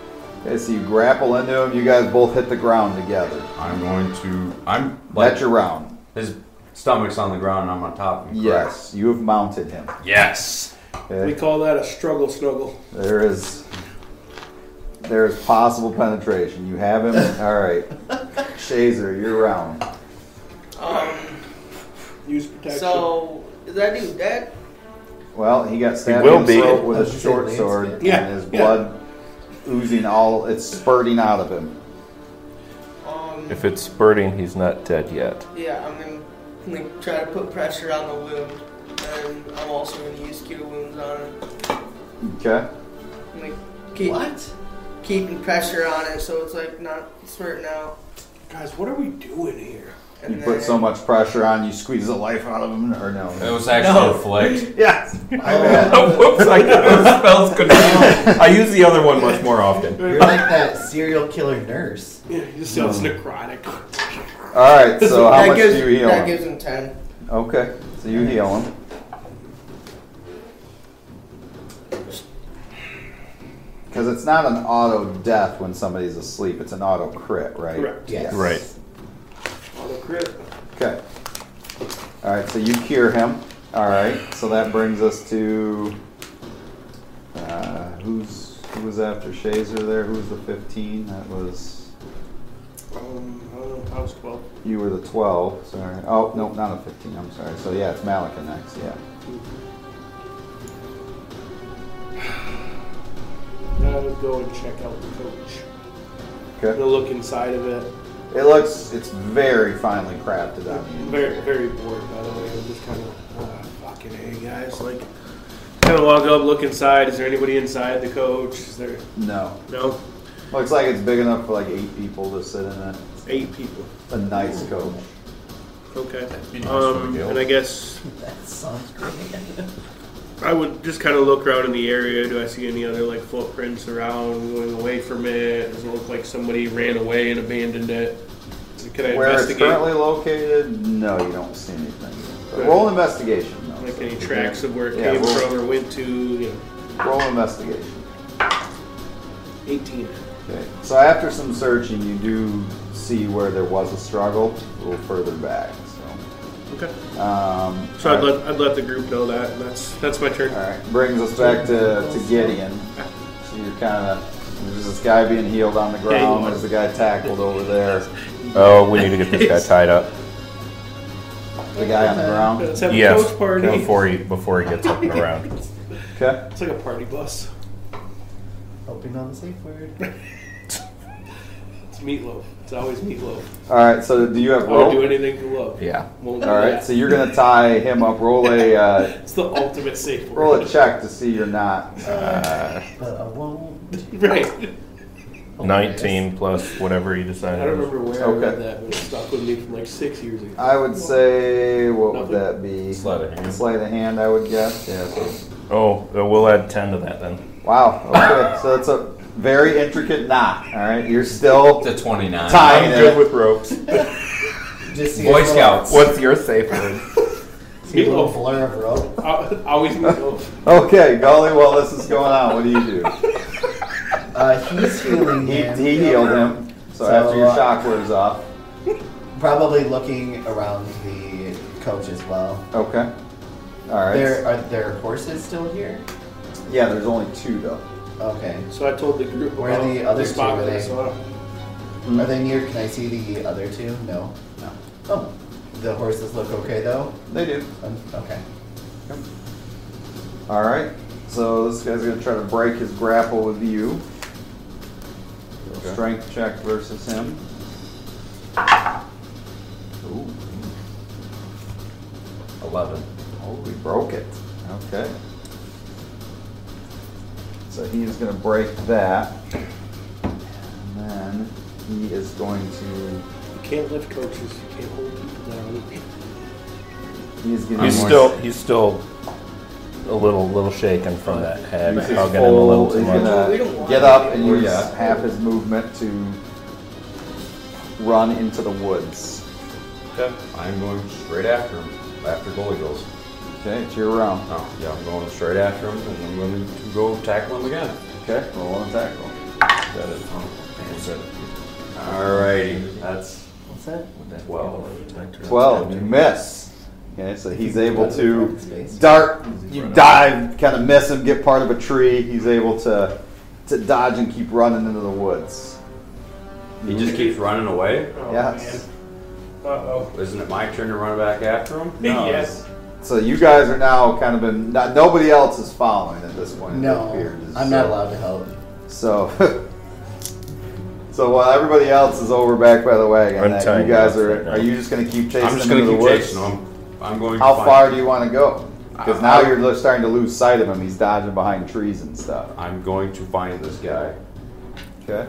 Okay, so you grapple into him. You guys both hit the ground together.
I'm going to. I'm
That's
like
your round.
his stomach's on the ground and I'm on top of him. correct?
Yes, you have mounted him.
Yes.
We
Okay,
call that a struggle snuggle.
there is there is possible penetration. You have him. All right, Shazer, your round.
Um,
Use protection.
so, is that dude dead?
Well, he got stabbed
He will
in the
be.
throat with
I was
a
just
short
saying,
sword,
Lance
did. Yeah,
and his
yeah.
blood oozing all. It's spurting out of him.
Um,
If it's spurting, he's not dead yet.
yeah, I'm gonna like, try to put pressure on the wound, and I'm also gonna use cure wounds on it.
Okay.
Like, keep,
What?
Keeping pressure on it so it's like not spurting out.
Guys, what are we doing here?
And
You put so much pressure on, you squeeze the life out of him, or
It
no?
was actually a flick.
Yes.
Whoops, I those spells could I use the other one much more often.
You're like that serial killer nurse.
Yeah, he just sounds necrotic.
All right. So how
that
much
gives,
do you heal?
That
him?
gives him 10.
Okay, so you heal him. Because it's not an auto death when somebody's asleep, it's an auto crit, right?
Correct.
Yes.
Right.
Auto crit.
Okay. All right, so you cure him. All right, so that brings us to. Uh, who's Who was after Shazer there? Who was the 15? That was.
Um, I don't know. I was 12.
You were the 12. Sorry. Oh, no, not a 15. I'm sorry. So, yeah, it's Malika next. Yeah.
Now I would go and check out the coach. I'm
Okay.
gonna look inside of it.
It looks, it's very finely crafted on you.
Very, very bored, by the way. I'm just kind of, uh, fucking hey, guys. Like,
Kind of walk up, look inside. Is there anybody inside the coach? Is there
No.
no
Looks like it's big enough for like eight people to sit in it.
eight people?
A nice coach.
Okay.
nice for
Um,
the
and I guess
That sounds great.
I would just kind of look around in the area. Do I see any other like footprints around going away from it? Does it look like somebody ran away and abandoned it? Can I
Where it's
investigate
currently located, no, you don't see anything. But
Good.
roll investigation. Though,
like
so
any
if you
tracks
can-
of where it
Yeah,
came
roll-
from or went to? You know,
Roll investigation.
18.
Okay. So after some searching, you do see where there was a struggle a little further back. So,
Okay.
um,
So I'd let I'd let the group know that. And that's that's my turn.
All right, brings us back to, to Gideon. So you're kind of there's this guy being healed on the ground. There's the guy tackled over there.
Oh, we need to get this guy tied up.
The guy on the ground.
Let's have a
Yes,
coach party.
before he before he gets up and around.
Okay.
It's like a party bus.
Hoping on the safe word.
It's meatloaf. It's always meatloaf.
All right. So do you have
I would do
rope?
anything for love.
Yeah.
Won't do
All right.
that.
So you're gonna tie him up. Roll a uh,
it's the ultimate safe word.
roll a check to see you're not. uh,
Uh,
But I won't.
Right.
Nineteen plus whatever he decided.
I don't
was-
remember where I
Okay.
read that, but it stuck with me from like six years ago.
I would say what would that be?
Sleight of hand.
Sleight of hand. I would guess. Yeah. so-
Oh, uh, we'll add ten to that then.
Wow. Okay. so that's a very intricate knot. All right. You're still
To 29.
tying it.
with ropes.
Just see a
Boy
little-
Scouts.
What's your safe word?
See a little blur of rope.
Al- Always meatloaf.
Okay, Golly. While this is going on, what do you do?
Uh, he's healing
He,
him.
he healed him. So,
So,
after your
uh,
shock wears off.
Probably looking around the coach as well.
Okay. All right.
There are there horses still here?
yeah, there's only two though.
Okay.
So I told the group
Where are
about
the other
spot
two?
that I
Are they-
saw.
Are they near? Can Mm-hmm. I see the other two? No. No. Oh, the horses look okay though.
They do.
Um, okay.
All right. So this guy's gonna try to break his grapple with you. Strength check versus him. Ooh,
11.
oh, we broke it. Okay. So he is gonna break that, and then he is going to.
You can't lift coaches. You can't hold people down. Oh,
He is getting
He's
more-
still he's still a little little shaken from that head.
He's
Hugging him a little too
he's
much.
We don't
gonna
want
get up
to.
and use
Yeah.
half his movement to run into the woods.
Okay. I'm going straight after him. After goalie goals.
Okay, it's your round.
Oh, yeah, I'm going straight after him and I'm going to go tackle him again.
Okay, roll and tackle.
That is. Alrighty. That's
What's that?
12.
Twelve, you miss. Okay, so he's able to
Space.
dart, you dive, kind of miss him, get part of a tree. He's able to to dodge and keep running into the woods.
He just keeps running away.
Oh,
Yes.
Uh oh.
Isn't it my turn to run back after him?
No.
yes.
So you guys are now kind of in. Not, nobody else is following at this point. it
No,
appears.
I'm not
So-
allowed to help.
So, so while everybody else is over back by the wagon,
I'm
that
telling
you guys
you,
are.
right now.
Are you just going to keep chasing
I'm just
him
going
into
to
the
keep
woods?
chasing him. I'm going
How
to find
far do you want to go? Because
I-
now
I-
you're li- starting to lose sight of him. He's dodging behind trees and stuff.
I'm going to find this guy.
Okay.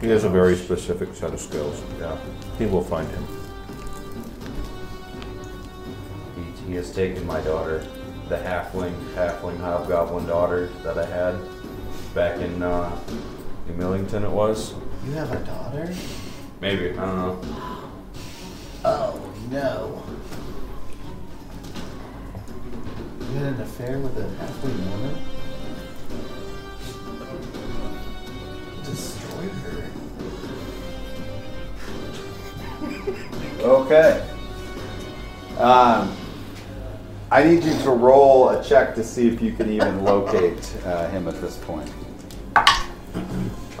He has a very specific set of skills.
Yeah.
He will find him.
He, he has taken my daughter, the halfling, halfling hobgoblin daughter that I had back in uh, New Millington, it was.
You have a daughter?
Maybe. I don't know.
Oh no. You had an affair with a halfling woman? Destroyed her.
Okay. Um, I need you to roll a check to see if you can even locate uh, him at this point.
I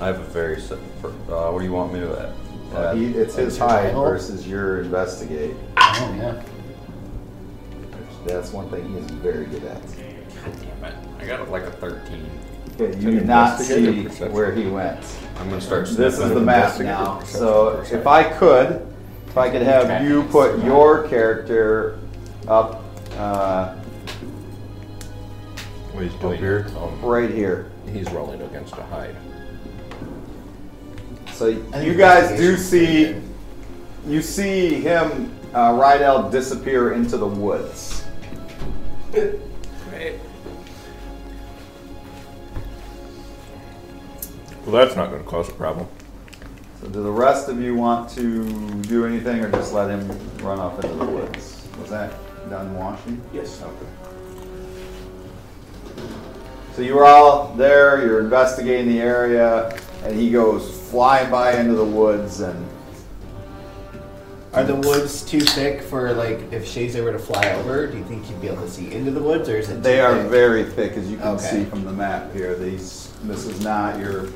have a very. se- per- Uh, what do you want me to add?
Uh, he, it's his hide versus your investigate.
Oh yeah.
That's one thing he's very good at.
God damn it. I got like a 13.
Okay, you
an
do not
investigative
see
perception.
where he went.
I'm going to start
This is
sniffing.
the map
investigative
now.
perception
So
per se.
if I could, if I could have you put your character up uh,
What he's doing.
here?
Um,
Right here.
he's rolling against a hide.
So
think
You guys do
investigation's pretty
see,
good.
you see him, uh, Rydell disappear into the woods.
Right.
Well, that's not going to cause a problem.
So, do the rest of you want to do anything, or just let him run off into the woods? Was that done washing?
Yes.
Okay. So you were all there, you're investigating the area, and he goes flying by into the woods, and
Are the woods too thick for like if Shazer were to fly over? Do you think he'd be able to see into the woods, or is it?
they
too
are
thick?
very thick, as you can
Okay.
see from the map here. These, this is not your,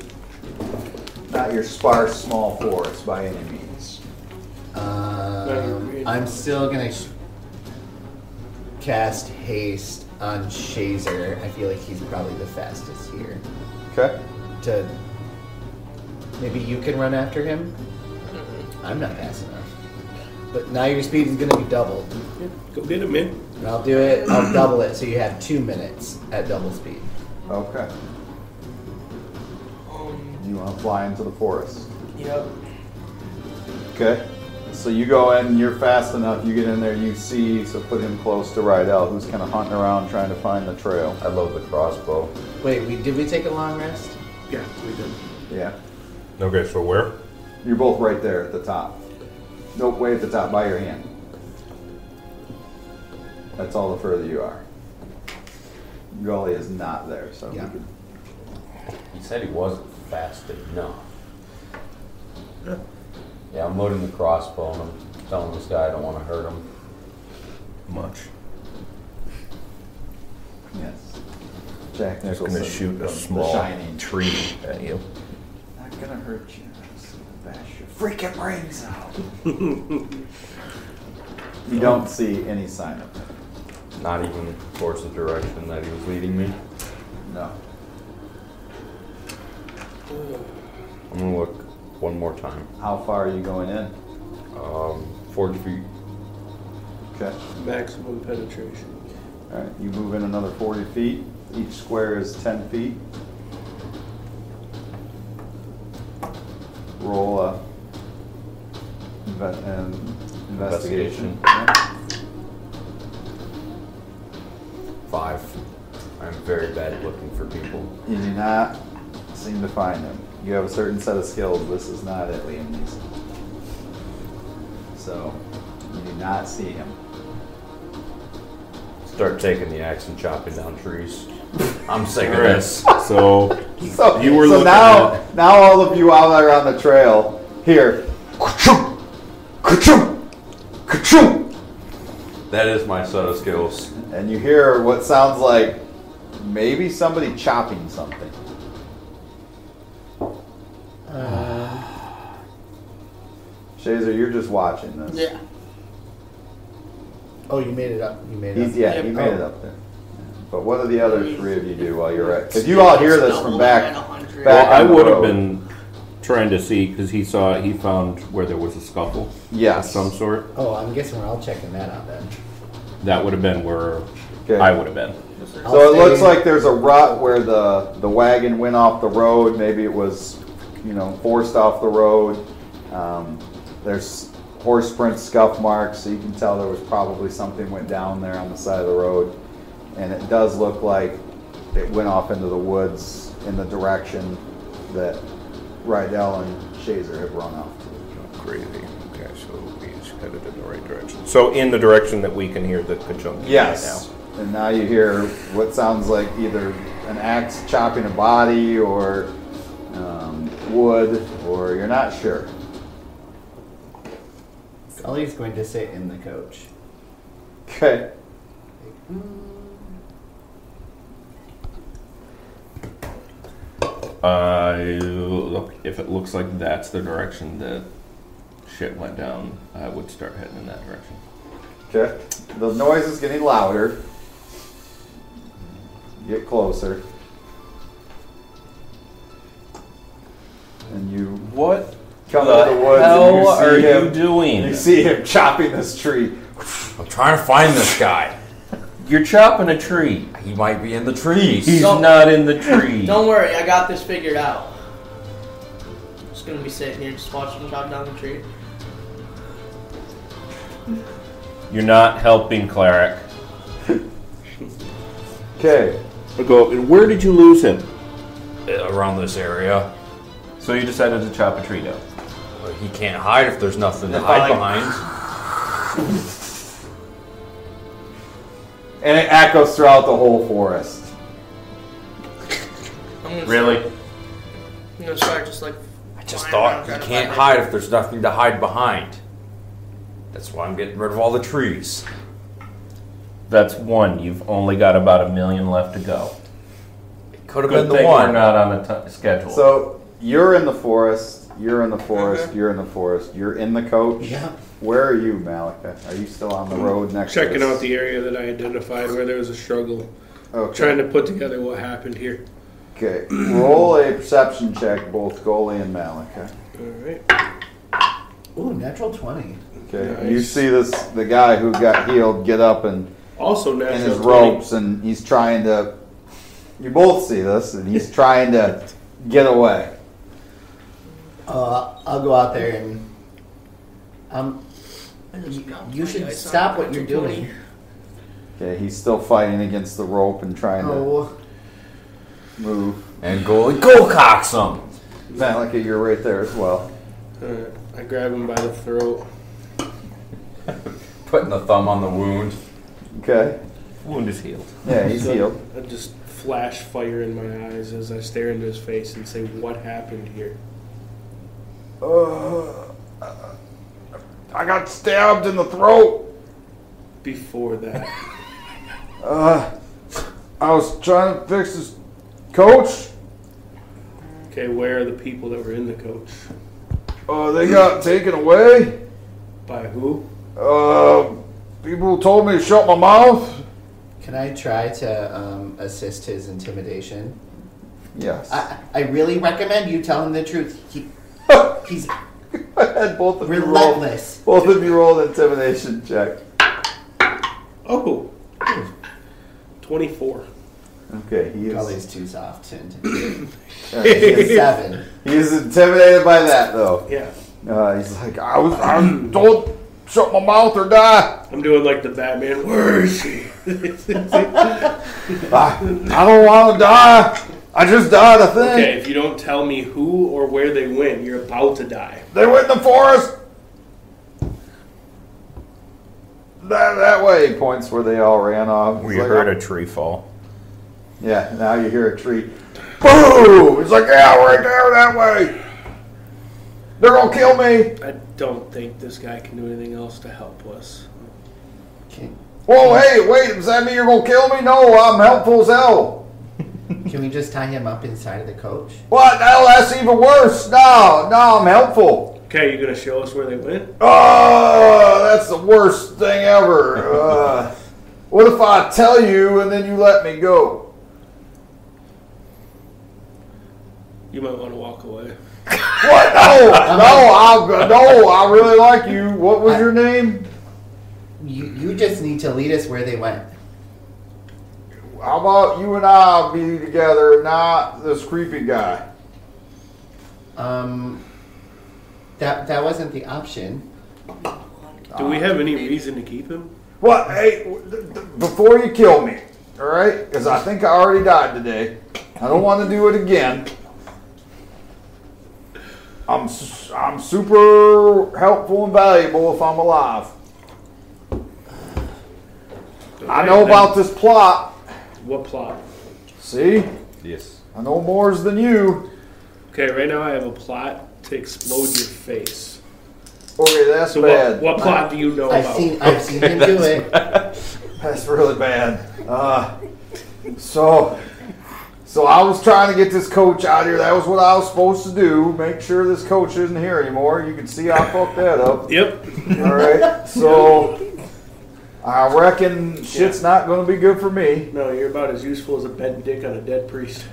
not your sparse small forest by any means.
Um, I'm still gonna sh- cast haste on Shazer. I feel like he's probably the fastest here.
Okay.
To maybe you can run after him.
Mm-hmm.
I'm not fast enough. But now your speed is gonna be doubled.
Go get him, man.
And I'll do it. I'll double it so you have two minutes at double speed.
Okay.
Um,
You want to fly into the forest.
yep.
Okay. So you go in, you're fast enough, you get in there, you see, so put him close to Rydell, who's kind of hunting around trying to find the trail.
I love the crossbow.
Wait, we did we take a long rest?
Yeah, we did.
Yeah.
Okay, so where?
You're both right there at the top. Nope, way at the top by your hand. That's all the further you are. Gully is not there, so
Yeah.
you can
He said he wasn't fast enough. Yeah, I'm loading the crossbow and I'm telling this guy I don't want to hurt him.
Much.
yes. Jack
Just
Nicholson.
going to shoot
from
a
The
small
Shining.
tree at you.
Not gonna hurt you. I'm just gonna bash your freaking brains out. you don't see any sign of it.
Not even towards the direction that he was leading me.
No.
I'm gonna look one more time.
How far are you going in?
Um, 40 feet.
Okay.
Maximum penetration.
All right. You move in another 40 feet. Each square is 10 feet. Roll a inve- an investigation.
Investigation.
Yeah.
Five. I'm very bad at looking for people.
You do not seem to find them. You have a certain set of skills. This is not it, Liam Neeson. So you do not see him.
Start taking the axe and chopping down trees. I'm sick of
All right.
this.
So
So,
You were
so
looking
now,
at-
now all of you out there on the trail here. Ka-chum! Ka-chum! Ka-chum!
That is my set of skills.
And you hear what sounds like maybe somebody chopping something. Shazer, you're just watching this.
Yeah.
Oh, you made it up. You made it
He's,
up.
yeah, he
Yep.
made it up there. But what do the other three of you do while you're at? Because you all hear this from back.
well,
back
I
on the
would have
road.
been trying to see because he saw he found where there was a scuffle of
Yes.
some sort.
Oh, I'm guessing we're all checking that out then.
That would have been where
Okay.
I would have been.
I'll
So it looks
stay-
like there's a rut where the, the wagon went off the road. Maybe it was, you know, forced off the road. Um, there's horse print scuff marks, so you can tell there was probably something went down there on the side of the road. And it does look like it went off into the woods in the direction that Rydell and Shazer had run off to.
Crazy. Okay, so he's headed in the right direction. So in the direction that we can hear the kachunk.
Yes. And now you hear what sounds like either an axe chopping a body or um, wood, or you're not sure.
Sully's going to sit in the coach.
Okay.
I look if it looks like that's the direction that shit went down. I would start heading in that direction.
Okay. The noise is getting louder. Get closer. And you
What
come out of the woods and you see him.
doing?
You see him chopping this tree.
I'm trying to find this guy. You're chopping a tree. He might be in the trees. He's
So-
not in the tree.
Don't worry, I got this figured out. Just gonna be sitting here just watching him chop down the tree.
You're not helping, cleric.
Okay.
I go. And where did you lose him?
Around this area.
So you decided to chop a tree down.
Well, He can't hide if there's nothing to hide behind.
And it echoes throughout the whole forest.
I'm gonna
Really?
I'm gonna start just like.
I just
flying
thought
around trying
you
to
can't
find my-
hide if there's nothing to hide behind. That's why I'm getting rid of all the trees.
That's one. You've only got about a million left to go.
It could have
Good
been the
thing
one.
we're not on a t- schedule.
So you're in the forest. You're in the forest. You're in the forest. You're in the coach.
Yeah.
Where are you, Malika? Are you still on the road next? to
Checking
this?
out the area that I identified where there was a struggle.
Okay.
Trying to put together what happened here.
Okay. Roll a perception check, both goalie and Malika.
All right.
Ooh, natural 20.
Okay.
Nice.
You see this the guy who got healed get up and
Also,
in
natural
his
20.
ropes and he's trying to. You both see this and he's trying to get away.
Uh, I'll go out there and. Um, you, you should stop what you're doing.
Okay. He's still fighting against the rope and trying
Oh,
to move.
And goalie, go cock some.
Malika, you're right there as well.
All right. I grab him by the throat.
Putting the thumb on the wound.
Okay.
wound is healed.
Yeah, he's
So-
healed.
I just flash fire in my eyes as I stare into his face and say, What happened here?
Uh, I got stabbed in the throat.
Before that,
Uh, I was trying to fix this coach.
okay, where are the people that were in the coach?
Uh, they got taken away.
By who?
Uh, people told me to shut my mouth.
Can I try to um, assist his intimidation?
Yes.
I, I really recommend you tell him the truth. He, he's
I had both of you roll.
relentless.
Both of you roll an intimidation check.
Oh! 24.
Okay, he is.
Gully's too soft. to intimidate.
uh, he is-
Seven.
he is intimidated by that though.
Yeah.
Uh, he's like, I was, I was told, shut my mouth or die.
I'm doing like the Batman. Where is she?
I, I don't want to die. I just died a thing.
okay, if you don't tell me who or where they went, you're about to die.
They went in the forest. That, that way points where they all ran off.
We heard a tree fall.
Yeah, now you hear a tree. Boom! It's like yeah, right there that way. They're gonna kill me.
I don't think this guy can do anything else to help us.
Can,
Whoa! Hey, wait! Does that mean you're gonna kill me? No, I'm helpful as hell.
can we just tie him up inside of the coach?
What? Hell, that's even worse. No, no, I'm helpful.
Okay, you're gonna show us where they went?
Oh, that's the worst thing ever. Uh, what if I tell you and then you let me go?
You might want to walk away.
What? No, no, I, no, I really like you. What was your name?
You, you just need to lead us where they went.
How about you and I be together, not this creepy guy?
Um, that that wasn't the option.
Do
Uh,
we have any reason to keep him?
What? Hey, w- th- th- before you kill me, all right? Because I think I already died today. I don't want to do it again. I'm s- I'm super helpful and valuable if I'm alive. I know about this plot.
What plot?
See,
Yes.
I know mores than you.
Okay, right now I have a plot to explode your face.
Okay, that's
So
bad.
what, what plot do you know
I've
about?
seen I've seen him do it.
That's really bad. Uh, so, so I was trying to get this coach out here. That was what I was supposed to do. Make sure this coach isn't here anymore. You can see I fucked that up.
Yep.
All right. So, I reckon shit's not going to be good for me.
No, you're about as useful as a bent dick on a dead priest.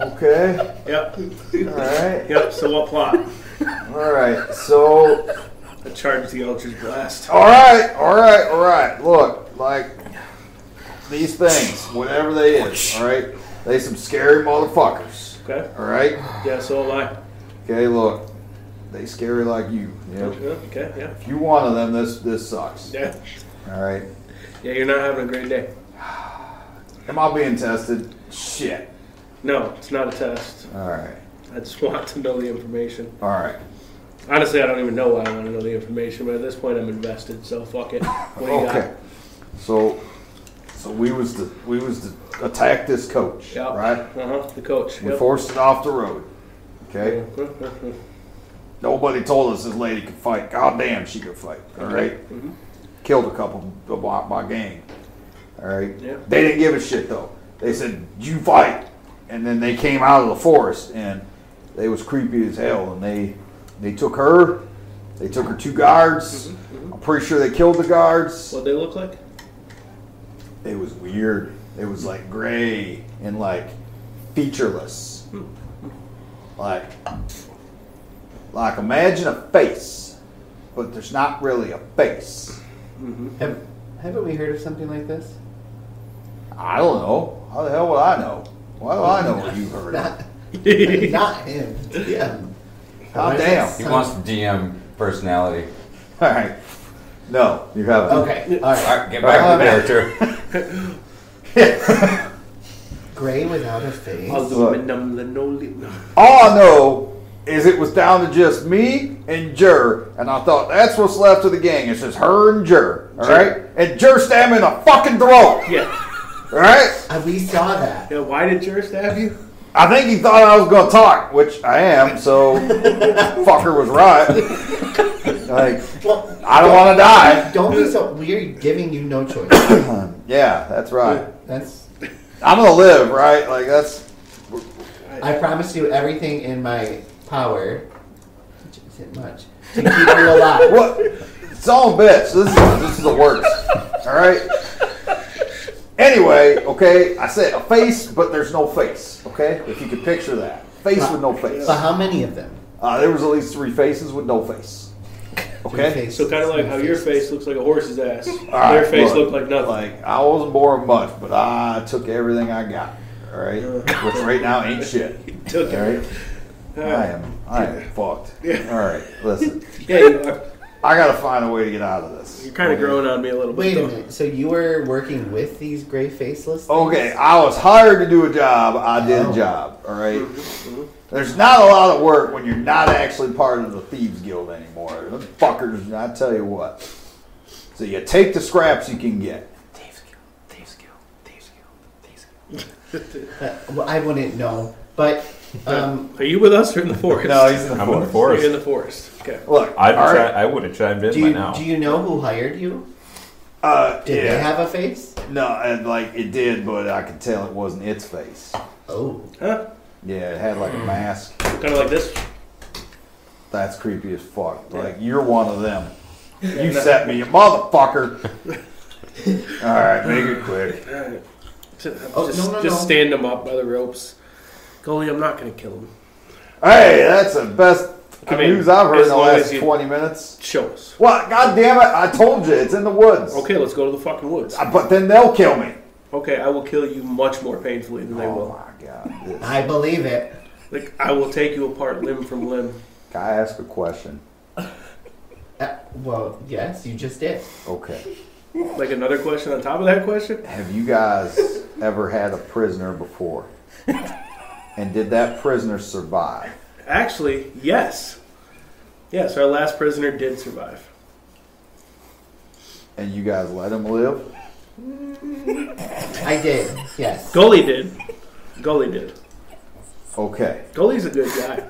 Okay.
Yep.
All right.
Yep. So what plot?
All right. So,
I charged the Eldritch Blast.
All right, all right, all right. Look, like these things, whatever they is. All right, they some scary motherfuckers.
Okay.
All right.
Yeah, so am I.
Okay, look, they scary like you. Yep.
Okay, yeah.
If you one of them, this this sucks.
Yeah.
All right.
Yeah, you're not having a great day.
Am I being tested? Shit.
No, it's not a test.
All right.
I just want to know the information.
All right.
Honestly, I don't even know why I want to know the information, but at this point, I'm invested, so fuck it. What do you
Okay. So, so we was to we was to attack this coach,
got?
right?
Uh huh. The coach.
We
Yep.
forced it off the road. Okay.
Mhm.
Nobody told us this lady could fight. God damn, she could fight. All right? Killed a couple of my, my gang. All right.
Yeah.
They didn't give a shit though. They said you fight, and then they came out of the forest and they was creepy as hell. And they they took her. They took her two guards. I'm pretty sure they killed the guards.
What they look like?
It was weird. It was like gray and like featureless. Like like imagine a face, but there's not really a face.
Have, haven't we heard of something like this?
I don't know. How the hell would I know? Why do I know what you heard?
Not,
of?
not him. Yeah.
God damn.
Oh, He wants to DM personality.
All right. No, you haven't.
Okay. All
All
right.
right, get back to character.
Gray without a face.
Aluminum linoleum.
All I know is it was down to just me and Jer, and I thought that's what's left of the gang. It's just her and Jer, all right? And Jer stabbed me in the fucking throat,
Yeah.
all right?
Uh, we saw that.
yeah. Why did yours stab you?
I think he thought I was going to talk, which I am, so fucker was right. Like,
Well,
I don't want to die.
don't be so. We are giving you no choice.
Yeah, that's right.
That's.
I'm going to live, right? Like, that's.
I promise you everything in my power. Which isn't much to keep you alive.
What? It's all bitch. This is, this is the worst. All right? Anyway, okay, I said a face, but there's no face, okay? If you could picture that. Face with no face.
But how many of them?
Uh, there was at least three faces with no face. Okay?
Faces.
So kind of like how your face looks like a horse's ass.
All right,
Their face
look,
looked like nothing.
Like I wasn't born much, but I took everything I got. All right, which right now ain't shit. All
Uh-huh. Took it.
right, I am, I am fucked. All right, listen,
Yeah, you are.
I gotta find a way to get out of this.
You're kind of growing on me a little bit.
Wait a
though.
minute. So you were working with these gray faceless?
Okay, I was hired to do a job. I did
Oh.
a job. All right.
Mm-hmm,
There's not a lot of work when you're not actually part of the thieves guild anymore. Them fuckers, I tell you what. So you take the scraps you can get.
Uh, well, I wouldn't know, but um,
Are you with us or in the forest?
No, he's in the
I'm in the
forest.
You're in
forest.
the forest. Okay.
Look,
I'd
all right,
chi- I would have chimed in
do
by
you
now.
do you know who hired you?
uh,
Did
yeah.
they have a face?
No, and like it did, but I could tell it wasn't its face.
Oh,
Huh?
Yeah, it had like a mask.
Kind of like this.
That's creepy as fuck. Like you're one of them. You set me, you motherfucker. All right, make it quick.
Oh,
just,
no, no, no.
just stand him up by the ropes. Goalie, I'm not going to kill him.
Hey, that's the best
I mean,
news I've heard
as
in the
long
last
as you-
twenty minutes.
Show us.
Well, god damn it! I told you it's in the woods.
Okay, let's go to the fucking woods.
Uh, But then they'll kill me.
Okay, I will kill you much more painfully than they
Oh
will.
my god! This-
I believe it.
Like I will take you apart limb from limb.
Can I ask a question?
Uh, well, yes, you just did.
Okay.
Like another question on top of that question.
Have you guys ever had a prisoner before? And did that prisoner survive?
Actually, yes, yes. Our last prisoner did survive.
And you guys let him live?
I did. Yes.
Goalie did. Goalie did.
Okay.
Goalie's a good guy.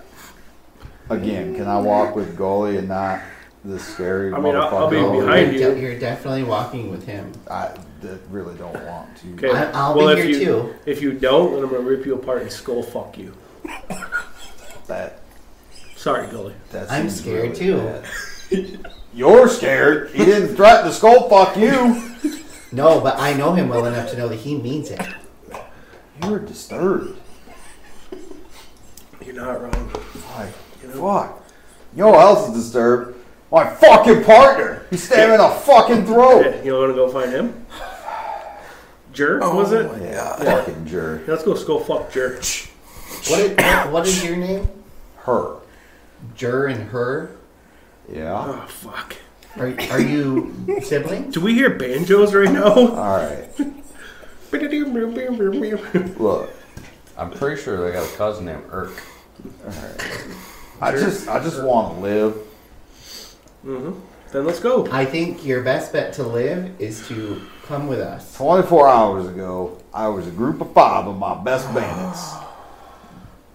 Again, can I walk with goalie and not this scary
I mean, I'll- I'll be
motherfucker?
You're
behind you.
de- You're definitely walking with him.
I that really don't want to.
Okay.
I- I'll be here
if you,
too.
If you don't, then I'm gonna rip you apart and skull fuck you.
That
Sorry, goalie.
that
I'm
seems
scared
really
too.
bad. You're scared. He didn't threaten to skull fuck you.
No, but I know him well enough to know that he means it.
You're disturbed.
You're not wrong.
Like fuck. You know what else is disturbed? My fucking partner! You stabbed me in the fucking throat!
Yeah, you want to go find him? Jer,
Oh
was it?
Yeah, fucking jerk.
Let's go, go fuck Jer.
What is, what- what is your name?
Her.
Jur and her.
Yeah.
Oh, fuck.
Are, are you siblings?
Do we hear banjos right now?
All right. Look,
I'm pretty sure they got a cousin named Irk.
I just, I just want to live.
then let's go.
I think your best bet to live is to come with us.
24 hours ago, I was a group of five of my best bandits.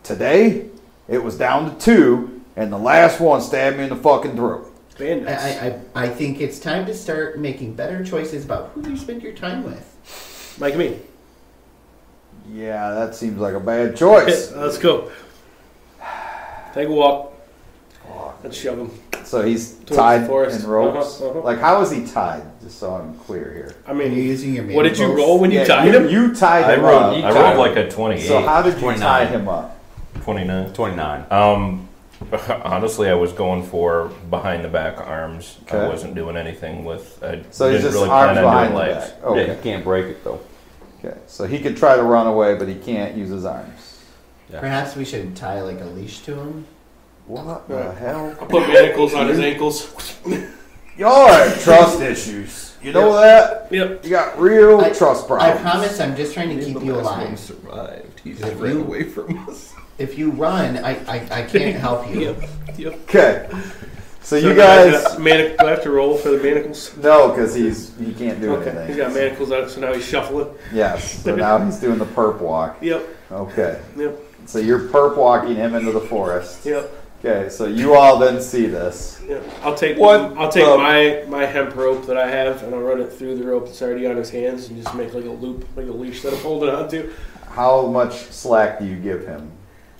Today, it was down to two, and the last one stabbed me in the fucking throat.
I,
Bandits.
I, I, I think it's time to start making better choices about who you spend your time with.
Like me.
Yeah, that seems like a bad choice.
Let's go. Take a walk. Let's shove him.
So he's
the
tied
forest.
in ropes.
Uh-huh, uh-huh.
Like, how is he tied? Just so I'm clear here.
I
Are you
mean,
using your man
what did you
pulse?
roll when you tied him?
uh, You tied
I
him
rolled-
up.
you tied him.
a 28.
So how did you
29.
tie him up?
29.
29.
Um, honestly, I was going for behind the back arms. I
Okay.
wasn't doing anything with. I
So he's
didn't
just
really
arms
plan on
behind
doing
the
legs.
back. Oh, Okay.
Yeah, you can't break it though.
okay. So he could try to run away, but he can't use his arms.
Perhaps we should tie like a leash to him.
What the hell?
I put manacles on his ankles.
Y'all have trust issues. You know that?
Yep.
You got real
I-
trust
I
problems.
promise I'm just trying to keep you alive.
survived. He
just ran away
from us.
If you run, I, I, I can't help you.
Yep. Yep.
Okay. So,
So
you
do I have
guys
to- manic- do I have to roll for the manacles?
no, because he's he can't do
Okay. He's
anything.
got manacles on, so now he's shuffling.
Yes. So now he's doing the perp walk.
Yep.
Okay.
Yep.
So you're perp walking him into the forest.
Yep.
Okay. So you all then see this.
Yeah, I'll take
What um,
I'll take
the-
my my hemp rope that I have and I'll run it through the rope that's already on his hands and just make like a loop, like a leash that I'm holding on to,
How much slack do you give him?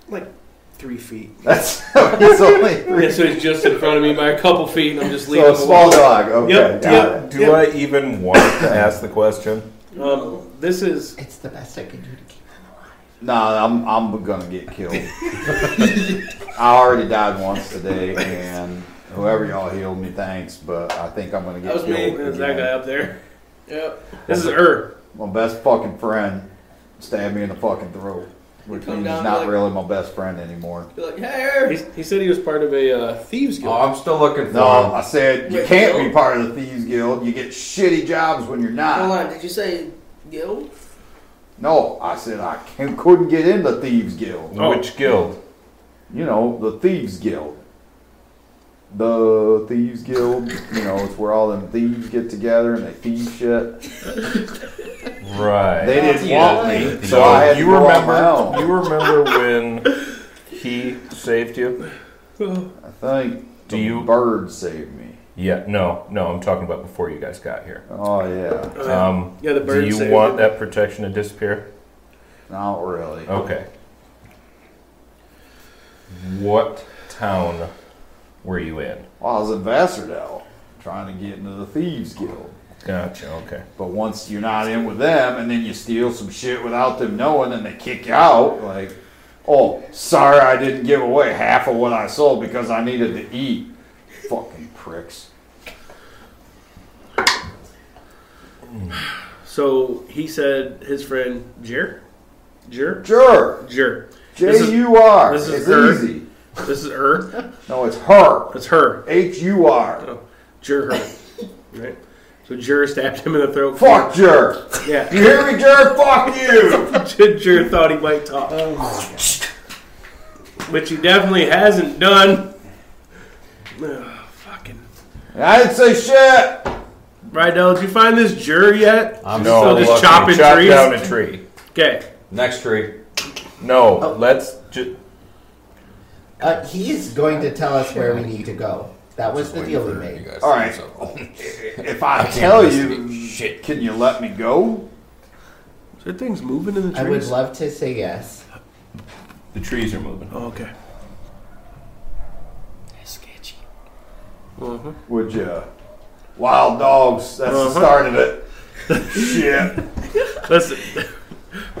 like three feet.
That's it's only
Yeah,
three.
so he's just in front of me by a couple feet, and I'm just leaving.
So a
him
small
alone.
dog. Okay.
Yep,
got
yep.
it.
Do I even want to ask the question? Oh.
Um, this is
It's the best I can do to keep
No, I'm I'm gonna get killed. I already died once today, and whoever y'all healed me, thanks. But I think I'm gonna get
that was me.
killed.
It was that
again.
guy up there.
Yep.
This is her.
My best fucking friend stabbed me in the fucking throat, which
Come
means he's
down
not
like-
really my best friend anymore.
Be like, hey, Irv.
He, he said he was part of a uh, thieves guild.
Oh, I'm still looking for
No,
no.
I said you
Wait,
can't
no.
be part of the thieves guild. You get shitty jobs when you're
Hold
not.
on, did you say guild?
No, I said I can, couldn't get in the thieves guild.
Oh.
Which guild?
You know, the thieves guild. The thieves guild. You know, it's where all them thieves get together and they thieve shit.
Right.
They didn't want me, so I
So
had
you
to go on my
remember?
own.
You remember when he saved you?
I think
Do
the
you-
bird saved me.
Yeah. No. No. I'm talking about before you guys got here.
Oh yeah,
Um,
yeah, the bird.
do you
saved
want
him.
that protection to disappear?
not really.
Okay. What town were you in?
Well, I was in Vassardale trying to get into the thieves guild,
Gotcha. Okay.
but once you're not in with them, and then you steal some shit without them knowing, and they kick you out, like, oh, sorry, I didn't give away half of what I sold because I needed to eat. Fucking pricks.
So he said his friend Jer, Jer,
Sure,
Jer. This
J
is
U R.
this is
It's
her.
easy.
this is her.
No, it's her.
It's her.
H U R.
Oh, Jer her. right. So Jer stabbed him in the throat.
Fuck Jer.
Yeah.
You hear me, Jer? Fuck you!
Ginger thought he might talk.
Oh
Which he definitely hasn't done. Oh, fucking.
I didn't say shit!
Rydell, did you find this jur yet?
I'm
No,
So
still looking.
look,
just chop-
we
chopping
chopped
trees?
down a tree.
Okay.
Next tree.
No,
Oh.
let's just.
Uh, he is going to tell us where we need to go. That was the deal we made.
Alright. If I, tell you, shit. can you let me go?
Is there things moving in the Oh,
I would
trees?
love to say yes.
The trees are moving.
oh, okay.
sketchy.
Uh-huh.
Would you? Wild dogs, that's the
Uh-huh.
start of it. shit.
Listen.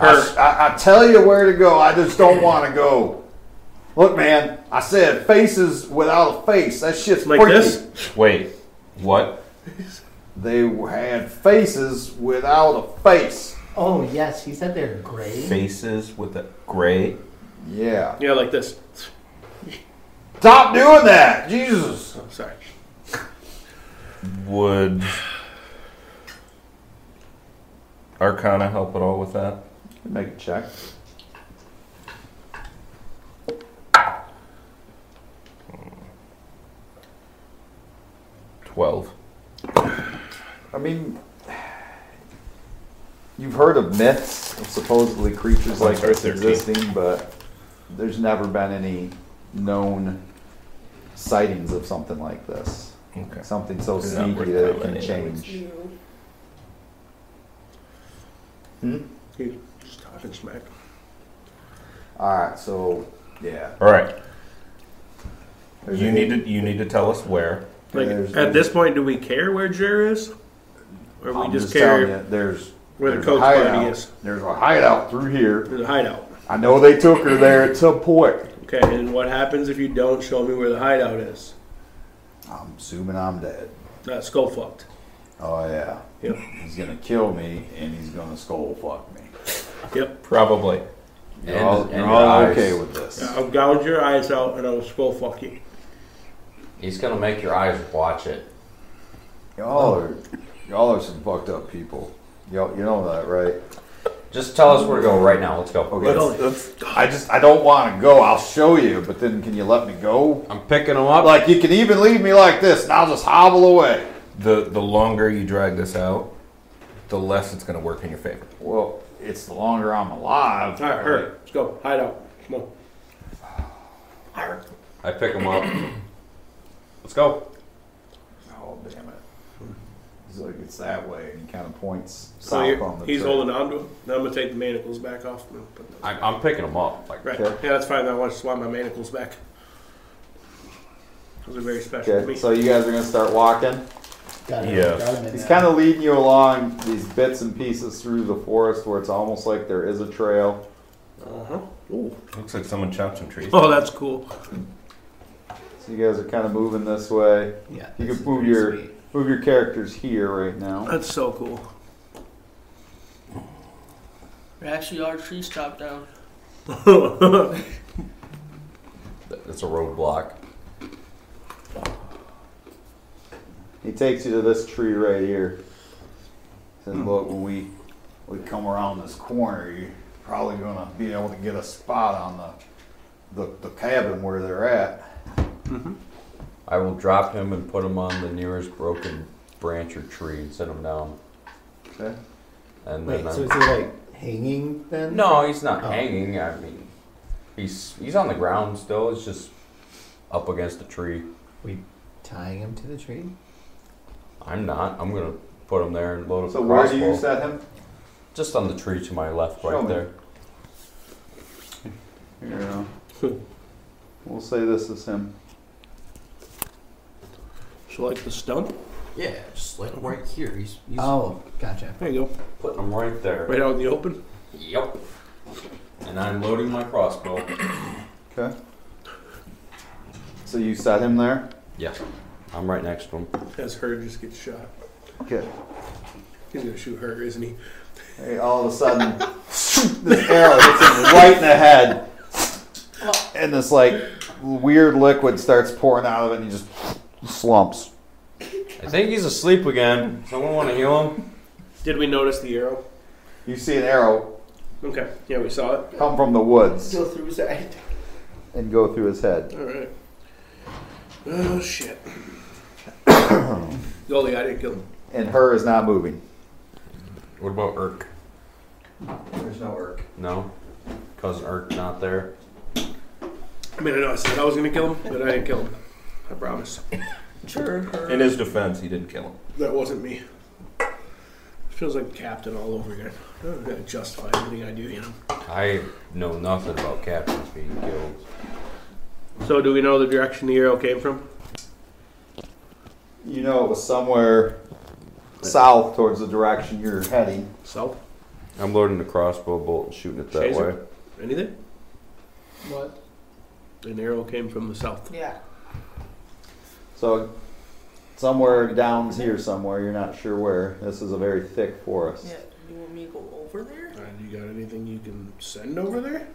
I, I, I tell you where to go, I just don't want to go. Look, man, I said faces without a face. That shit's
Like
freaky.
this?
Wait, what?
They had faces without a face.
Oh yes, he said they're gray.
Faces with a gray.
Yeah.
Yeah, like this.
Stop doing that, Jesus.
Oh, sorry.
Would Arcana help at all with that?
Make a check.
Twelve.
I mean, you've heard of myths of supposedly creatures like
Mine's
this
right there,
existing, but there's never been any known sightings of something like this.
Okay.
Something so
They're not worth
sneaky that it can
highlighting, I would
change.
He just talking smack.
All right, so yeah,
All right.
There's
You
a-
need to you need to tell us where.
Like
There's-
at this point, do we care where Jer is, or we
I'm
just,
telling
care
you, there's
where the
there's a
coach party
hideout.
is?
There's a hideout through here.
There's a hideout.
I know they took her there at some point.
Okay, and what happens if you don't show me where the hideout is?
I'm assuming I'm dead.
That skull fucked.
Oh yeah.
Yep.
He's gonna kill me and he's gonna skull fuck me.
Yep.
Probably.
You're
And-
all,
and
you're
your
all
eyes.
okay with this.
I'll gouge your eyes out and I'll skull fuck you.
He's gonna make your eyes watch it.
Y'all are y'all are some fucked up people. Y'all you know that, right?
Just tell us where to go right now. Let's go.
Okay. let's- let's- I just I don't wanna go. I'll show you, but then can you let me go?
I'm picking him up.
Like you can even leave me like this and I'll just hobble away.
The the longer you drag this out, the less it's going to work in your favor.
Well, it's the longer I'm alive.
All right, hurry. Let's go. Hideout. Come on.
I pick him up. Let's go.
Oh damn it. He's like it's that way and he kinda points
So
south on
you're,
the
he's
trail.
holding on to him. Now I'm gonna take the manacles back off. and put them-
I'm, I'm picking him up. Like
Right.
Okay.
Yeah, that's fine. I want to swap my manacles back. Those are very special to
Okay,
me.
so you guys are gonna start walking.
Got him,
Yeah.
got him in
He's
there.
kind of leading you along these bits and pieces through the forest where it's almost like there is a trail.
Uh-huh. Ooh.
Looks like someone chopped some trees.
Oh, that's cool.
So you guys are kind of moving this way.
Yeah,
You can
this is
move
pretty
your
sweet.
move your characters here right now.
That's so cool.
There actually are trees chopped down.
it's a roadblock.
He takes you to this tree right here. Says, look, when we we come around this corner, you're probably gonna be able to get a spot on the the, the cabin where they're at.
I will drop him and put him on the nearest broken branch or tree and send him down.
Okay.
And
Wait,
then
so
I'm-
is he like hanging then?
no, he's not
Oh.
hanging. I mean, he's he's on the ground still. It's just up against a tree.
Tying him to the tree?
I'm not. I'm gonna put him there and load up
So
the
where do
crossbow.
you set him?
Just on the tree to my left,
Show
right
me.
there.
Yeah. We'll say this is him.
So like the stump.
Yeah, just like right here. He's, he's
Oh, gotcha.
There you go.
putting him right there.
Right out in the open.
Yep. And I'm loading my crossbow.
Okay. So you set him there?
Yeah, I'm right next to him.
As her just gets shot.
Okay.
He's gonna shoot her, isn't he?
Hey, all of a sudden, this arrow hits him right in the head, and this like weird liquid starts pouring out of it, and he just slumps.
I think he's asleep again. Someone want to heal him?
Did we notice the arrow?
You see an arrow
Okay. Yeah, we saw it.
come from the woods
Still through his eye.
and go through his head.
All right. Oh shit. Goalie, I didn't kill him.
And her is not moving.
What about Irk?
There's no work.
No, cousin Irk not there.
I mean, I know I said I was gonna kill him, but I didn't kill him. I promise.
In his defense, he didn't kill him.
That wasn't me. Feels like captain all over again. I don't gotta justify everything I do, you know.
I know nothing about captains being killed.
So, do we know the direction the arrow came from?
You know it was somewhere south towards the direction you're heading.
South?
I'm loading the crossbow bolt and shooting it that
Chaser?
way.
Anything?
What? An arrow came from the south.
Yeah.
So somewhere down here, somewhere you're not sure where. This is a very thick forest.
Yeah. You want me to go over there?
And you got anything you can send over there?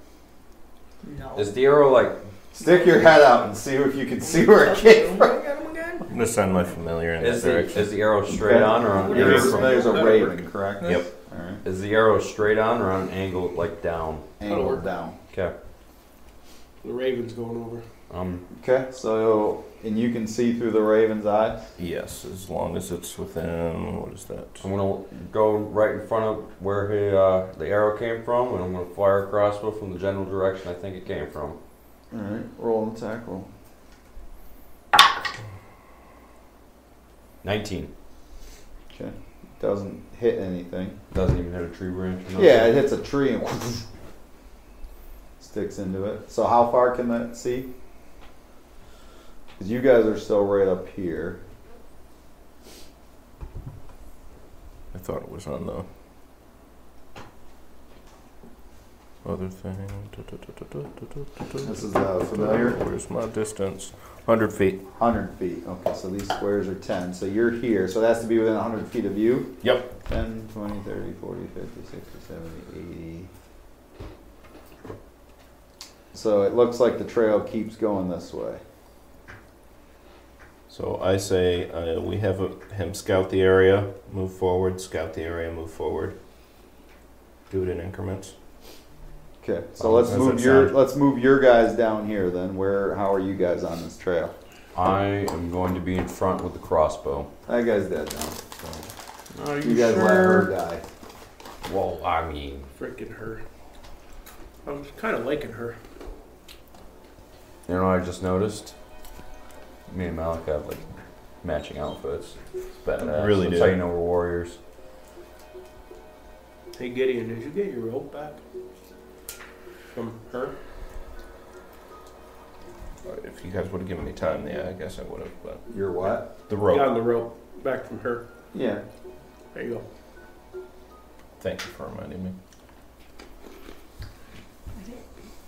No.
Is the arrow like
Stick your head out and see if you can see where it came.
from. Again?
I'm gonna send my familiar in
is
this
the,
direction.
is the arrow straight on or on an
What do you
You're
angle?
mean?
From,
familiar as a raven, correct?
Yep.
All right.
is the arrow straight on or on an angle like down?
Angled down.
Okay.
The Ravens going over.
Um.
Okay. So and you can see through the raven's eyes.
yes, as long as it's within what is that?
I'm gonna go right in front of where he, uh, the arrow came from, and I'm gonna fire a crossbow from the general direction I think it came from.
All right. Roll an attack roll.
19
Doesn't hit anything.
doesn't even hit a tree branch. or nothing.
Yeah, it hits a tree and sticks into it. So how far can that see? Because you guys are still right up here.
I thought it was on the other thing.
This is uh, familiar.
Where's my distance? 100 feet.
100 feet. Okay, so these squares are 10. So you're here. So it has to be within 100 feet of you? Yep. 10, 20, 30, 40, 50, 60, 70, 80. So it looks like the trail keeps going this way.
So I say uh, we have a, him scout the area, move forward, scout the area, move forward. Do it in increments.
Okay, so
Well,
let's
how's
move
that
your
sound?
let's move your guys down here then. Where how are you guys on this trail?
I am going to be in front with the crossbow.
That guy's dead now. So
Are
you guys let her die.
Well, I mean,
Freaking her. I'm kind of liking her.
you know, what I just noticed. Me and Malik have like matching outfits. It's badass.
Really
That's
do.
how you know we're warriors.
Hey Gideon, did you get your rope back from her?
If you guys would have given me time, yeah, I guess I would have. But
Your what?
the rope.
Got the rope back from her.
Yeah.
There you go.
Thank you for reminding me.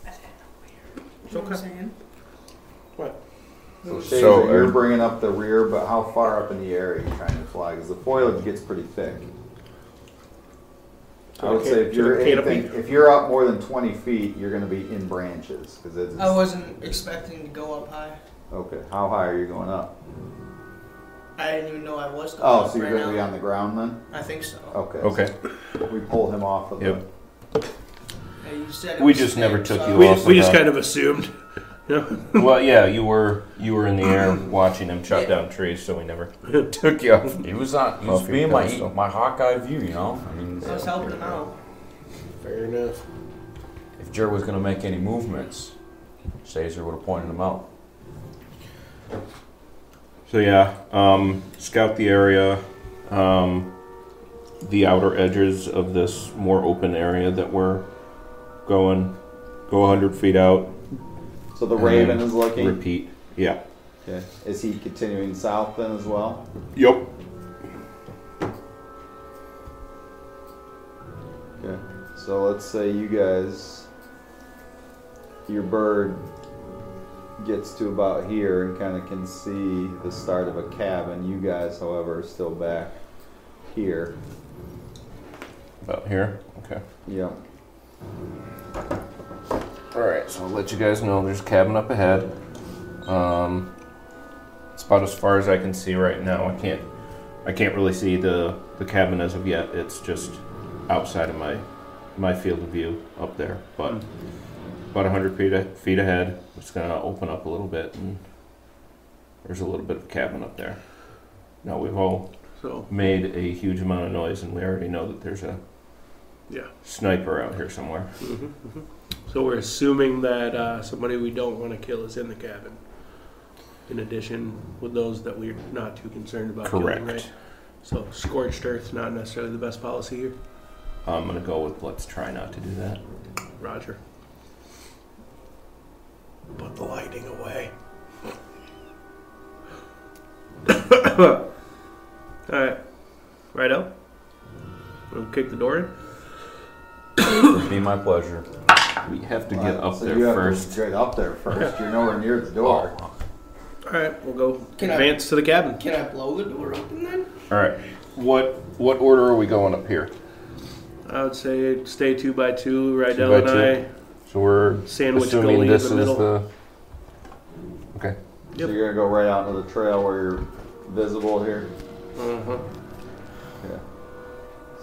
You know what I'm saying?
So,
So,
Shazer, you're
uh,
bringing up the rear, but how far up in the air are you trying to fly? Because the foliage gets pretty thick. I would
Okay,
say if
to
you're
the canopy.
anything, if you're up more than 20 feet, you're going to be in branches. Because it's
I wasn't expecting to go up high.
okay. How high are you going up?
I didn't even know I was going
Oh,
up
so you're
right
going to be
now.
on the Oh. ground then?
I think so.
Okay.
Okay.
so we pull him off of
Yep.
Yeah, you said it
We
was
just never
thick,
took
so-
you
We,
off. Also
we just
done.
kind of assumed. Yeah.
well, yeah, you were you were in the air watching him chop down trees, so we never took you off.
He was on. He was
Off your
being my
pedestal.
my Hawkeye view. You know. I mean,
I was helping him out.
Fair enough.
if Jer was going to make any movements, Caesar would have pointed him out.
So yeah, um, scout the area, um, the outer edges of this more open area that we're going. Go 100 feet out.
So the raven is looking.
Repeat. Yeah.
Okay. Is he continuing south then as well?
Yep.
Okay. So let's say you guys, your bird gets to about here and kind of can see the start of a cabin. You guys, however, are still back here.
About here. Okay.
Yeah.
All right. So I'll let you guys know there's a cabin up ahead. Um, it's about as far as I can see right now. I can't. I can't really see the the cabin as of yet. It's just outside of my my field of view up there, but. About 100 feet, a- feet ahead. It's going to open up a little bit, and there's a little bit of a cabin up there. Now, we've all
So
made a huge amount of noise, and we already know that there's a
Yeah.
sniper out here somewhere.
so we're assuming that uh, somebody we don't want to kill is in the cabin. In addition, with those that we're not too concerned about killing, right?
Correct.
So scorched earth, not necessarily the best policy here.
I'm going to go with let's try not to do that.
Roger. Put the lightning away. Alright. Right up. We'll kick the door in.
It'd be my pleasure.
We have to get up
So
there
you have to
first. Oh.
Get up there first. You're nowhere near the door.
All right, we'll go
Can I-
advance to the cabin.
Can I blow the door open then?
All right. What what order are we going up here?
I would say stay two by two.
by
Rydell and
two.
I
So we're
sandwich
assuming
goalie
this
in the
is
middle.
the. Okay.
Yep.
So you're gonna go right out into the trail where you're visible here.
Uh-huh.
Yeah.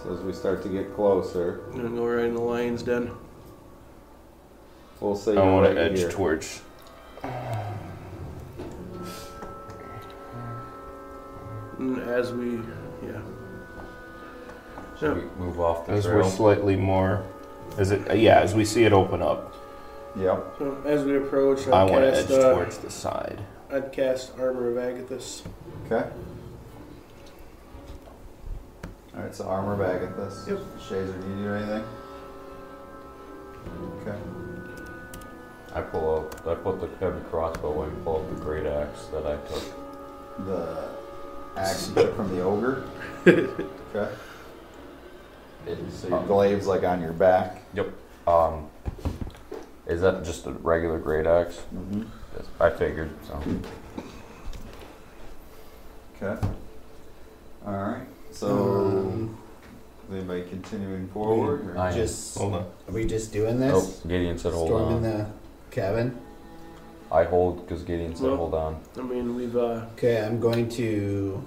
So as we start to get closer,
I'm gonna go right in the lion's den.
we'll say
I
you're
want
right
to edge
here.
towards.
And as we, yeah,
Should we move off the
As we're
trail?
slightly more, as it yeah, as we see it open up,
Yep.
so as we approach, I'd
I want to edge
cast, uh,
towards the side.
I'd cast armor of Agathis.
Okay. All right. So armor bag at this.
Yep.
Shazer, do you do anything? Okay.
I pull out. I put the heavy crossbow and pull out the great axe that I took.
The axe you took from the ogre. Okay.
It's
The glaive's like on your back.
um, is that just a regular great axe?
Mm-hmm.
Yes, I figured. So
Okay. All right. So
Um,
is anybody continuing forward? or-
I am-
just
Hold on.
are we just doing
Oh,
this?
Gideon said hold
Storm in
on.
the cabin.
I hold because Gideon said
Well-
hold on.
I mean, we've uh,
Okay, I'm going to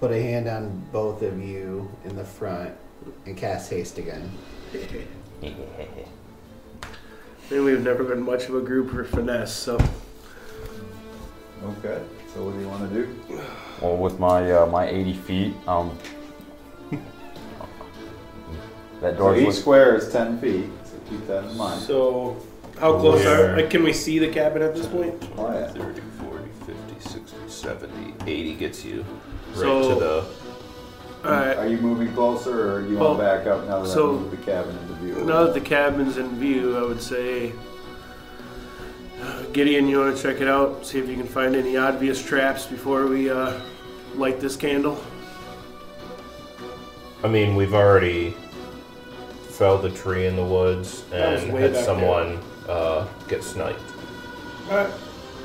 put a hand on both of you in the front and cast haste again.
I mean, we've never been much of a group for finesse, so
Okay. So what do you want to do?
Well, with my uh, my 80 feet, um, that
So
door.
each square is ten feet. So keep that in mind.
so. How close are? Like, can we see the cabin at this point?
Oh, yeah.
30, 40, 50, 60, 70, 80 gets you right
So-
to the.
All right.
Are you moving closer, or do you want to
Well,
back up now that
so-
I moved the cabin into view?
Now that the cabin's in view, I would say, uh, Gideon, you want to check it out, see if you can find any obvious traps before we uh, light this candle.
I mean, we've already felled a tree in the woods
That was
and
way
had
back
someone uh, get sniped.
All right.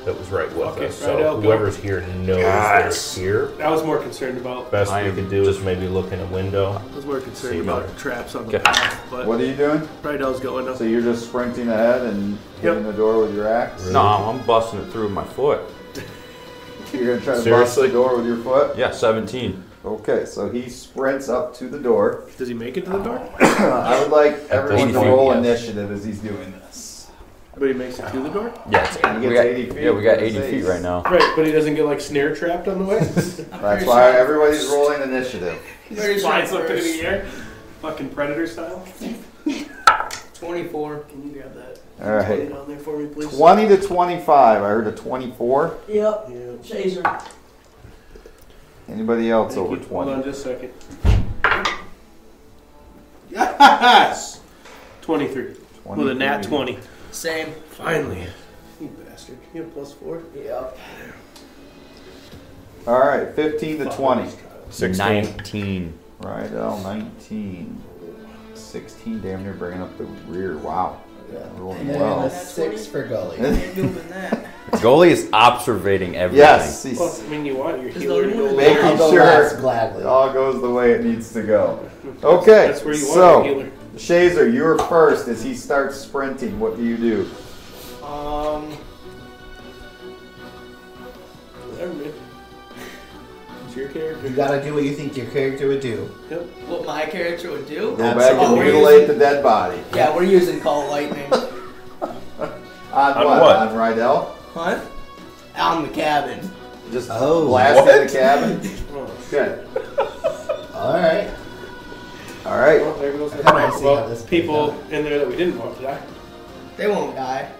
That was right with
Okay,
us. So
right, I'll go.
whoever's here knows
Yes.
they're here.
I was more concerned about.
Best
I
we
am
could do is maybe look in a window.
I was more
See
concerned
you
about
later.
traps on the
Okay.
path, but
What are you doing?
Rydell's going up.
So you're just sprinting ahead and hitting the door with your axe?
No, I'm I'm busting it through with my foot.
You're going to try to bust
Seriously?
the door with your foot?
Yeah, 17.
Okay, so he sprints up to the door.
Does he make it to the door?
I would like everyone to
point,
roll
yes.
initiative as he's doing this.
But he makes it to the door.
Yeah, it's
He
we
gets
got,
80 feet
Yeah, we got
for
80
his
feet
ace.
right now.
Right, but he doesn't get like snare trapped on the way.
That's why everybody's rolling initiative.
Very
Flies up into
first.
the air, fucking predator style.
24. Can you grab that?
All right.
Put it on there for me, please.
20 to 25. I heard a 24.
Yep.
Yeah.
Shazer.
Anybody else
Thank
over
you. Hold
20?
on just a second. Yes. Twenty-three with a nat
23.
twenty.
Same.
Finally. You bastard. You have plus four?
Yep.
All right, 15 to 20.
19.
Right, L 19. 16, damn near bringing up the rear. Wow. Yeah. Rolling
And then
well.
a six for Gully.
Ain't doing that.
Goalie is observating everything.
Yes, he's,
Well, I mean, you want your
Is
healer
the
to go
rule-
there.
Making
I'll go
sure.
last
it
gladly.
all goes the way it needs to go. Okay,
That's where you want
so
your healer.
Shazer, you're first as he starts sprinting. What do you do?
Um.
Whatever, man. It's your character.
You gotta do what you think your character would do.
Yep.
What my character would do?
Go back and
Absolutely.
mutilate the dead body.
Yeah, we're using call lightning.
On,
On
what?
what?
On Rydell?
What? Out in the cabin.
Just
Oh,
blasting the cabin?
Oh,
Good.
All right.
All right.
well, there goes the
I wanna see how
well,
this plays
people in there that we didn't want to die.
They won't die.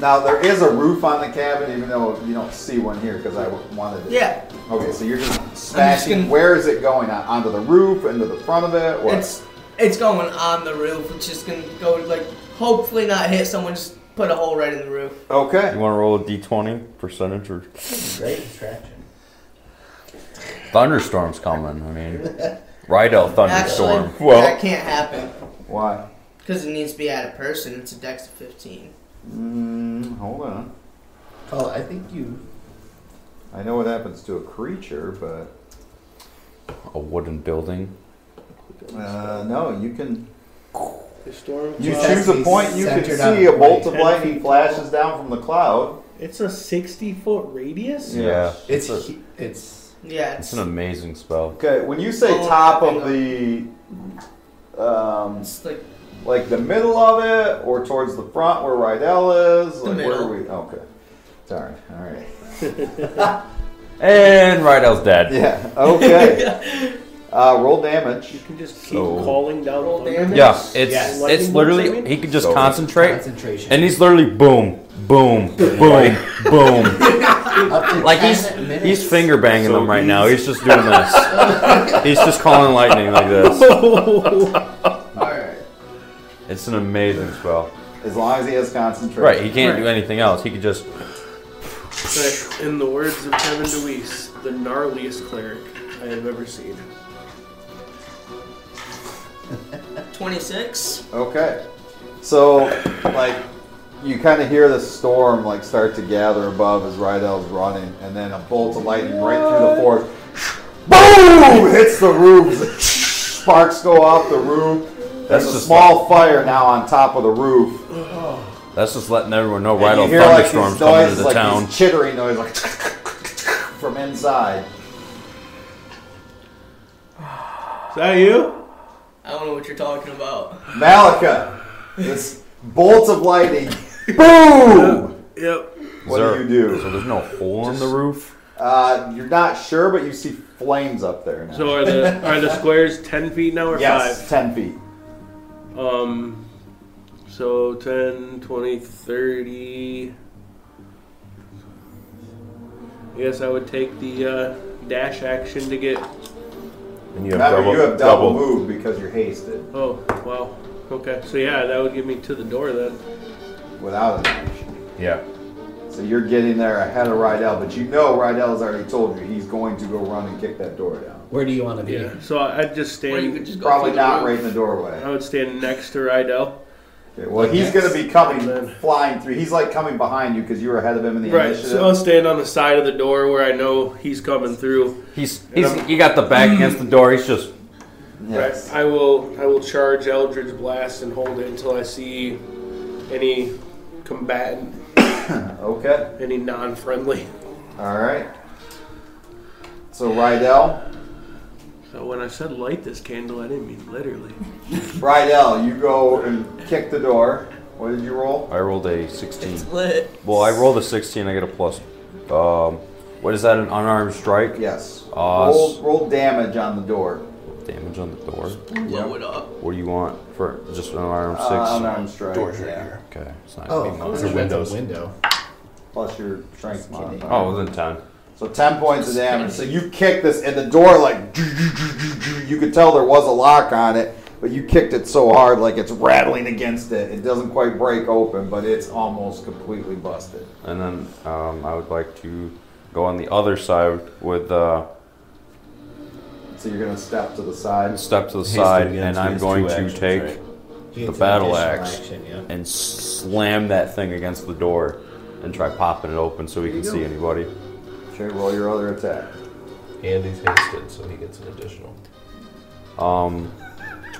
Now, there is a roof on the cabin, even though you don't see one here because I w- wanted it.
Yeah.
Okay, so you're just smashing.
gonna-
Where is it going? On- Onto the roof? Into the front of it? What?
It's it's going on the roof. It's just gonna go like hopefully not hit someone. Just put a hole right in the roof.
okay.
You want to roll a d20 percentage or
Great distraction.
thunderstorms coming? I mean, Rydell thunderstorm.
Actually, that can't happen.
Why?
Because it needs to be at a person. It's a dex of 15.
Mm, hold on.
Oh, I think you.
I know what happens to a creature, but
A wooden building.
uh, no, you can.
The storm.
You
Well,
choose a
that's
point you can
centered on
see. A
the
bolt of
right.
lightning flashes down from the cloud.
It's a 60 foot radius?
Yeah.
It's
a-
he- it's
Yeah,
It's
it's,
an amazing spell.
Okay, when you say
Oh,
top
hang
of
on.
the, um,
it's like
like the middle of it, or towards the front where Rydell is,
The
like where
middle.
are we? Okay, sorry. All right.
And Rydell's dead.
Yeah. Okay. uh, roll damage.
You can just keep
So-
calling down.
roll
thunder.
damage.
Yeah, it's
Yes.
it's
Lightning bolts, I
literally
mean?
he could just So- concentrate,
concentration.
and he's literally boom, boom, boom, boom.
Up to
Like
10
he's
minutes.
he's finger banging
So
them right now. He's just doing this. he's just calling lightning like this.
Alright.
It's an amazing spell.
As long as he has concentration.
Right, he can't do anything else. He could just
But in the words of Kevin DeWeese, the gnarliest cleric I have ever seen.
26.
Okay. So, like, you kind of hear the storm like start to gather above as Rydell's running, and then a bolt of lightning right through the forest. Boom! Hits the roof. Sparks go off the roof. There's
That's
a
just-
small fire now on top of the roof. And
that's just letting everyone know
you
Rydell
hear like these
thunderstorms coming to
noises,
the
like
town.
these chittering noise, like from inside.
Is that you?
I don't know what you're talking about.
Malika, this bolt of lightning. Boom!
Yep.
What
Is
do
there-
you do?
So there's no hole in the roof.
Uh, you're not sure, but you see flames up there. Now.
So are the are the squares ten feet now or
yes,
five?
ten feet.
Um, so 10, 20, 30. I guess I would take the uh, dash action to get.
And you have
Remember,
double.
you have double, move because you're hasted
Oh, wow. Okay, so yeah, that would get me to the door then.
without an action.
Yeah.
So you're getting there ahead of Rydell, but you know Rydell's already told you he's going to go run and kick that door down.
Where do you want to be?
Yeah. So I- I'd just
Or you could
stand.
just go
Probably
through the
not right
roof.
in the doorway.
I would stand next to Rydell.
Okay, well, he's
Yes.
going to be coming,
Then-
flying through. He's like coming behind you because you were ahead of him in the
Right.
initiative.
So I'll stand on the side of the door where I know he's coming through.
He's he's he got the back against the door. He's just
yes.
I will I will charge Eldridge Blast and hold it until I see any combatant,
Okay.
any non-friendly.
All right. So Rydell,
So when I said light this candle, I didn't mean literally.
Rydell, you go and kick the door. What did you roll?
I rolled a 16.
It's lit.
Well, I rolled a 16. I get a plus. Um, what is that? An unarmed strike?
Yes.
Uh,
roll, roll damage on the door.
Damage on the door.
Blow it up.
What do you want for just an unarmed six?
Uh, unarmed strike. yeah.
okay, it's not
Oh,
gonna be much.
it's
Through
a
windows.
window.
Plus your strength modifier.
Oh, within 10.
So 10 points of damage. So you kick this, and the door, like, you could tell there was a lock on it, but you kicked it so hard, like, it's rattling against it. It doesn't quite break open, but it's almost completely busted.
And then um, I would like to go on the other side with uh,
So you're going to step to the side.
step to the
Hasted
side, and
against
I'm
these
going
two
to
actions,
take
right?
The
battle axe.
yeah.
and slam that thing against the door and try popping it open so we can see anybody.
Okay, roll your other attack.
And he's hasted, so he gets an additional.
Um,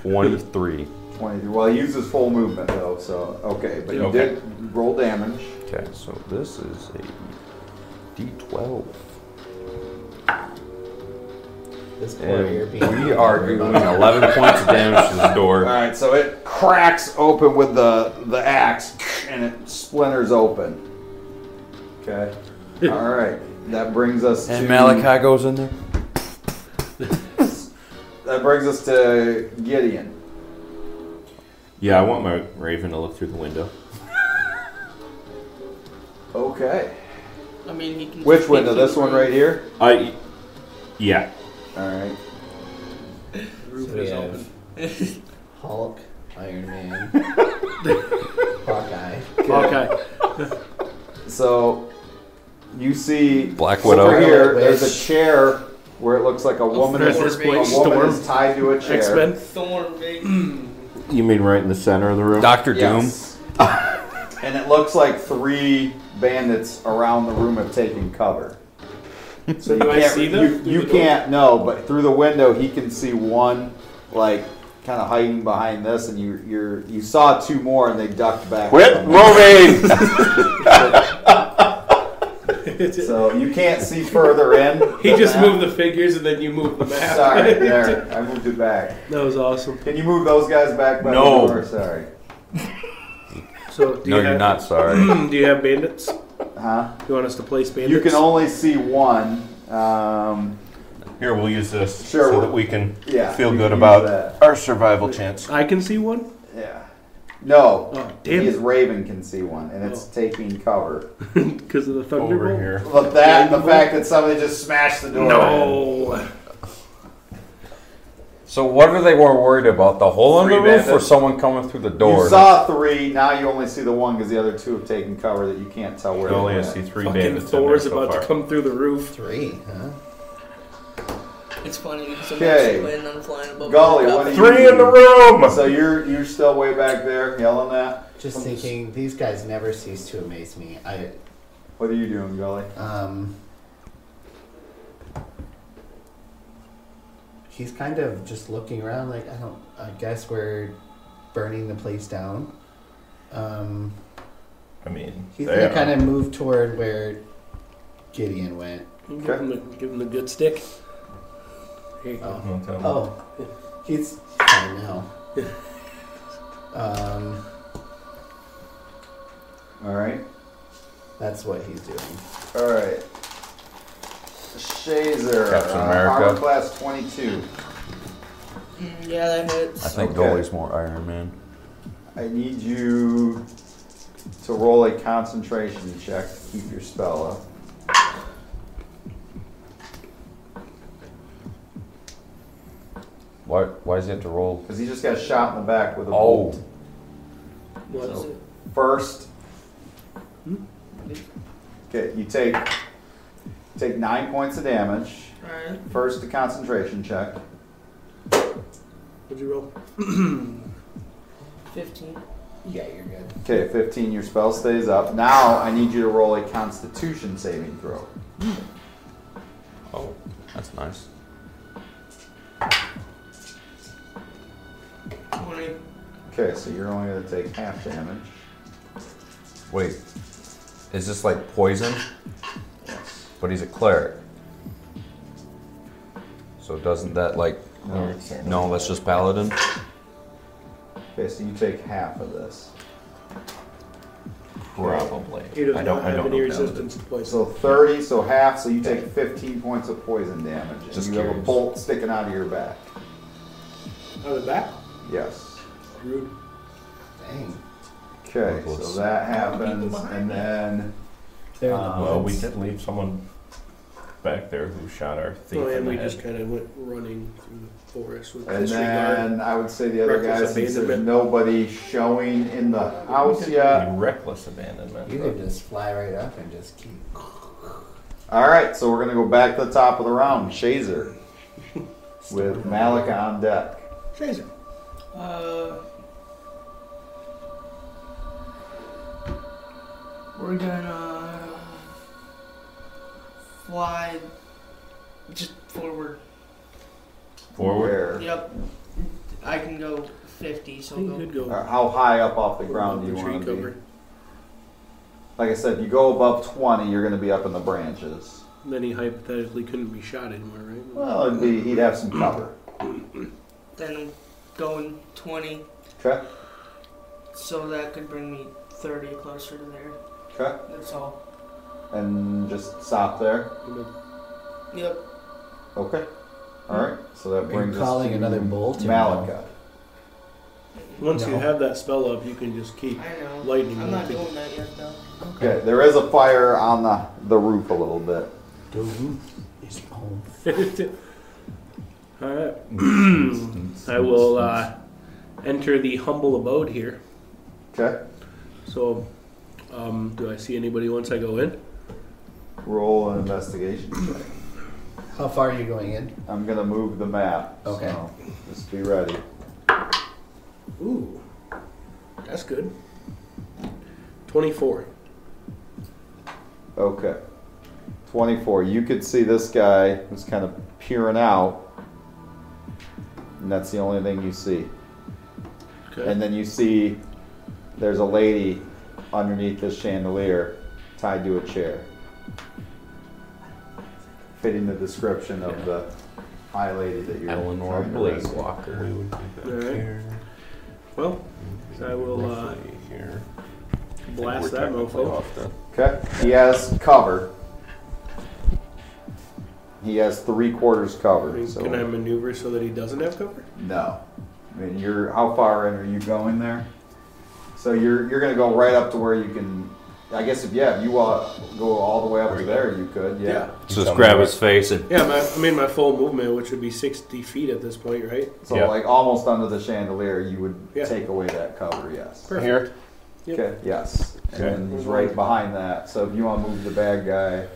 23.
23. Well, he uses full movement, though, so, okay. But you
Okay.
did roll damage.
Okay, so this is a D12.
This poor
And
Airbnb.
we are doing 11 points of damage to the
All
door.
right, so it cracks open with the the axe, and it splinters open. Okay. All right, that brings us to
And Malachi goes in there.
That brings us to Gideon.
Yeah, I want my raven to look through the window.
Okay.
I mean, he can.
Which window? This one right here.
I. Yeah.
All right.
The roof
So we
is
have-
open.
Hulk, Iron Man, Hawkeye.
Okay.
So you see
Black
over
Widow.
here.
Widow.
There's a chair where it looks like a woman
there's
is
this point,
a woman
Storm.
is tied to a chair.
X Men.
Thorn, baby.
You mean right in the center of the room?
Doctor Doom.
Yes. and it looks like three bandits around the room have taken cover. So you
Do I
can't,
see them
You,
through
you
the door?
can't know, but through the window he can see one, like kind of hiding behind this, and you you're, you saw two more and they ducked back.
Quit moving!
So you can't see further in.
He
than
just
that.
moved the figures and then you moved the map.
Sorry, there. I moved it back.
That was awesome.
Can you move those guys back by
No.
the door? Sorry.
So do
No,
you
you're
have, Hmm,
not sorry.
do you have bandits? Do
Huh?
you want us to place bandits?
You can only see one. Um,
Here, we'll use this
Sure,
so
we'll-
that we can
yeah.
feel
we
good
can use
about
that.
our survival chance.
I can see one.
Yeah. No.
Oh damn!
His Raven can see one, and it's taking cover.
Because of the
Over
thunderbolt.
here.
But that and the fact that somebody just smashed the door.
No.
So what are they more worried about? The hole in the
Three
roof or
bandits.
someone coming through the
in.
door?
You saw three. Now you only see the one because the other two have taken cover that you can't tell where.
I only
they
see
went.
three
Fucking
bandits in there
Thor's
so
about
far.
to come through the roof.
Three, huh?
It's funny because I'm
Okay.
actually planning on flying above
Golly,
the
what
top.
do you
Three in the room.
So you're you're still way back there yelling that.
Just thinking, these guys never cease to amaze me. I
What are you doing, Golly?
um. He's kind of just looking around, like I don't. I guess we're burning the place down. Um,
I mean,
he's
they
gonna
are.
kind of move toward where Gideon went.
Give him the give him the good stick. Here you go.
Oh,
Don't tell me.
oh, he's fine now. Um,
All right,
that's what he's doing.
all right. Shazer,
Captain
uh,
America.
armor class twenty-two.
Mm, yeah, that
I
hits.
think
Okay.
goalie's more Iron Man.
I need you to roll a concentration check to keep your spell up.
Why? Why does he have to roll?
Because he just got shot in the back with a
Oh,
bolt.
What is it?
First. Okay, you take take nine points of damage.
Alright.
First, a concentration check.
Would you roll?
15.
Yeah, you're good.
Okay, 15, your spell stays up. Now, I need you to roll a constitution saving throw.
oh, that's nice.
20.
Okay, so you're only going to take half damage.
Wait, is this like poison? But he's a cleric. So doesn't that like? No, that's just paladin.
Okay, so you take half of this.
Probably.
He does
I don't.
not
I
have
don't
any
know. paladin.
resistance to poison.
So 30, so half, so you take 15 points of poison damage. and
Just
you have a
curious.
bolt sticking out of your back.
Out of the back.
Yes.
Rude.
Dang.
Okay, so
Looks-
that happens, and then
They're
Um,
Uh, Well, we did leave someone back there who shot our thief
Oh,
in
and
the
we
head.
just kind of went running through the forest with
and
disregard.
then I would say the other
Reckless
guys since there's
abandonment.
nobody showing in the house yet.
You reckless abandonment.
You could just fly right up and just keep.
All right, so we're gonna go back to the top of the round, Shazer, with Malik on deck.
Chaser.
Uh, we're gonna fly just forward.
Forward.
Where?
Yep, I can go 50, so
You
go.
could go.
or uh, How high up off the ground
above
do you
the tree
want to
cover.
be? Like I said, you go above 20, you're gonna be up in the branches.
Then he hypothetically couldn't be shot anywhere, right?
Well, it'd be he'd have some cover.
Then going 20,
Okay,
so that could bring me 30 closer to there.
okay,
That's all.
and just stop there.
Yep.
Okay. All right. So that
Are you
brings us
calling
to
another bolt? or no?
Malika.
Once you
No.
have that spell up, you can just keep.
I know.
Lightning
I'm not
bolting.
doing that yet, though.
Okay. There is a fire on the the roof a little bit.
The roof is on
All right. I will uh, enter the humble abode here.
Okay.
So, um, do I see anybody once I go in?
Roll an investigation check.
How far are you going in?
I'm gonna move the map.
Okay.
So just be ready.
Ooh, that's good. 24.
Okay. 24. You could see this guy who's kind of peering out, and that's the only thing you see.
Okay.
And then you see there's a lady underneath this chandelier tied to a chair.
Fitting the description of the high lady that you're
Eleanor
trying to
Blake
rescue.
Walker.
All right. Well, I will uh, blast that mofo.
Okay. He has cover. He has three quarters
I
cover.
mean,
So
Can I maneuver so that he doesn't have cover?
no. I mean, you're how far in are you going there? So you're you're gonna go right up to where you can. I guess if yeah, if you uh, go all the way up to there, you could. Yeah.
So just grab his face and
Yeah, my, I mean, my full movement, which would be 60 feet at this point, right?
So
Yeah.
like almost under the chandelier, you would
Yeah.
take away that cover. Yes.
Perfect.
Here.
Yep.
Okay. Yes.
Okay.
And then he's right behind that. So if you want to move the bad guy,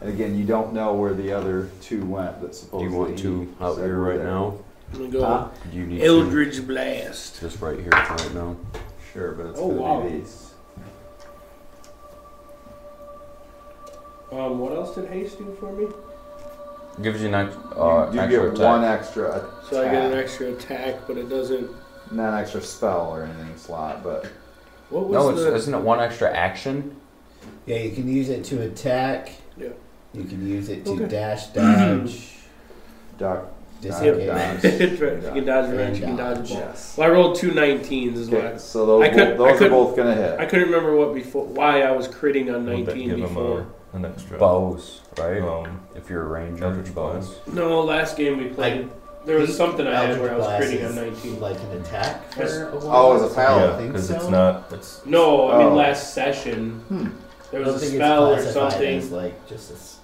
and again, you don't know where the other two went. That
Do
supposedly
you want to
he
out
said
here
were
right
there.
now?
I'm going to go
Huh?
Do you need to?
Eldridge Blast.
Just right here for right now.
Sure, but it's
Oh,
gonna
wow.
be these.
Um, what else did haste do for me?
Gives you an act-
You
uh,
do
extra
get
attack.
one extra, attack,
So I get an extra attack, but it doesn't.
not an extra spell or anything slot, but
What was
No, it's,
the.
isn't it one extra action?
Yeah, you can use it to attack.
Yeah.
You can use it to
Okay.
dash, dodge,
duck.
disengage.
dodge.
Right, she can dodge
And
range, she can dodge
dodge.
ball.
Yes.
Well, I rolled two 19s, is
Okay,
what
so those,
I could-
bo-
I
those are
could-
both gonna
I, I
hit.
couldn't remember what before why I was critting on
Would that
19
give him
before.
a, an extra
Bows, right?
um,
if you're a ranger,
Eldritch
bows.
Blast?
No, last game we played, there was
think
something I had
Eldritch
where I was
Blast
critting
is
on 19.
Like an attack
Yes.
for a
Oh, as a paladin.
I
Yeah,
think
because
so.
it's not. It's
No, I mean
Oh.
last session there
I
was
don't
a
think
spell or
it's classified
something,
As like just a s-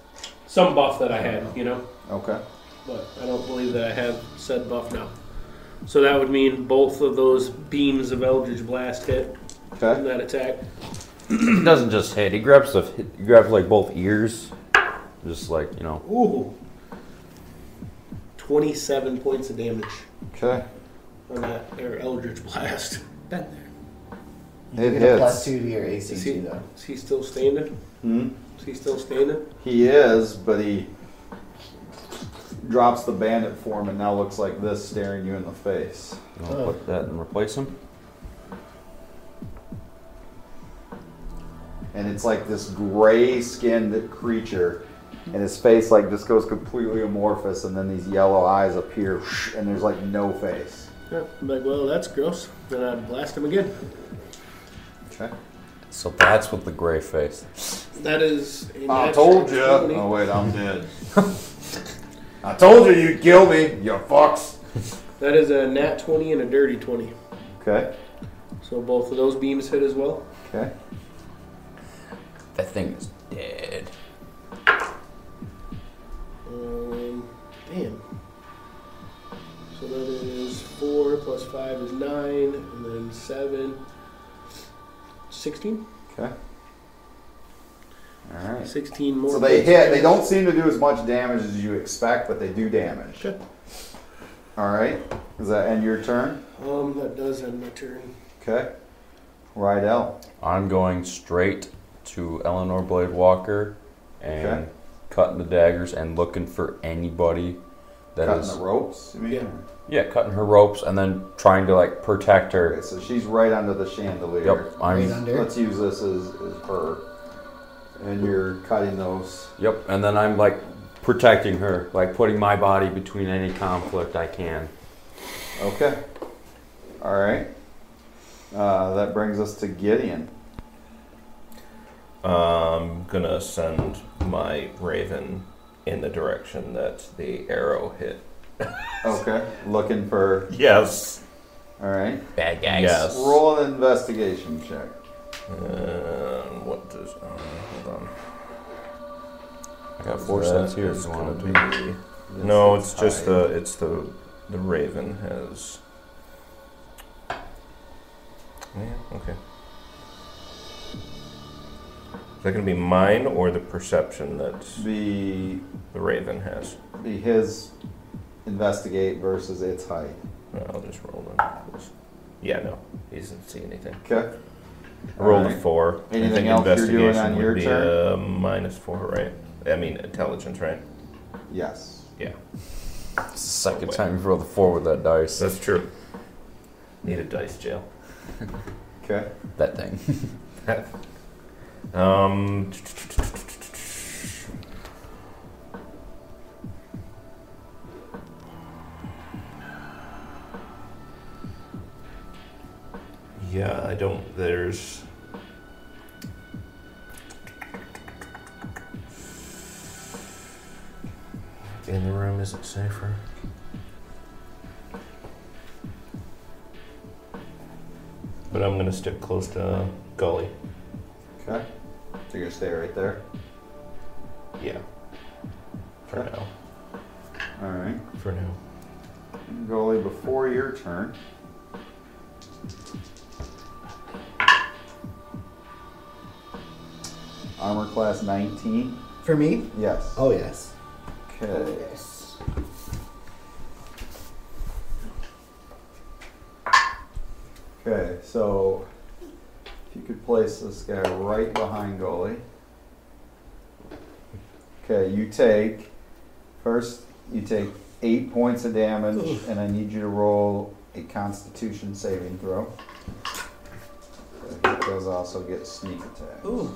some buff that I had, you know.
Okay.
But I don't believe that I have said buff now. So that would mean both of those beams of Eldritch Blast hit in
Okay.
that attack.
He doesn't just hit. He grabs the. He grabs like both ears, just like you know.
Ooh. 27 points of damage
Okay.
on that or Eldritch Blast. Been there.
It
you get a plus
hits.
two to your AC
Is he-
too, though.
Is he still standing?
Hmm?
Is he still standing?
He is, but he drops the bandit form and now looks like this, staring you in the face.
You wanna put that and replace him.
And it's like this gray-skinned creature, and his face like just goes completely amorphous, and then these yellow eyes appear, and there's like no face.
Yeah. I'm like, well, that's gross. Then I blast him again.
Okay.
So that's what the gray face.
That is. a
I
natural
told you.
20.
Oh wait, I'm dead. I told you you'd kill me, you fucks.
That is a nat 20 and a dirty 20.
Okay.
So both of those beams hit as well.
Okay.
That thing is dead.
Um, damn. So that is 4 plus 5 is 9, and then 7. 16?
Okay. All right.
16 more.
So they
points.
hit. They don't seem to do as much damage as you expect, but they do damage.
Okay.
All right. Does that end your turn?
Um, that does end my turn.
Okay. Rydell.
I'm going straight to Eleanor Blade Walker and
Okay.
cutting the daggers and looking for anybody that
cutting
is
the ropes. You mean?
Yeah.
yeah cutting her ropes and then trying to like protect her.
Okay, so she's right under the chandelier.
Yep, I'm
Right under.
Let's use this as, as her. And you're cutting those.
Yep, and then I'm like protecting her, like putting my body between any conflict I can.
Okay. All right. Uh, that brings us to Gideon.
I'm um, gonna send my raven in the direction that the arrow hit.
Okay. Looking for.
Yes.
All right.
Bad guys.
Yes.
Roll an investigation check.
And what does? Uh, hold on.
I got four
That
cents here if
is
you want
gonna
to do.
be- No, it's
high.
just uh, the it's the the raven has. Yeah. Okay. Is that gonna be mine or the perception that
The
the raven has?
be his investigate versus its height.
No, I'll just roll them. Yeah, no, he doesn't see anything.
Okay.
I rolled
Alright.
a four. I
Anything
think
else you're doing
investigation
on
would
your
be
turn?
uh, minus four, right? I mean intelligence, right?
Yes.
Yeah,
It's the second time you've rolled a four with that dice.
that's true. Need a dice jail.
Okay.
That thing.
um, yeah, I don't. There's. In the room isn't safer. But I'm gonna stick close to Gully.
Okay. So you're gonna stay right there.
Yeah. For now.
All right.
For now.
Goalie, before your turn. Armor class 19.
For me?
Yes.
Oh, yes.
Okay.
Yes.
Okay. So if you could place this guy right behind goalie. Okay. You take first. You take eight points of damage, and I need you to roll a Constitution saving throw. Does also get sneak attack.
Ooh.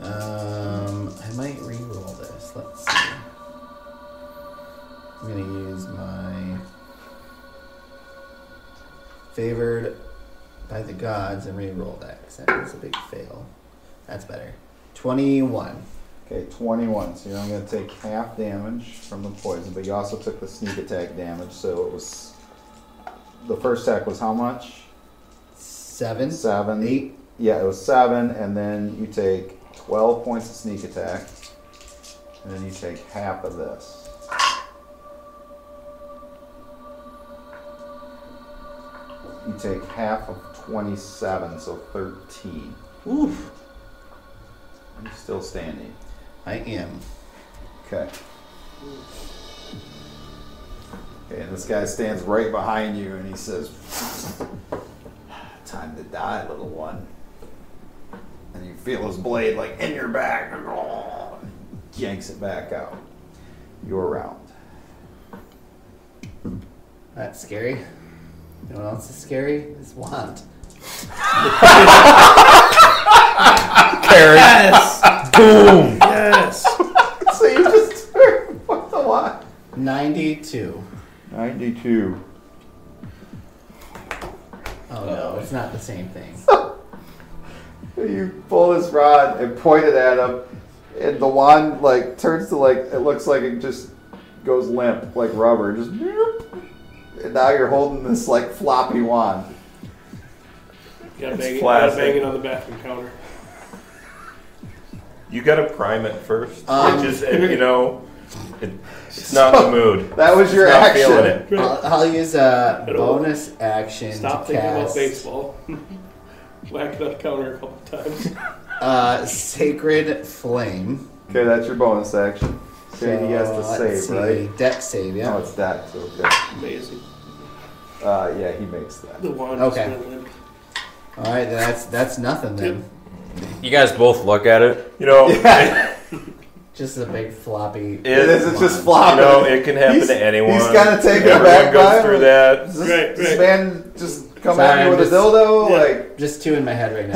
Um, I might re-roll this. Let's see. I'm gonna use my favored by the gods and re-roll that because that was a big fail. That's better. Twenty-one.
Okay, 21. So you're only going to take half damage from the poison, but you also took the sneak attack damage. So it was. The first attack was how much?
Seven.
Seven.
Eight.
Yeah, it was seven, and then you take 12 points of sneak attack, and then you take half of this. You take half of 27, so 13.
Oof.
You're still standing.
I am.
Okay. Okay, and this guy stands right behind you and he says, Time to die, little one. And you feel his blade like in your back. Yanks it back out. You're round.
That's scary. You know what else is scary? Is wand.
so you just turn. What the what?
Ninety-two.
92.
Oh no, it's not the same thing.
You pull this rod and point it at him, and the wand like turns to like it looks like it just goes limp like rubber, just. bloop. And now you're holding this like floppy wand.
Gotta bang, it, gotta
plastic.
bang it on the bathroom counter.
You gotta prime it first.
Um,
which is, uh, you know, it, it's not the mood.
That was your
It's not
action.
feeling it.
I'll, I'll use a bonus action
Stop
to
thinking about
cast
baseball. Whack it on the counter a couple times.
uh, Sacred Flame.
Okay, that's your bonus action. Okay, he has
So,
to
let's
save, right?
see. Deck save, yeah.
No, it's that. So okay.
Amazing.
Uh, yeah, he makes that.
The wand
Okay.
is gonna limp.
All right, then that's that's nothing then.
You guys both look at it.
You know,
Just a big floppy.
It is,
it's just
you
flopping.
know, it can happen
He's-
to anyone.
he's gotta take it
Everyone
back
goes
by
through
him.
that.
Does this,
Right,
this
right.
man just come
Sorry,
at me
I'm
with a
just-
dildo?
Yeah.
Like,
Just two in my head right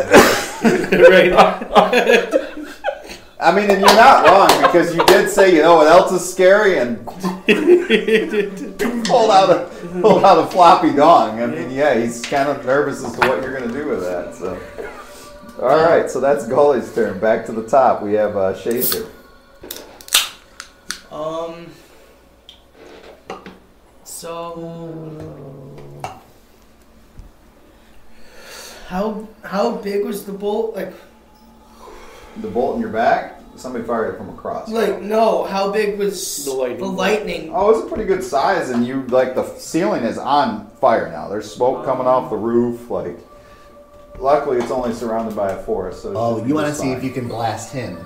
now.
right.
I mean, and you're not wrong because you did say, you know what else is scary, and pulled out a pulled out a floppy dong. I mean, yeah, he's kind of nervous as to what you're gonna do with that. So, all right, so that's Gully's turn. Back to the top, we have uh, Shazer.
Um. So. How how big was the bolt? Like
The bolt in your back. Somebody fired it from across.
like no, how big was
The lightning bolt.
lightning?
Oh, it's a pretty good size, and you like the ceiling is on fire now. There's smoke coming off the roof. Like, luckily, it's only surrounded by a forest. So it
Oh,
should
you
be
want to
just
see
fine.
if you can blast him?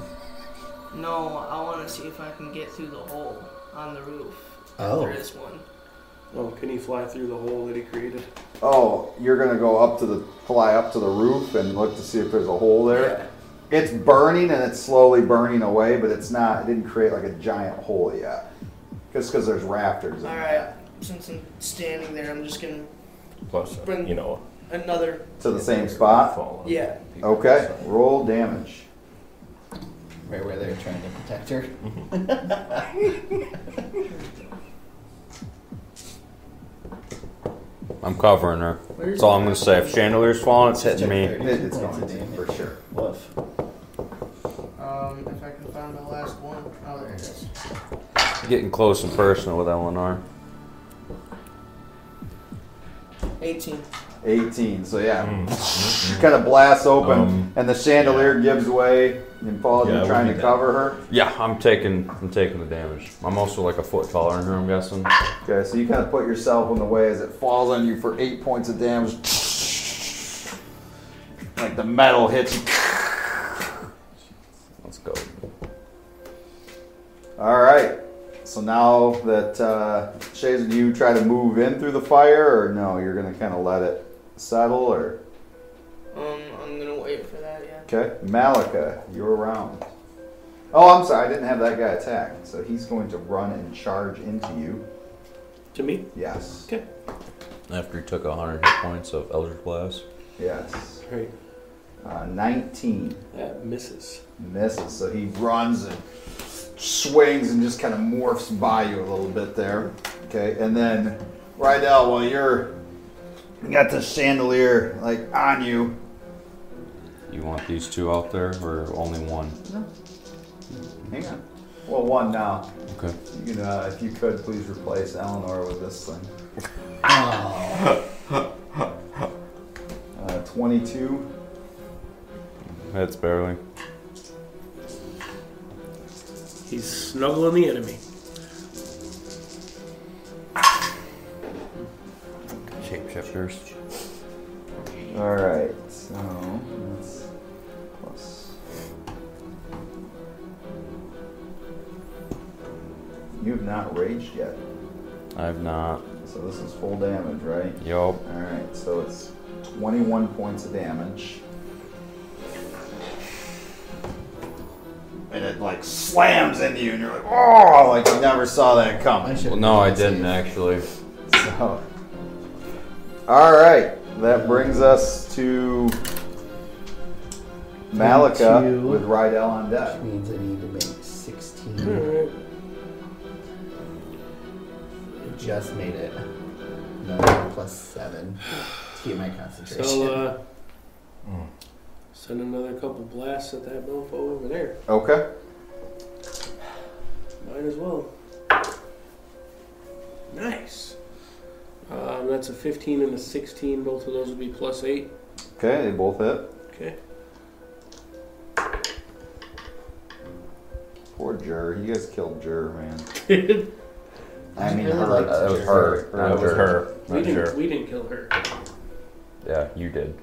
No, I want to see if I can get through the hole on the roof.
Oh.
There is one.
Oh, can he fly through the hole that he created?
Oh, you're gonna go up to the fly up to the roof and look to see if there's a hole there. It's burning and it's slowly burning away, but it's not. It didn't create like a giant hole yet, just because there's rafters. In
All
there.
right. Since I'm standing there, I'm just gonna
Plus, uh,
Bring-
you know,
another.
To the same spot.
fall.
Yeah.
Okay. Roll damage.
Right where they're trying to protect her.
I'm covering her. That's all I'm gonna say. If chandelier's falling, it's hitting me.
It- It's going to for sure.
Woof.
Um, if I can find the last one. Oh, there it is.
Getting close and personal with Eleanor.
18.
18. So yeah, kind of blasts open,
Hmm. Um,
and the chandelier gives way. And Paul,
Yeah,
you're
we'll
trying
do
to
that.
cover her.
Yeah, I'm taking. I'm taking the damage. I'm also like a foot taller than her. I'm guessing.
Okay, so you kind of put yourself in the way as it falls on you for eight points of damage. Like the metal hits you.
Let's go.
All right. So now that uh, Shazen, do you try to move in through the fire, or no? You're gonna kind of let it settle, or
Um, I'm gonna wait for that. Yeah.
okay? Malika, you're around. Oh, I'm sorry. I didn't have that guy attacked. So he's going to run and charge into you.
To me?
Yes.
After he took 100 hit points of Eldritch Blast.
Yes.
Right.
Uh, 19.
That misses.
misses. So he runs and swings and just kind of morphs by you a little bit there. Okay, and then Rydell, while you're you got the chandelier like on you,
You want these two out there, or only one?
hang on. Well, one now.
Okay.
You can, uh, if you could, please replace Eleanor with this thing. Uh, 22.
That's barely.
He's snuggling the enemy.
Shapeshifters.
All right, so that's plus. You have not raged yet,
I've not.
so this is full damage, right?
Yup.
All right, so it's 21 points of damage. And it like slams into you, and you're like, oh, like you never saw that
I
coming.
should
Well, no, I didn't actually.
So, all right, that brings us to Malika
22.
with Rydell on deck.
Which means I need to make 16.
Hmm.
Just made it. No, plus 7 to get my concentration.
So, uh, send another couple blasts at that mofo over there.
Okay.
Might as well. Nice. Um, that's a 15 and a 16. Both of those would be plus 8.
Okay, they both hit.
Okay.
Poor Jur. You guys killed Jur, man.
I
I mean,
really
her.
like
That was
Jur.
her.
That was her.
We
Not
didn't,
sure.
we didn't kill her.
Yeah, you did.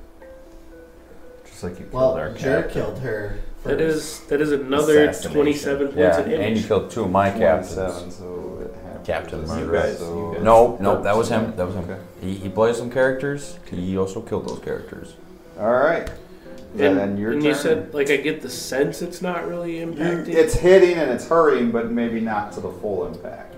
Just like you killed our
well, Jer
cat.
killed her.
That
first.
is that is another
Assassination.
27 points
Yeah,
in
and you
image.
killed two of my captains.
27, so it happens.
Captain
So
Murder.
it's-
You guys-
No, no, that was him. That was him.
Okay.
He, he plays some characters. He also killed those characters.
All right. And then your
and
turn.
you said like I get the sense it's not really
You-
impacting.
it's hitting and it's hurting, but maybe not to the full impact.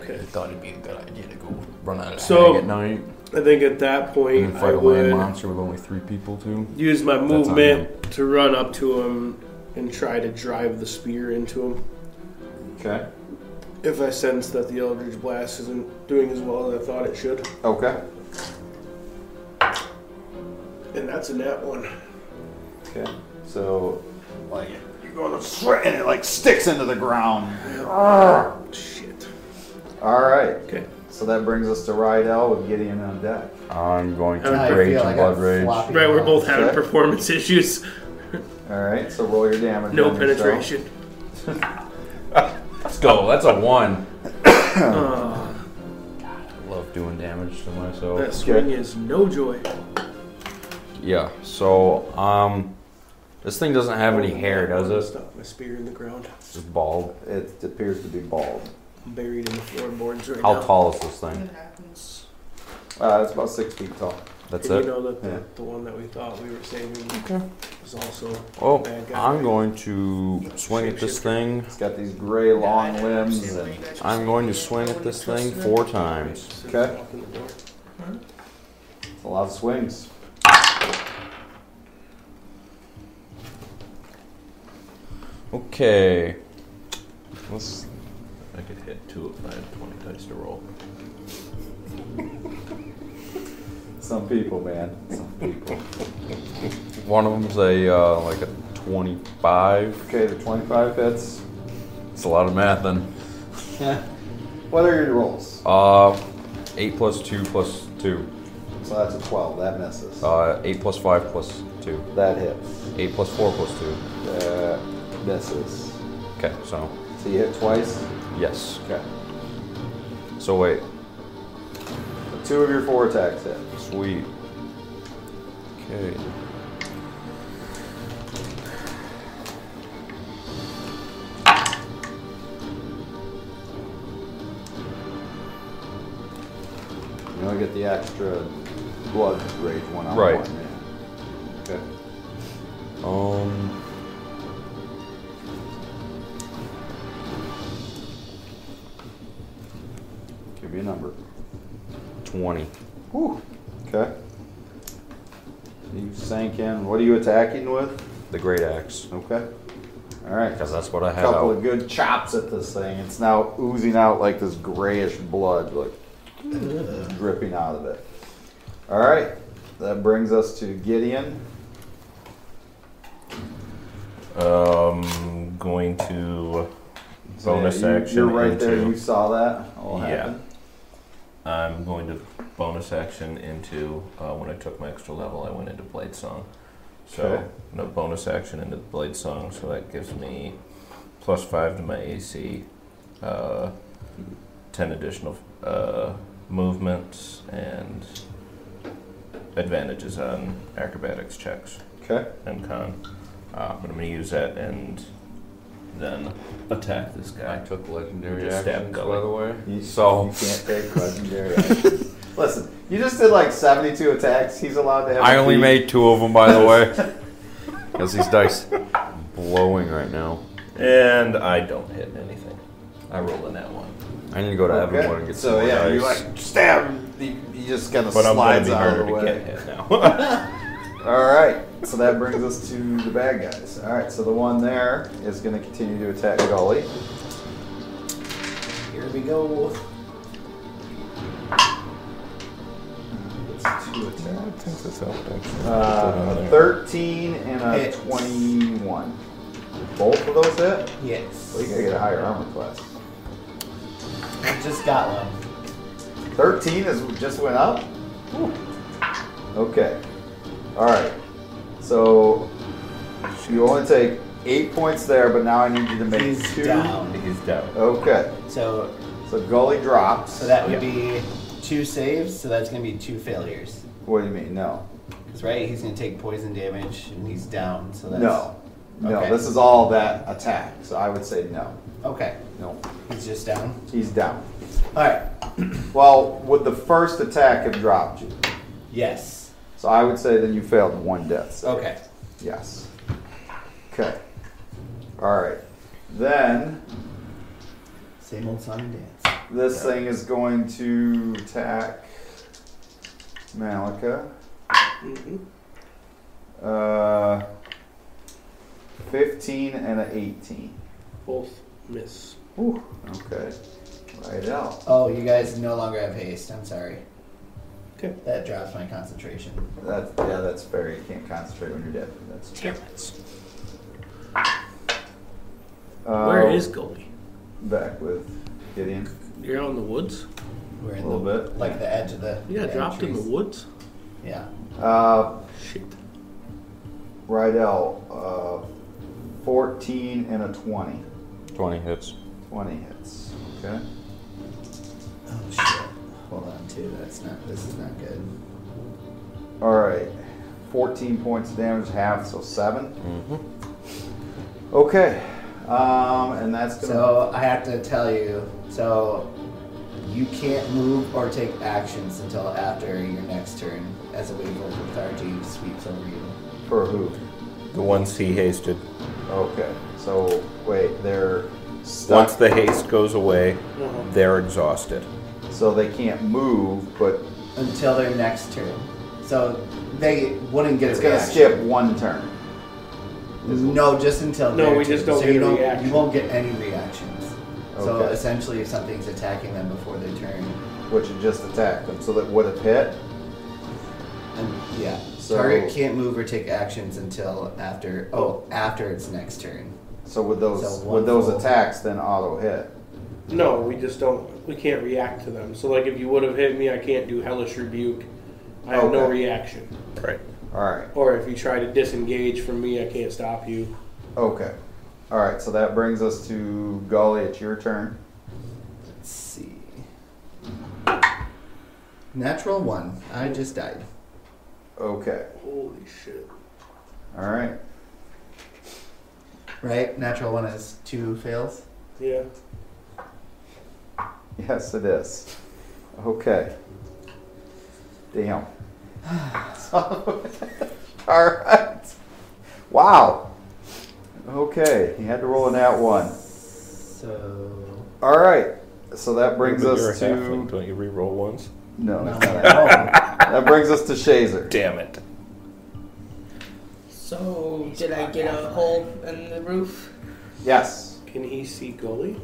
okay.
Thought it'd be a good idea to go run out of
So-
so, at night
I think at that
and
point
then
I
fight a land
would
monster with only three people too.
use my
on
movement to run up to him and try to drive the spear into him.
Okay.
If I sense that the Eldritch Blast isn't doing as well as I thought it should,
Okay.
and that's a net one.
Okay. So, like, you go to sweat and it like sticks into the ground. Arrgh.
Shit.
All right.
Okay.
So that brings us to Rydell with Gideon on deck.
I'm going to
Uh,
How do I
rage
feel?
and
I got
blood rage.
floppy
Right, we're
balls.
both having
Oh, Okay.
performance issues.
All right. So roll your damage.
No
on yourself.
penetration.
Let's go. That's a one.
Ah,
I love doing damage to myself.
That swing is no joy.
Yeah. So, um, this thing doesn't have any hair, does it?
Stop my spear in the ground.
It's just bald.
It appears to be bald.
I'm buried in the floorboards right
How
now.
tall is this thing?
It happens.
Uh, it's about six feet tall.
That's
and
it.
you know that the,
Yeah.
the one that we thought we were saving was also a
Oh,
bad guy.
I'm going to swing at this thing.
It's got these gray long limbs and
I'm going to swing at this thing four times.
Okay.
Walk in the door.
a lot of swings.
Okay.
Let's, I could hit two if I had 20 dice to roll.
Some people, man. Some people.
One of them's a uh, like a 25.
Okay, the 25 hits.
It's a lot of math then.
What are your rolls?
Uh, eight plus two plus two.
So that's a 12. That misses.
Uh, eight plus five plus two.
That hits.
Eight plus four plus two.
That misses.
Okay, so
So you hit twice.
yes.
Okay.
So wait,
Two of your four attacks hit.
sweet. Okay.
You only get the extra blood rage one on
Right.
one. yeah. Okay.
Um.
Give me a number.
20.
Whew. Okay. You sank in. What are you attacking with?
The great axe.
Okay. All right.
Because that's what I had
couple of
out.
good chops at this thing. It's now oozing out like this grayish blood, like dripping out of it. All right, that brings us to Gideon.
Um, going to.
So, yeah,
Bonus
you,
action
You're right there.
into-
You saw that all
Yeah.
happen.
I'm going to bonus action into. Uh, when I took my extra level, I went into Blade Song. So,
Okay.
no bonus action into the Blade Song, so that gives me plus five to my AC, uh, 10 additional uh, movements, and advantages on acrobatics checks
Okay.
and con. Uh, but I'm going to use that and then attack this
I
guy.
took legendary
Just stab
actions, by
gullet.
the way.
You,
So-
you can't take legendary. actions. Listen, you just did like 72 attacks. He's allowed to have.
I
a
only
feat.
made two of them, by the way. Because these dice blowing right now.
And I don't hit anything. I roll in that one.
I need to go to
Okay.
Evan one and get some
so
more
yeah, you
dice.
like stab. him. He, he just kind of
But I'm going
slides
to be
out of
harder
the
to
way.
get hit now.
All right, so that brings us to the bad guys. All right, so the one there is going to continue to attack Gully.
Here we go.
It's two attacks.
That's out, actually.
Uh, a 13 and a
Hits.
21. Both of those hit?
Yes.
Well, you gotta get a higher armor class.
I just got one.
13 is just went up? Whew. Okay. All right. So you only take eight points there, but now I need you to make
He's
two.
down.
He's down.
Okay.
So,
So Gully drops.
so that would be two saves. So that's gonna be two failures.
What do you mean? No.
Cause right, he's gonna take poison damage and he's down. So that's
No. No,
Okay.
this is all that attack. So I would say no.
Okay,
No.
he's just down.
He's down.
All right.
Well, would the first attack have dropped you?
Yes.
So I would say then you failed one death. save.
Okay.
Yes. Okay. All right. Then
Same old song and dance.
this thing is going to attack Malika.
Mm-hmm.
Uh, 15 and an 18.
Both miss.
Whew. Okay. Right out.
Oh, you guys no longer have haste. I'm sorry.
Okay.
That drops my concentration.
That's, yeah, that's fair. You can't concentrate when you're dead. That's true. Uh,
Where is Goldie?
back with Gideon?
You're out in the woods.
We're in
A little
the
bit.
like the edge of the.
You got
the
dropped in the
trees.
woods.
Yeah.
Uh,
Shit.
Rydell, uh, 14 and a 20.
20 hits.
20 hits. Okay.
Oh shit. Hold on, too. That's not. This is not good.
All right. 14 points of damage, half, so 7. Okay. Um, and that's gonna.
So I have to tell you, so you can't move or take actions until after your next turn as a wave of lethargy sweeps over you.
for who?
The ones he hasted.
Okay. So wait, they're stuck.
Once the haste goes away, they're exhausted.
So they can't move, but
Until their next turn. So they wouldn't get
it's
a
gonna
reaction.
skip one turn.
No, just until
No,
their
we just
turn.
don't
so
get
you
a
don't,
reaction.
You won't get any reactions. So
Okay.
essentially, if something's attacking them before their turn,
Which had just attacked them, so that would have hit.
and yeah,
So-
target can't move or take actions until after. Oh, after its next turn.
So with those
So one
with those
full-
attacks, then auto hit.
No, we just don't. We can't react to them. So, like, if you would have hit me, I can't do hellish rebuke. I have no
Okay.
reaction.
Right.
All right.
Or if you try to disengage from me, I can't stop you.
Okay. All right. So that brings us to Golly. It's your turn.
Let's see. Natural one. I just died.
Okay.
Holy shit!
All right.
Right? Natural one is two fails.
Yeah.
Yes, it is. Okay. Damn. So- all right. Wow. Okay. You had to roll in that one.
So.
All right. So that brings
But
us
you're a
to
halfling, Don't you re-roll ones?
no.
No,
it's not that.
no.
that brings us to Shazer.
Damn it.
So, did I get a hole in the roof?
Yes.
Can he see Gully?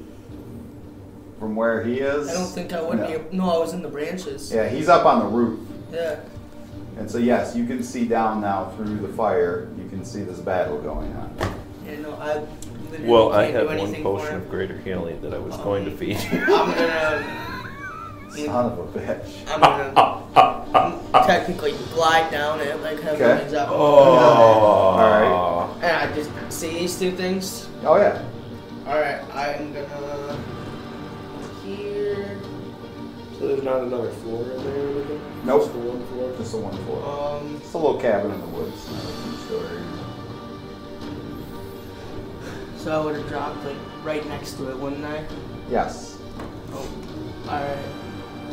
From where he is.
I don't think I would
No.
be. ab- No, I was in the branches.
Yeah, he's up on the roof.
Yeah.
And so, yes, you can see down now through the fire. You can see this battle going on.
Yeah, no, I literally
Well, I
can't
had
do
one
anything
potion
for
of
him. Oh.
greater healing that I was going to feed. you.
I'm gonna,
Son of a bitch.
I'm gonna technically glide down it, like have
Okay.
my legs
Oh.
up.
All
right.
And I just see these two things.
Oh, yeah.
Alright, I'm gonna. Here.
So there's not another floor in there or anything.
Nope.
Just the one floor.
Just a one floor.
Um.
It's a little cabin in the woods. not a two-story.
So I would have dropped like right next to it, wouldn't I?
Yes.
Oh. Alright.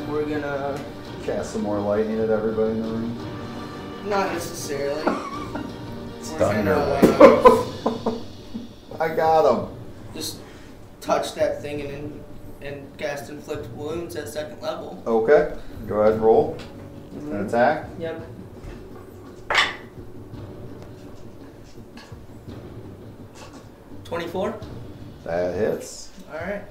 We're gonna.
Cast some more lightning at everybody in the room.
Not necessarily. We're
thunder.
Gonna, uh,
I got him.
just touch that thing and and cast inflict wounds at second level.
Okay. Go ahead and roll.
Mm-hmm.
An attack.
Yep. Twenty-four.
That hits.
All right.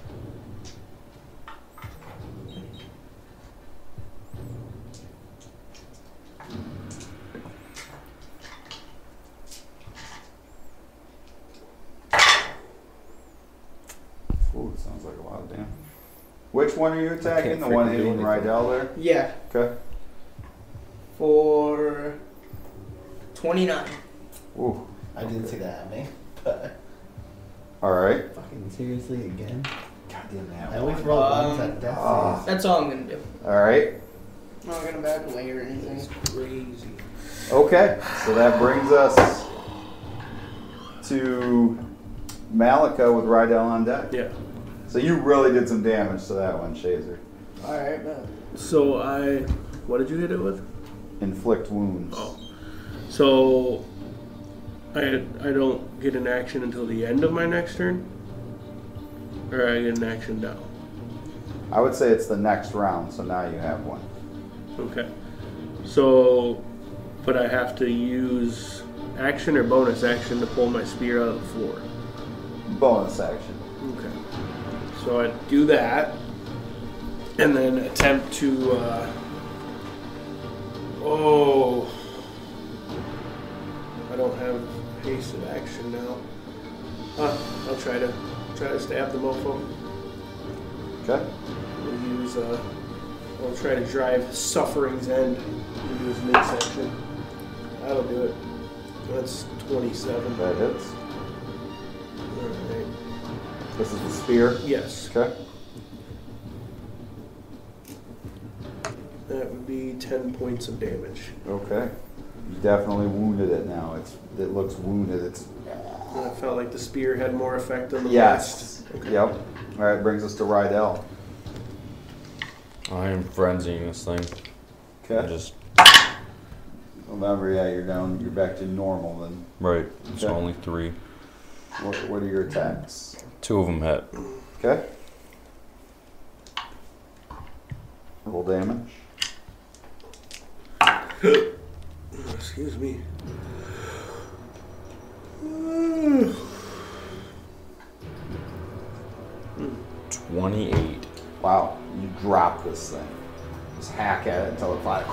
Ooh, sounds like a lot of damage. Which one are you attacking?
can't
The one
freaking do
hitting
anything.
Rydell there?
Yeah.
Okay.
For twenty-nine.
Ooh.
I didn't see that happening. But
All right.
fucking seriously again?
Goddamn that
I always roll ones at death
Ah.
saves.
That's all I'm gonna do.
All right.
I'm not gonna back away or anything.
Crazy.
Okay, so that brings us to Malika with Rydell on deck.
Yeah.
So you really did some damage to that one, Shazer.
All right.
So I, what did you hit it with?
Inflict wounds.
Oh. So I I don't get an action until the end of my next turn. Or I get an action now.
I would say it's the next round, so now you have one.
Okay. So but I have to use action or bonus action to pull my spear out of the floor.
Bonus action.
Okay. So I do that, and then attempt to. Uh, oh, I don't have haste of action now. Huh, I'll try to try to stab the mofo.
Okay.
We'll use. Uh, I'll try to drive suffering's end. We'll use midsection. That'll do it. That's 27.
That hits.
All right.
This is the spear.
Yes.
Okay.
That would be 10 points of damage.
Okay. You definitely wounded it now. It's it looks wounded. It's
And I felt like the spear had more effect on the
Yes. Yep. All right, brings us to Rydell.
I am frenzying this thing. I
Okay.
just
Remember, yeah, you're down. You're back to normal. Then
right. It's
Okay.
only three.
what, what are your attacks?
Two of them hit.
Okay. Roll damage.
wrist. Excuse me.
Twenty-eight.
Wow, you drop this thing. Just hack at it until it like,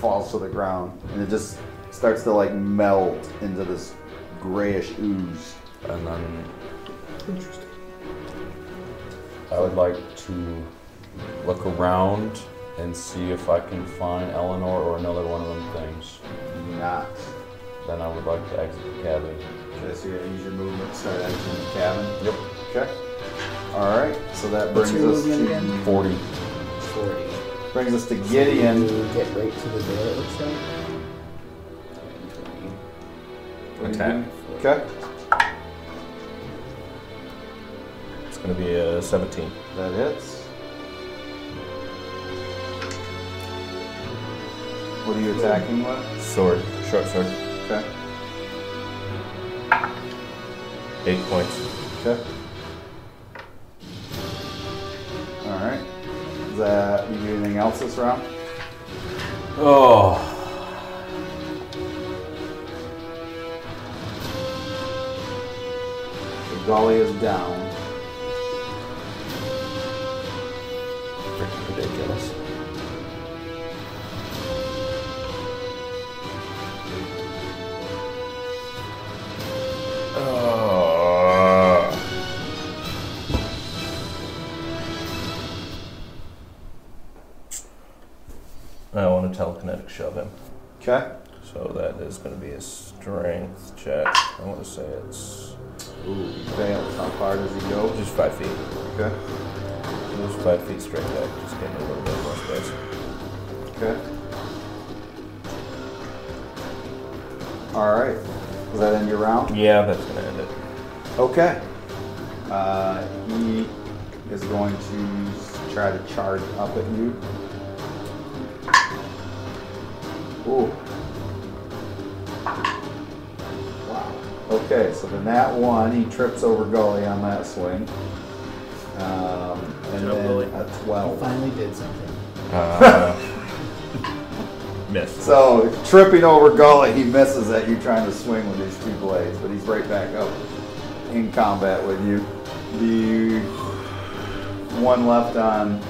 falls to the ground, and it just starts to like melt into this grayish ooze.
And then
Interesting.
I would like to look around and see if I can find Eleanor or another one of them things.
Not.
Then I would like to exit the cabin.
Okay, so you're gonna use your movement to start exiting the cabin.
Yep.
Okay. All right. So that
What's
brings
your
us
movement
to,
again?
Forty.
ah.
40.
brings us to Gideon.
You get right to the door, it looks like.
Attack.
Okay.
It's going to be a 17.
That hits. What are you attacking with?
Sword. Short sword.
Okay.
Eight points.
Okay. All right. Is that you do anything else this round?
Oh.
The gully is down.
Freaking ridiculous. Oh. I want to telekinetic shove him.
Okay.
So that is going to be a strength check. I want to say it's
Ooh, he fails. How far does he go?
just five feet.
Okay.
Just five feet straight back. Just getting a little bit more space.
Okay. All right. Is that end your round?
Yeah, that's going to end it.
Okay. Uh, he is going to try to charge up at you. Ooh. Wow. Okay, so then that one, he trips over Gully on that swing. Um, and
job,
then
Gully.
a
You
12.
finally did something.
Miss.
So, tripping over Gully, he misses at you trying to swing with these two blades, but he's right back up in combat with you. The one left on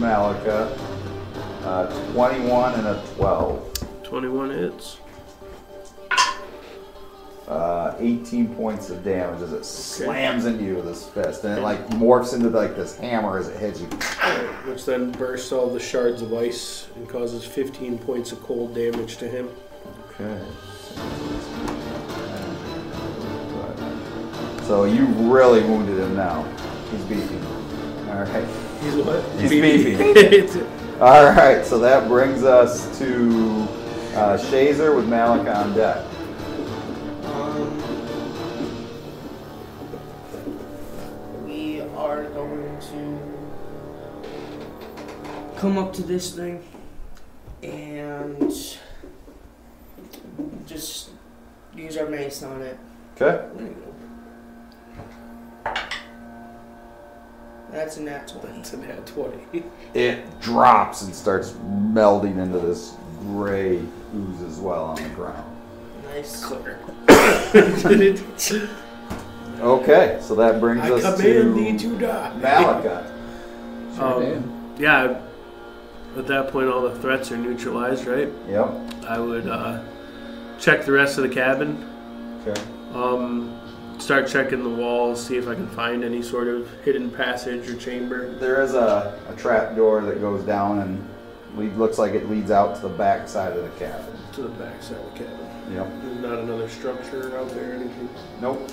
Malika, uh, 21 and a 12.
21 hits.
uh, 18 points of damage as it slams into you with his fist, and it like morphs into like this hammer as it hits you.
Which then bursts all the shards of ice and causes 15 points of cold damage to him.
Okay. So you really wounded him now. He's beefy. All right.
He's what?
He's
It's-
All right. So that brings us to uh, Shazer with Malika on deck.
Um, we are going to come up to this thing and just use our mace on it.
Okay.
That's a nat 20.
It's a nat 20.
It drops and starts melding into this gray ooze as well on the ground.
Nice.
Clear.
Okay, so that brings
I
us
command
to
thee to die.
Malika.
Um, yeah, at that point, all the threats are neutralized, right?
Yep.
I would uh, check the rest of the cabin.
Okay.
Um, start checking the walls, see if I can find any sort of hidden passage or chamber.
There is a, a trap door that goes down and lead, looks like it leads out to the back side of the cabin.
To the back side of the cabin.
Yep.
There's not another structure out there or anything. Uh,
Nope.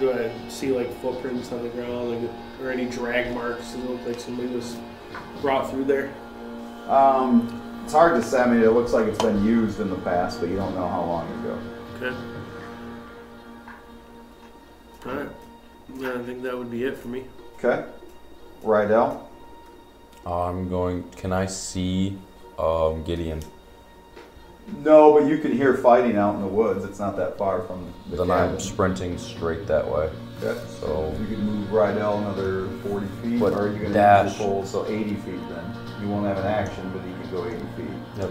Do I see like footprints on the ground like, or any drag marks? Does it look like somebody was brought through there?
Um, it's hard to say. I mean, it looks like it's been used in the past, but you don't know how long ago.
Okay. All right. Yeah, I think that would be it for me.
Okay. Rydell.
I'm going. Can I see um, Gideon?
No, but you can hear fighting out in the woods. It's not that far from the
Then
cabin.
I'm sprinting straight that way.
Okay.
So
You can move Rydell another 40 feet,
But
or you can
dash-
dash. Pull, so 80 feet then. You won't have an action, but you can go 80 feet.
Yep.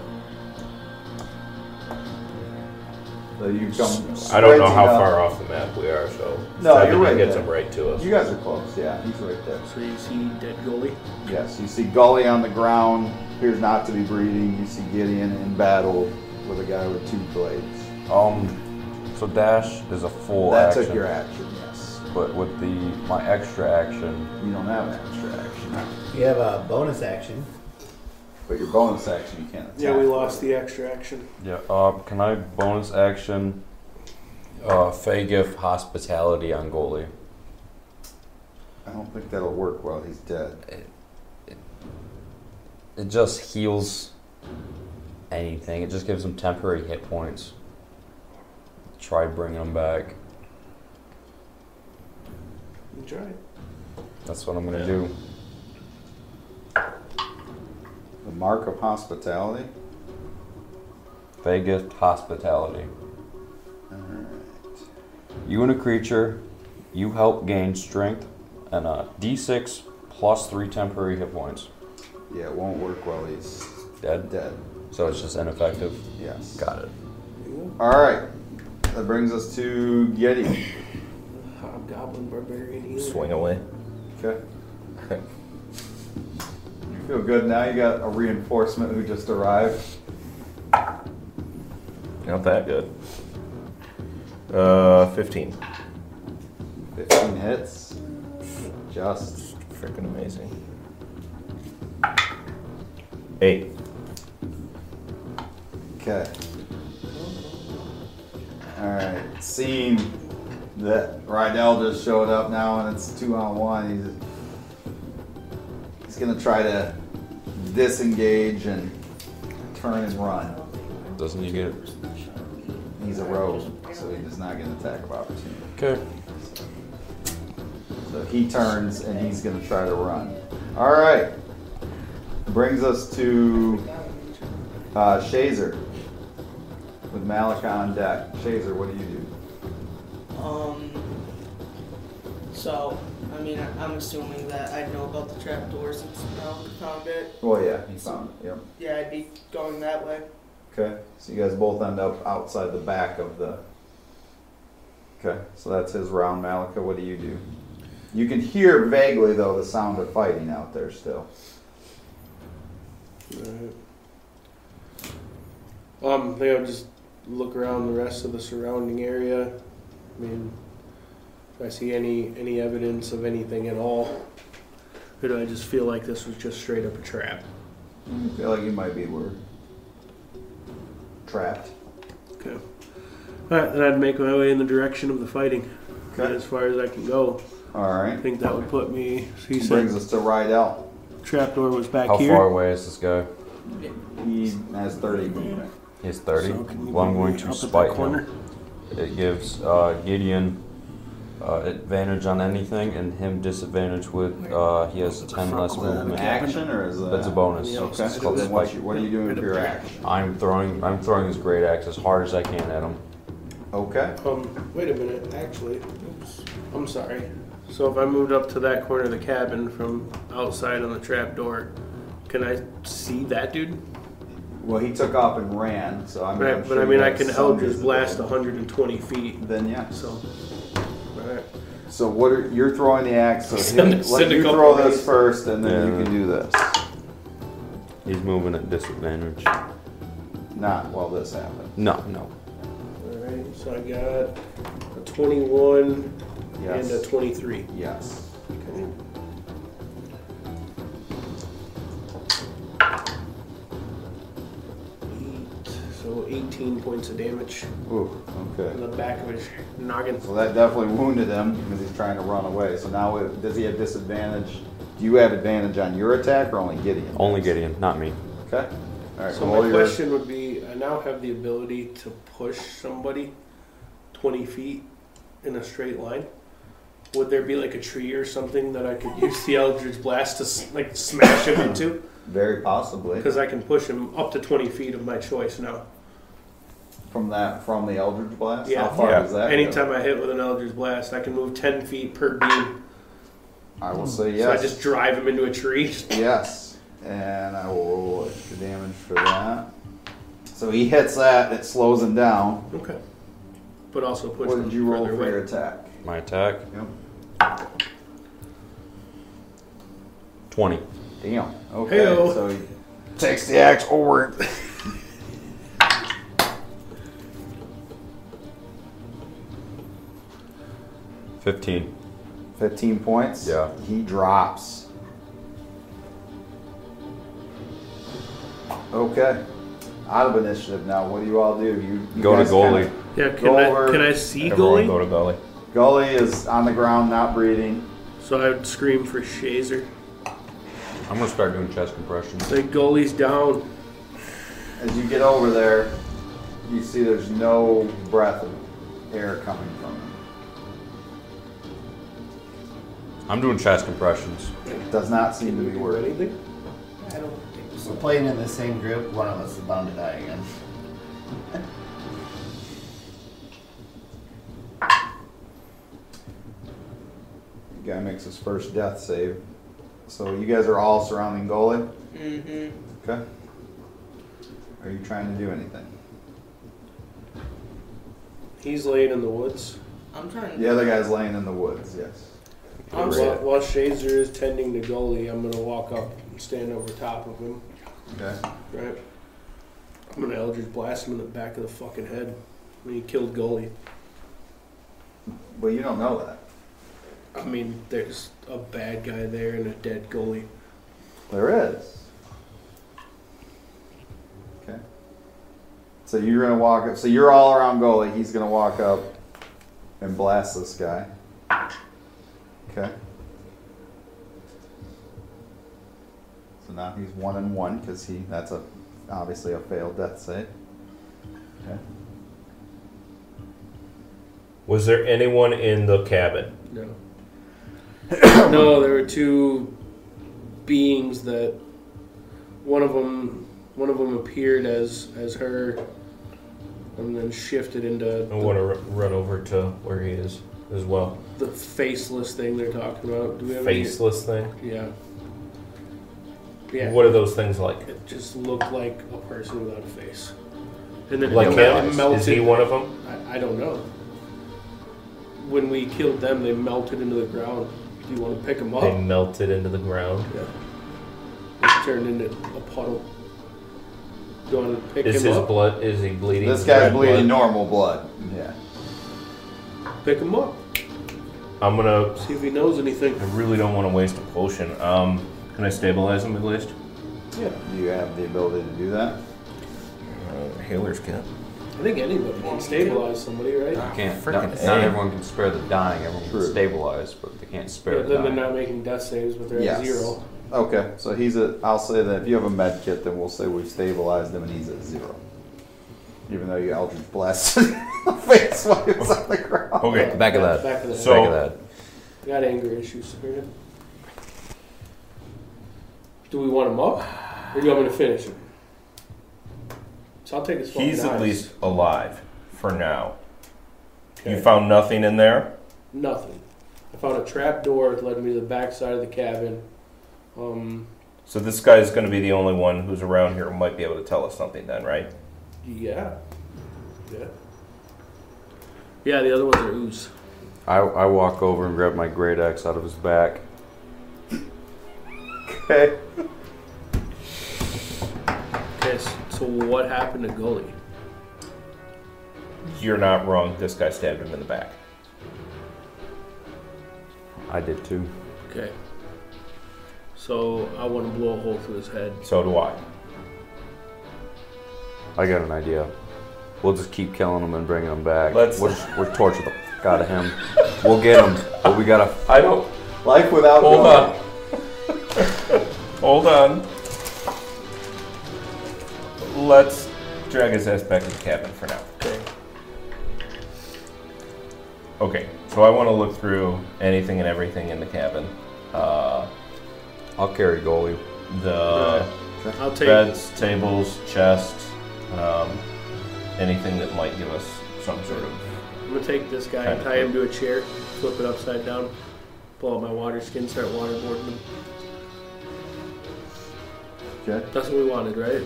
So you come.
I don't know
sprinting
how
up.
far off the map we are, so
No,
seven
you're right
gets
there.
them right to us.
You guys are close, yeah. He's right there.
So you see dead goalie.
Yes, you see Gully on the ground, appears not to be breathing. You see Gideon in battle with a guy with two blades.
um, so dash is a full
that
action.
took your action, yes.
But with the my extra action,
You don't have an extra action,
You have a bonus action.
but your bonus action you can't attack.
Yeah, we lost the extra action.
yeah. Um, can I bonus action? Uh, Fey gift hospitality on goalie.
I don't think that'll work while he's dead.
It just heals anything. It just gives them temporary hit points. Try bringing them back.
You try it.
That's what I'm gonna do.
The mark of hospitality.
Fey gift hospitality.
Uh,
You and a creature, you help gain strength and a d6 plus three temporary hit points.
Yeah, it won't work while he's
Dead.
dead.
So it's just ineffective.
Yes.
Got it.
All right. That brings us to Yeti.
Hobgoblin barbarian healer.
Swing away.
Okay. You feel good now? You got a reinforcement who just arrived.
Not that good. Uh, 15.
15 hits. Just.
Freaking amazing. Eight.
Okay. Alright. Seeing that Rydell just showed up now and it's two on one, he's, he's going to try to disengage and turn and run.
Doesn't he get it?
He's a rogue, so he does not get an attack of opportunity.
Okay.
So he turns and he's going to try to run. All right. Brings us to uh, Shazer with Malak on deck. Shazer, what do you do?
Um. So, I mean, I- I'm assuming that I know about the trapdoors since I found it.
Well, Oh, yeah, he found it. Yep.
Yeah, I'd be going that way.
Okay. So you guys both end up outside the back of the. Okay. So that's his round. Malika, what do you do? You can hear vaguely, though, the sound of fighting out there still.
Alright. Um, I think I'll just look around the rest of the surrounding area. I mean, if I see any any evidence of anything at all, or do I just feel like this was just straight up a trap?
I feel like you might be were trapped.
Okay. All right, then Uh, I'd make my way in the direction of the fighting, as far as I can go.
All
I
right.
think that would put me. He
Brings
said
us to Rydell.
trapdoor was back
How
here.
far away is this guy?
He has 30 movement.
He's 30.
So can you
well, I'm
bring
going
me
to
up at that
spike
corner?
him. It gives uh, Gideon uh, advantage on anything and him disadvantage with uh, he has 10 less movement.
Action or is that?
That's a bonus.
Yeah,
Okay.
It's called
Then what's
spike.
your- what are you doing with your action?
I'm throwing I'm throwing his great axe as hard as I can at him.
Okay.
Um, wait a minute, actually. Oops. I'm sorry. So if I moved up to that corner of the cabin from outside on the trap door, can I see that dude?
Well, he took off and ran, so I mean. I'm
Right,
sure
but I
you
mean, I
have
can
some
Eldritch
visibility.
Blast 120 feet,
Then yeah.
so. Alright.
So what are you're throwing the axe? So
Send-
him- let
send a
you
couple
throw this
ways.
first, and then
Yeah.
you can do this.
He's moving at disadvantage.
Not while this happened.
No, no.
Alright, so I got a 21 and a
Yes.
23.
Yes.
Eight, so 18 points of damage
Ooh.
in
Okay.
the back of his noggin.
So that definitely wounded him because he's trying to run away. So now it- does he have disadvantage? Do you have advantage on your attack or only Gideon?
Only Gideon, not me.
Okay. All right.
So
roll
my
your-
question would be: I now have the ability to push somebody. twenty feet in a straight line, would there be like a tree or something that I could use the Eldritch Blast to s- like smash him into?
Very possibly
Because I can push him up to twenty feet of my choice now.
from that from the Eldritch Blast.
Yeah.
How far
Yeah.
does that? go?
Anytime I hit with an Eldritch Blast, I can move ten feet per beam.
I will say
So I
yes.
just drive him into a tree.
Yes, and I will roll extra damage for that. So he hits that, it slows him down.
Okay. But also push
What
them
did you roll
further
for
away.
your attack?
My attack.
Yep.
Twenty.
Damn. Okay.
Heyo.
So he takes the axe over.
Fifteen.
15 points.
Yeah.
He drops. Okay. Out of initiative now. What do you all do? You, you
Go to
guys
goalie.
kinda-
Yeah, can
Go
I
over.
can I see
Everyone
goalie?
go to goalie.
Gully is on the ground, not breathing.
So I would scream for Shazer.
I'm gonna start doing chest compressions.
Like goalie's down.
As you get over there, you see there's no breath of air coming from him.
I'm doing chest compressions.
Does not seem to be working.
I don't think
We're playing in the same group. One of us is bound to die again.
Guy makes his first death save. So you guys are all surrounding goalie.
Mm-hmm.
Okay. Are you trying to do anything?
He's laying in the woods.
I'm trying.
The other guy's laying in the woods. Yes.
While,
Right.
while Shazer is tending to goalie, I'm gonna walk up and stand over top of him.
Okay.
Right. I'm gonna Eldritch blast him in the back of the fucking head. When he killed goalie.
Well, you don't know that.
I mean, there's a bad guy there and a dead goalie.
There is. Okay. So you're gonna walk up. So you're all around goalie. He's gonna walk up and blast this guy. Okay. So now he's one and one because he that's a obviously a failed death save. Okay.
Was there anyone in the cabin?
No. no, there were two beings that one of them one of them appeared as as her and then shifted into
I want to r- run over to where he is as well.
the, the faceless thing they're talking about. Do we have
Faceless thing.
any Yeah. Yeah.
What are those things like?
It just looked like a person without a face. And then
Like
it
him?
melted.
Is he one of them?
I, I don't know. When we killed them, they melted into the ground. Do you want to pick them up?
They melted into the ground.
Yeah. It's turned into a puddle. You want to pick
Is
him
his
up?
blood? Is he bleeding?
This guy's
red
bleeding
blood?
normal blood. Yeah.
pick him up.
I'm gonna.
See if he knows anything.
I really don't want to waste a potion. Um, can I stabilize him at least?
Yeah.
Do you have the ability to do that?
Uh, healers can.
I think anybody can stabilize somebody, right?
I can't. No,
Frickin'
not
A.
everyone can spare the dying. Everyone
True.
can stabilize, but they can't spare
Yeah,
the
then they're
dying.
not making death saves, but they're
Yes.
at zero.
Okay, so he's a. I'll say that if you have a med kit, then we'll say we've stabilized him and he's at zero. Even though you Eldritch Blast in the face while he was on the ground.
Okay.
Back of that.
Back of the head.
So-
Back of that.
Got anger issues. right? Do we want him up? Or do you want me to finish him? So I'll take his fucking
He's at
knives.
least alive for now.
Okay.
You found nothing in there.
Nothing. I found a trap door that led me to the back side of the cabin. Um,
So this guy's going to be the only one who's around here who might be able to tell us something then, right?
yeah. Yeah. Yeah, the other ones are ooze.
I, I walk over and grab my great axe out of his back.
Okay.
Okay, s- so what happened to Gully?
You're not wrong. This guy stabbed him in the back.
I did too.
Okay. So I want to blow a hole through his head.
So do I.
I got an idea. We'll just keep killing him and bringing him back.
Let's-
We'll, just, we'll torture the fuck out of him. We'll get him, but we gotta.
I don't.
Life without
Hold
going.
on. Hold on. Let's drag his ass back to the cabin for now.
Okay.
Okay, so I want to look through anything and everything in the cabin. Uh,
I'll carry goalie.
the
I'll take.
beds, tables, chest, um, anything that might give us some sort of.
I'm gonna take this guy and tie him to a chair, flip it upside down, pull out my water skin, start waterboarding him.
Okay.
That's what we wanted, right?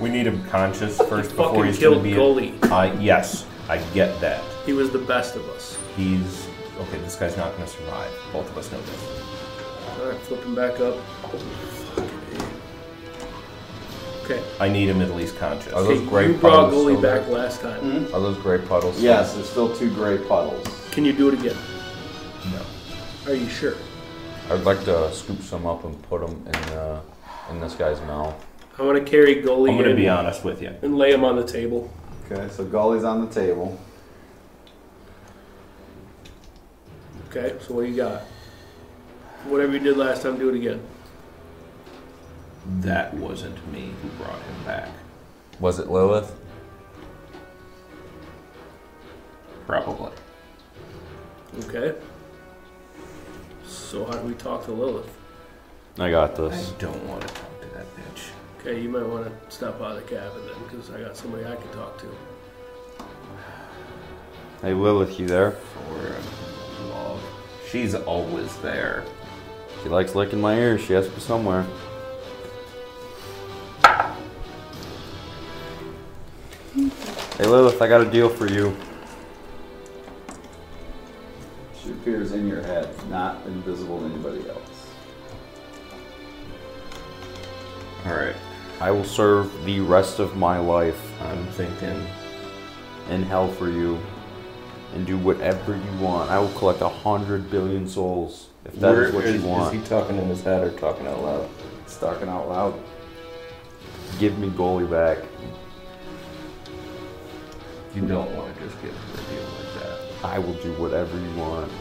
We need him conscious first before
Fucking
he's going to
killed
be.
goalie.
I- yes, I get that.
He was the best of us.
He's okay. This guy's not going to survive. Both of us know this.
All right, flip him back up. Okay.
I need him at least conscious.
Are
Okay,
those great
you brought
puddles
goalie
still
back
there?
last time.
Are those gray puddles?
Hmm? Yes, there's still two gray puddles.
Can you do it again?
No.
Are you sure?
I'd like to scoop some up and put them in uh, in this guy's mouth.
I want to carry goalie
I'm going to
in
be honest with you.
and lay him on the table.
Okay, so Gully's on the table.
Okay, so what do you got? Whatever you did last time, do it again.
That wasn't me who brought him back.
Was it Lilith?
Probably.
Okay. So how do we talk to Lilith?
I got
I
this.
don't want to talk to that bitch.
Okay, you might want to stop by the cabin then, because I got somebody I can talk to.
Hey Lilith, you there?
For love. She's always there.
She likes licking my ears. She has to be somewhere. Hey Lilith, I got a deal for you.
She appears in your head, not invisible to anybody else.
All right.
I will serve the rest of my life
I'm thinking
in hell for you and do whatever you want. I will collect a hundred billion souls if that is
Where
what you want.
Is he talking in his head or talking out loud?
It's talking out loud.
Give me goalie back.
You don't want to just get to a deal like that.
I will do whatever you want.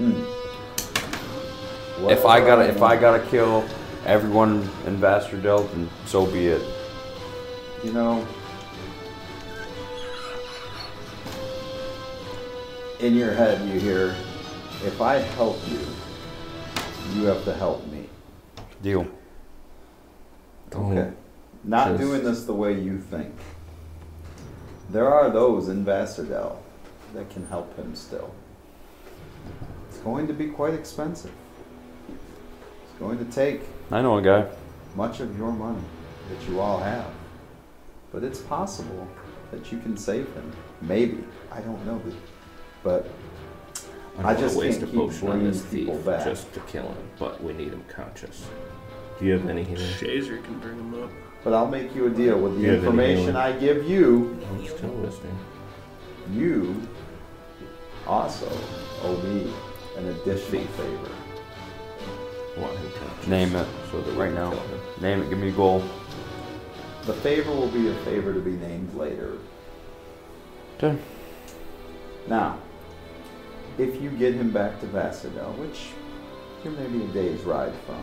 if
Whatever
I gotta if
want.
I gotta kill everyone in Vasterdel, then so be it.
You know, in your head, you hear, if I help you, you have to help me.
Deal. Oh,
Okay. Not
Just-
doing this the way you think. There are those in Vassardell that can help him still. It's going to be quite expensive. It's going to take
I know a guy.
much of your money that you all have. But it's possible that you can save him. Maybe. I don't know. But
I, don't
I
wanna
just
waste
can't
a
keep
potion on
bringing
this thief
people back.
just to kill him, but we need him conscious. Do you have any healing?
Shazer can bring him up.
but I'll make you a deal with the
Yeah, then
information
he'll-
I give you.
I'm still listening.
You also owe me an additional favor.
Want him conscious?
Name it.
So that we
Right
can
now.
kill him.
Name it, give me a goal.
The favor will be a favor to be named later.
Okay.
Now, if you get him back to Vasadel, which you're maybe a day's ride from,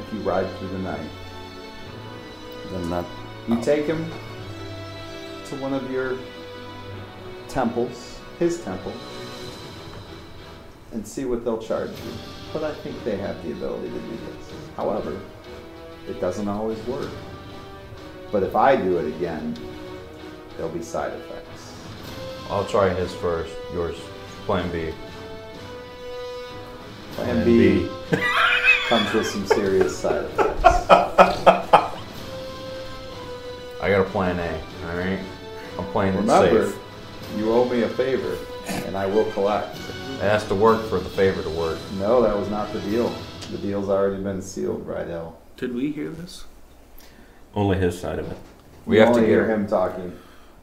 if you ride through the night,
Then that
You
Oh.
take him to one of your temples, his temple, and see what they'll charge you. But I think they have the ability to do this. However, it doesn't always work. But if I do it again, there'll be side effects.
I'll try his first. Yours. Plan B.
Plan B comes with some serious side effects.
I got a plan A, alright? I'm playing it
Remember,
safe.
you owe me a favor, and I will collect.
It has to work for the favor to work.
No, that was not the deal. The deal's already been sealed, Rydell.
Did we hear this?
Only his side of it.
We
You
have to
only
get
hear him talking.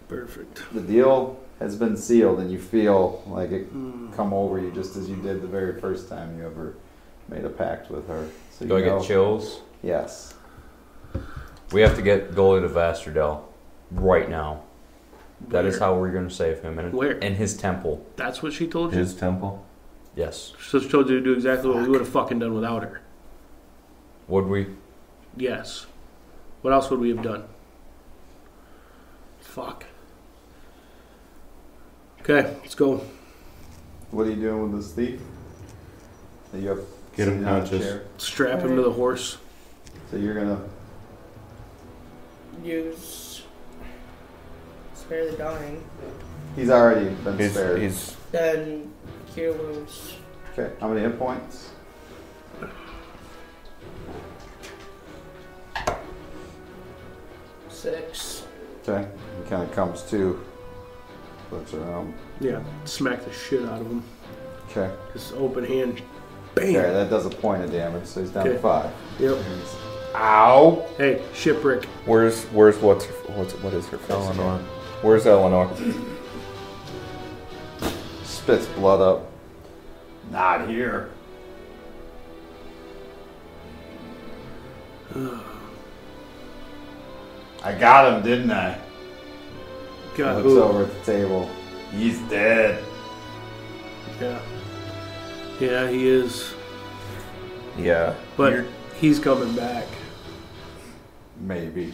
Perfect.
The deal has been sealed, and you feel like it
Hmm.
come over you just as you did the very first time you ever made a pact with her. So you
Do I
know,
get chills?
Yes.
We have to get goalie to Vasterdel right now. That is how we're going to save him. In,
Where?
In his temple.
That's what she told you.
His temple.
Yes.
So she told you to do exactly what we would have fucking done without her.
Would we?
Yes. What else would we have done? Fuck. Okay, let's go.
What are you doing with this thief? That you have
Get him
sitting on a
conscious.
chair?
Strap him to the horse.
So you're gonna
Use spare the dying.
He's already been
He's,
spared.
he's
Then cure wounds.
Okay, how many hit points?
Six.
Okay, he kind of comes to. Looks around.
Yeah, smack the shit out of him.
Okay.
Just open hand.
Okay,
Bam.
that does a point of damage, so he's down to
Okay.
five.
Yep.
Ow!
Hey, shipwreck.
where's where's what's her, what's what is her face?
Eleanor.
Where's Eleanor?
Spits blood up. Not here.
I got him, didn't I?
Got
Looks
who?
over at the table.
He's dead.
Yeah. Yeah, he is.
Yeah.
But he's coming back.
Maybe.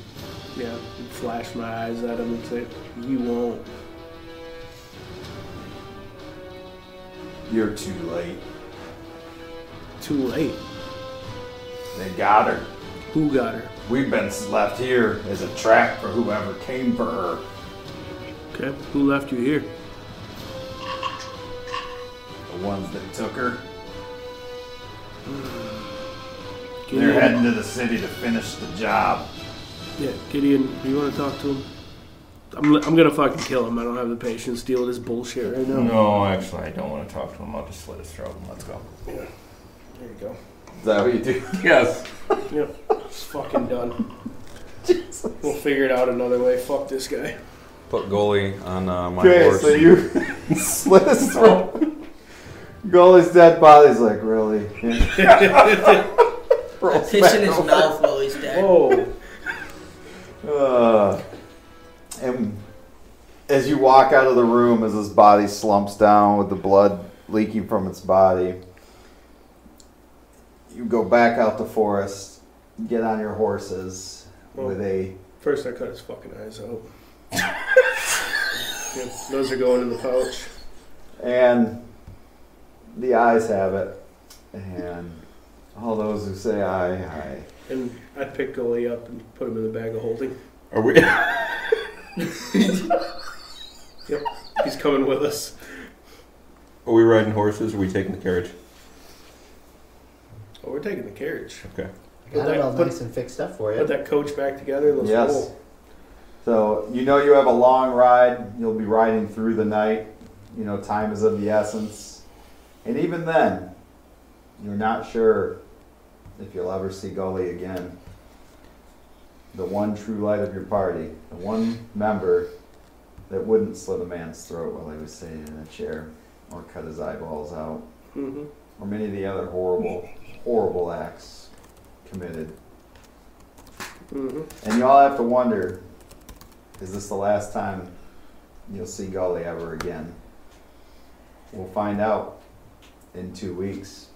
Yeah, flash my eyes at him and say, "You won't."
You're too late.
Too late.
They got her.
Who got her?
We've been left here as a trap for whoever came for her.
Okay. Who left you here?
The ones that took her. They're
Gideon.
heading to the city to finish the job.
Yeah, Gideon. You want to talk to him? I'm, I'm gonna fucking kill him. I don't have the patience to deal with this bullshit right now.
No, actually, I don't want to talk to him. I'll just slit his throat and let's go.
There you go.
Is that what you do?
Yes.
Yep. It's fucking done. We'll figure it out another way. Fuck this guy.
Put goalie on uh, my
Okay,
horse.
so you slit his throat. Goalie's dead body's like, really? Yeah. Rolls
Piss
back
in his
over.
mouth while he's dead.
Whoa.
Uh, and as you walk out of the room, as his body slumps down with the blood leaking from its body, you go back out the forest, get on your horses with a.
First, I cut his fucking eyes out. Yep, those are going in the pouch.
And the eyes have it. And all those who say aye, aye.
And I pick Gully up and put him in the bag of holding.
Are we?
He's coming with us.
Are we riding horses? Or are we taking the carriage?
Oh, we're taking the carriage.
Okay.
Got it all
Put-
nice and fixed up for
Put
you.
that coach back together. Let's
Yes.
roll.
So you know you have a long ride. You'll be riding through the night. You know time is of the essence, and even then, you're not sure if you'll ever see Gully again. The one true light of your party, the one member that wouldn't slit a man's throat while he was sitting in a chair, or cut his eyeballs out,
hmm
or many of the other horrible, horrible acts committed.
hmm
And you all have to wonder is this the last time you'll see Gully ever again? We'll find out in two weeks.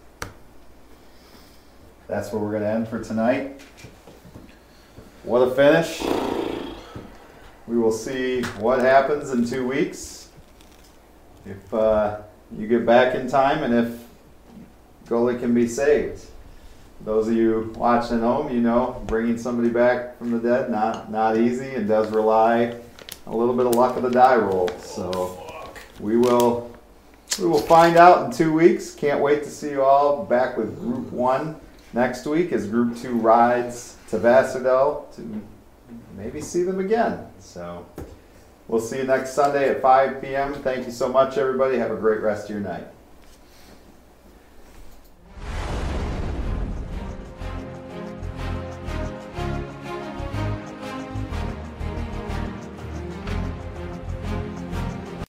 That's where we're going to end for tonight. What a finish. We will see what happens in two weeks. If uh, you get back in time and if Gully can be saved those of you watching at home, you know, bringing somebody back from the dead not not easy and does rely a little bit of luck of the die roll. So we will we will find out in two weeks. Can't wait to see you all back with Group One next week as Group Two rides to Vassardell to maybe see them again. So we'll see you next Sunday at 5 p.m. Thank you so much, everybody. Have a great rest of your night.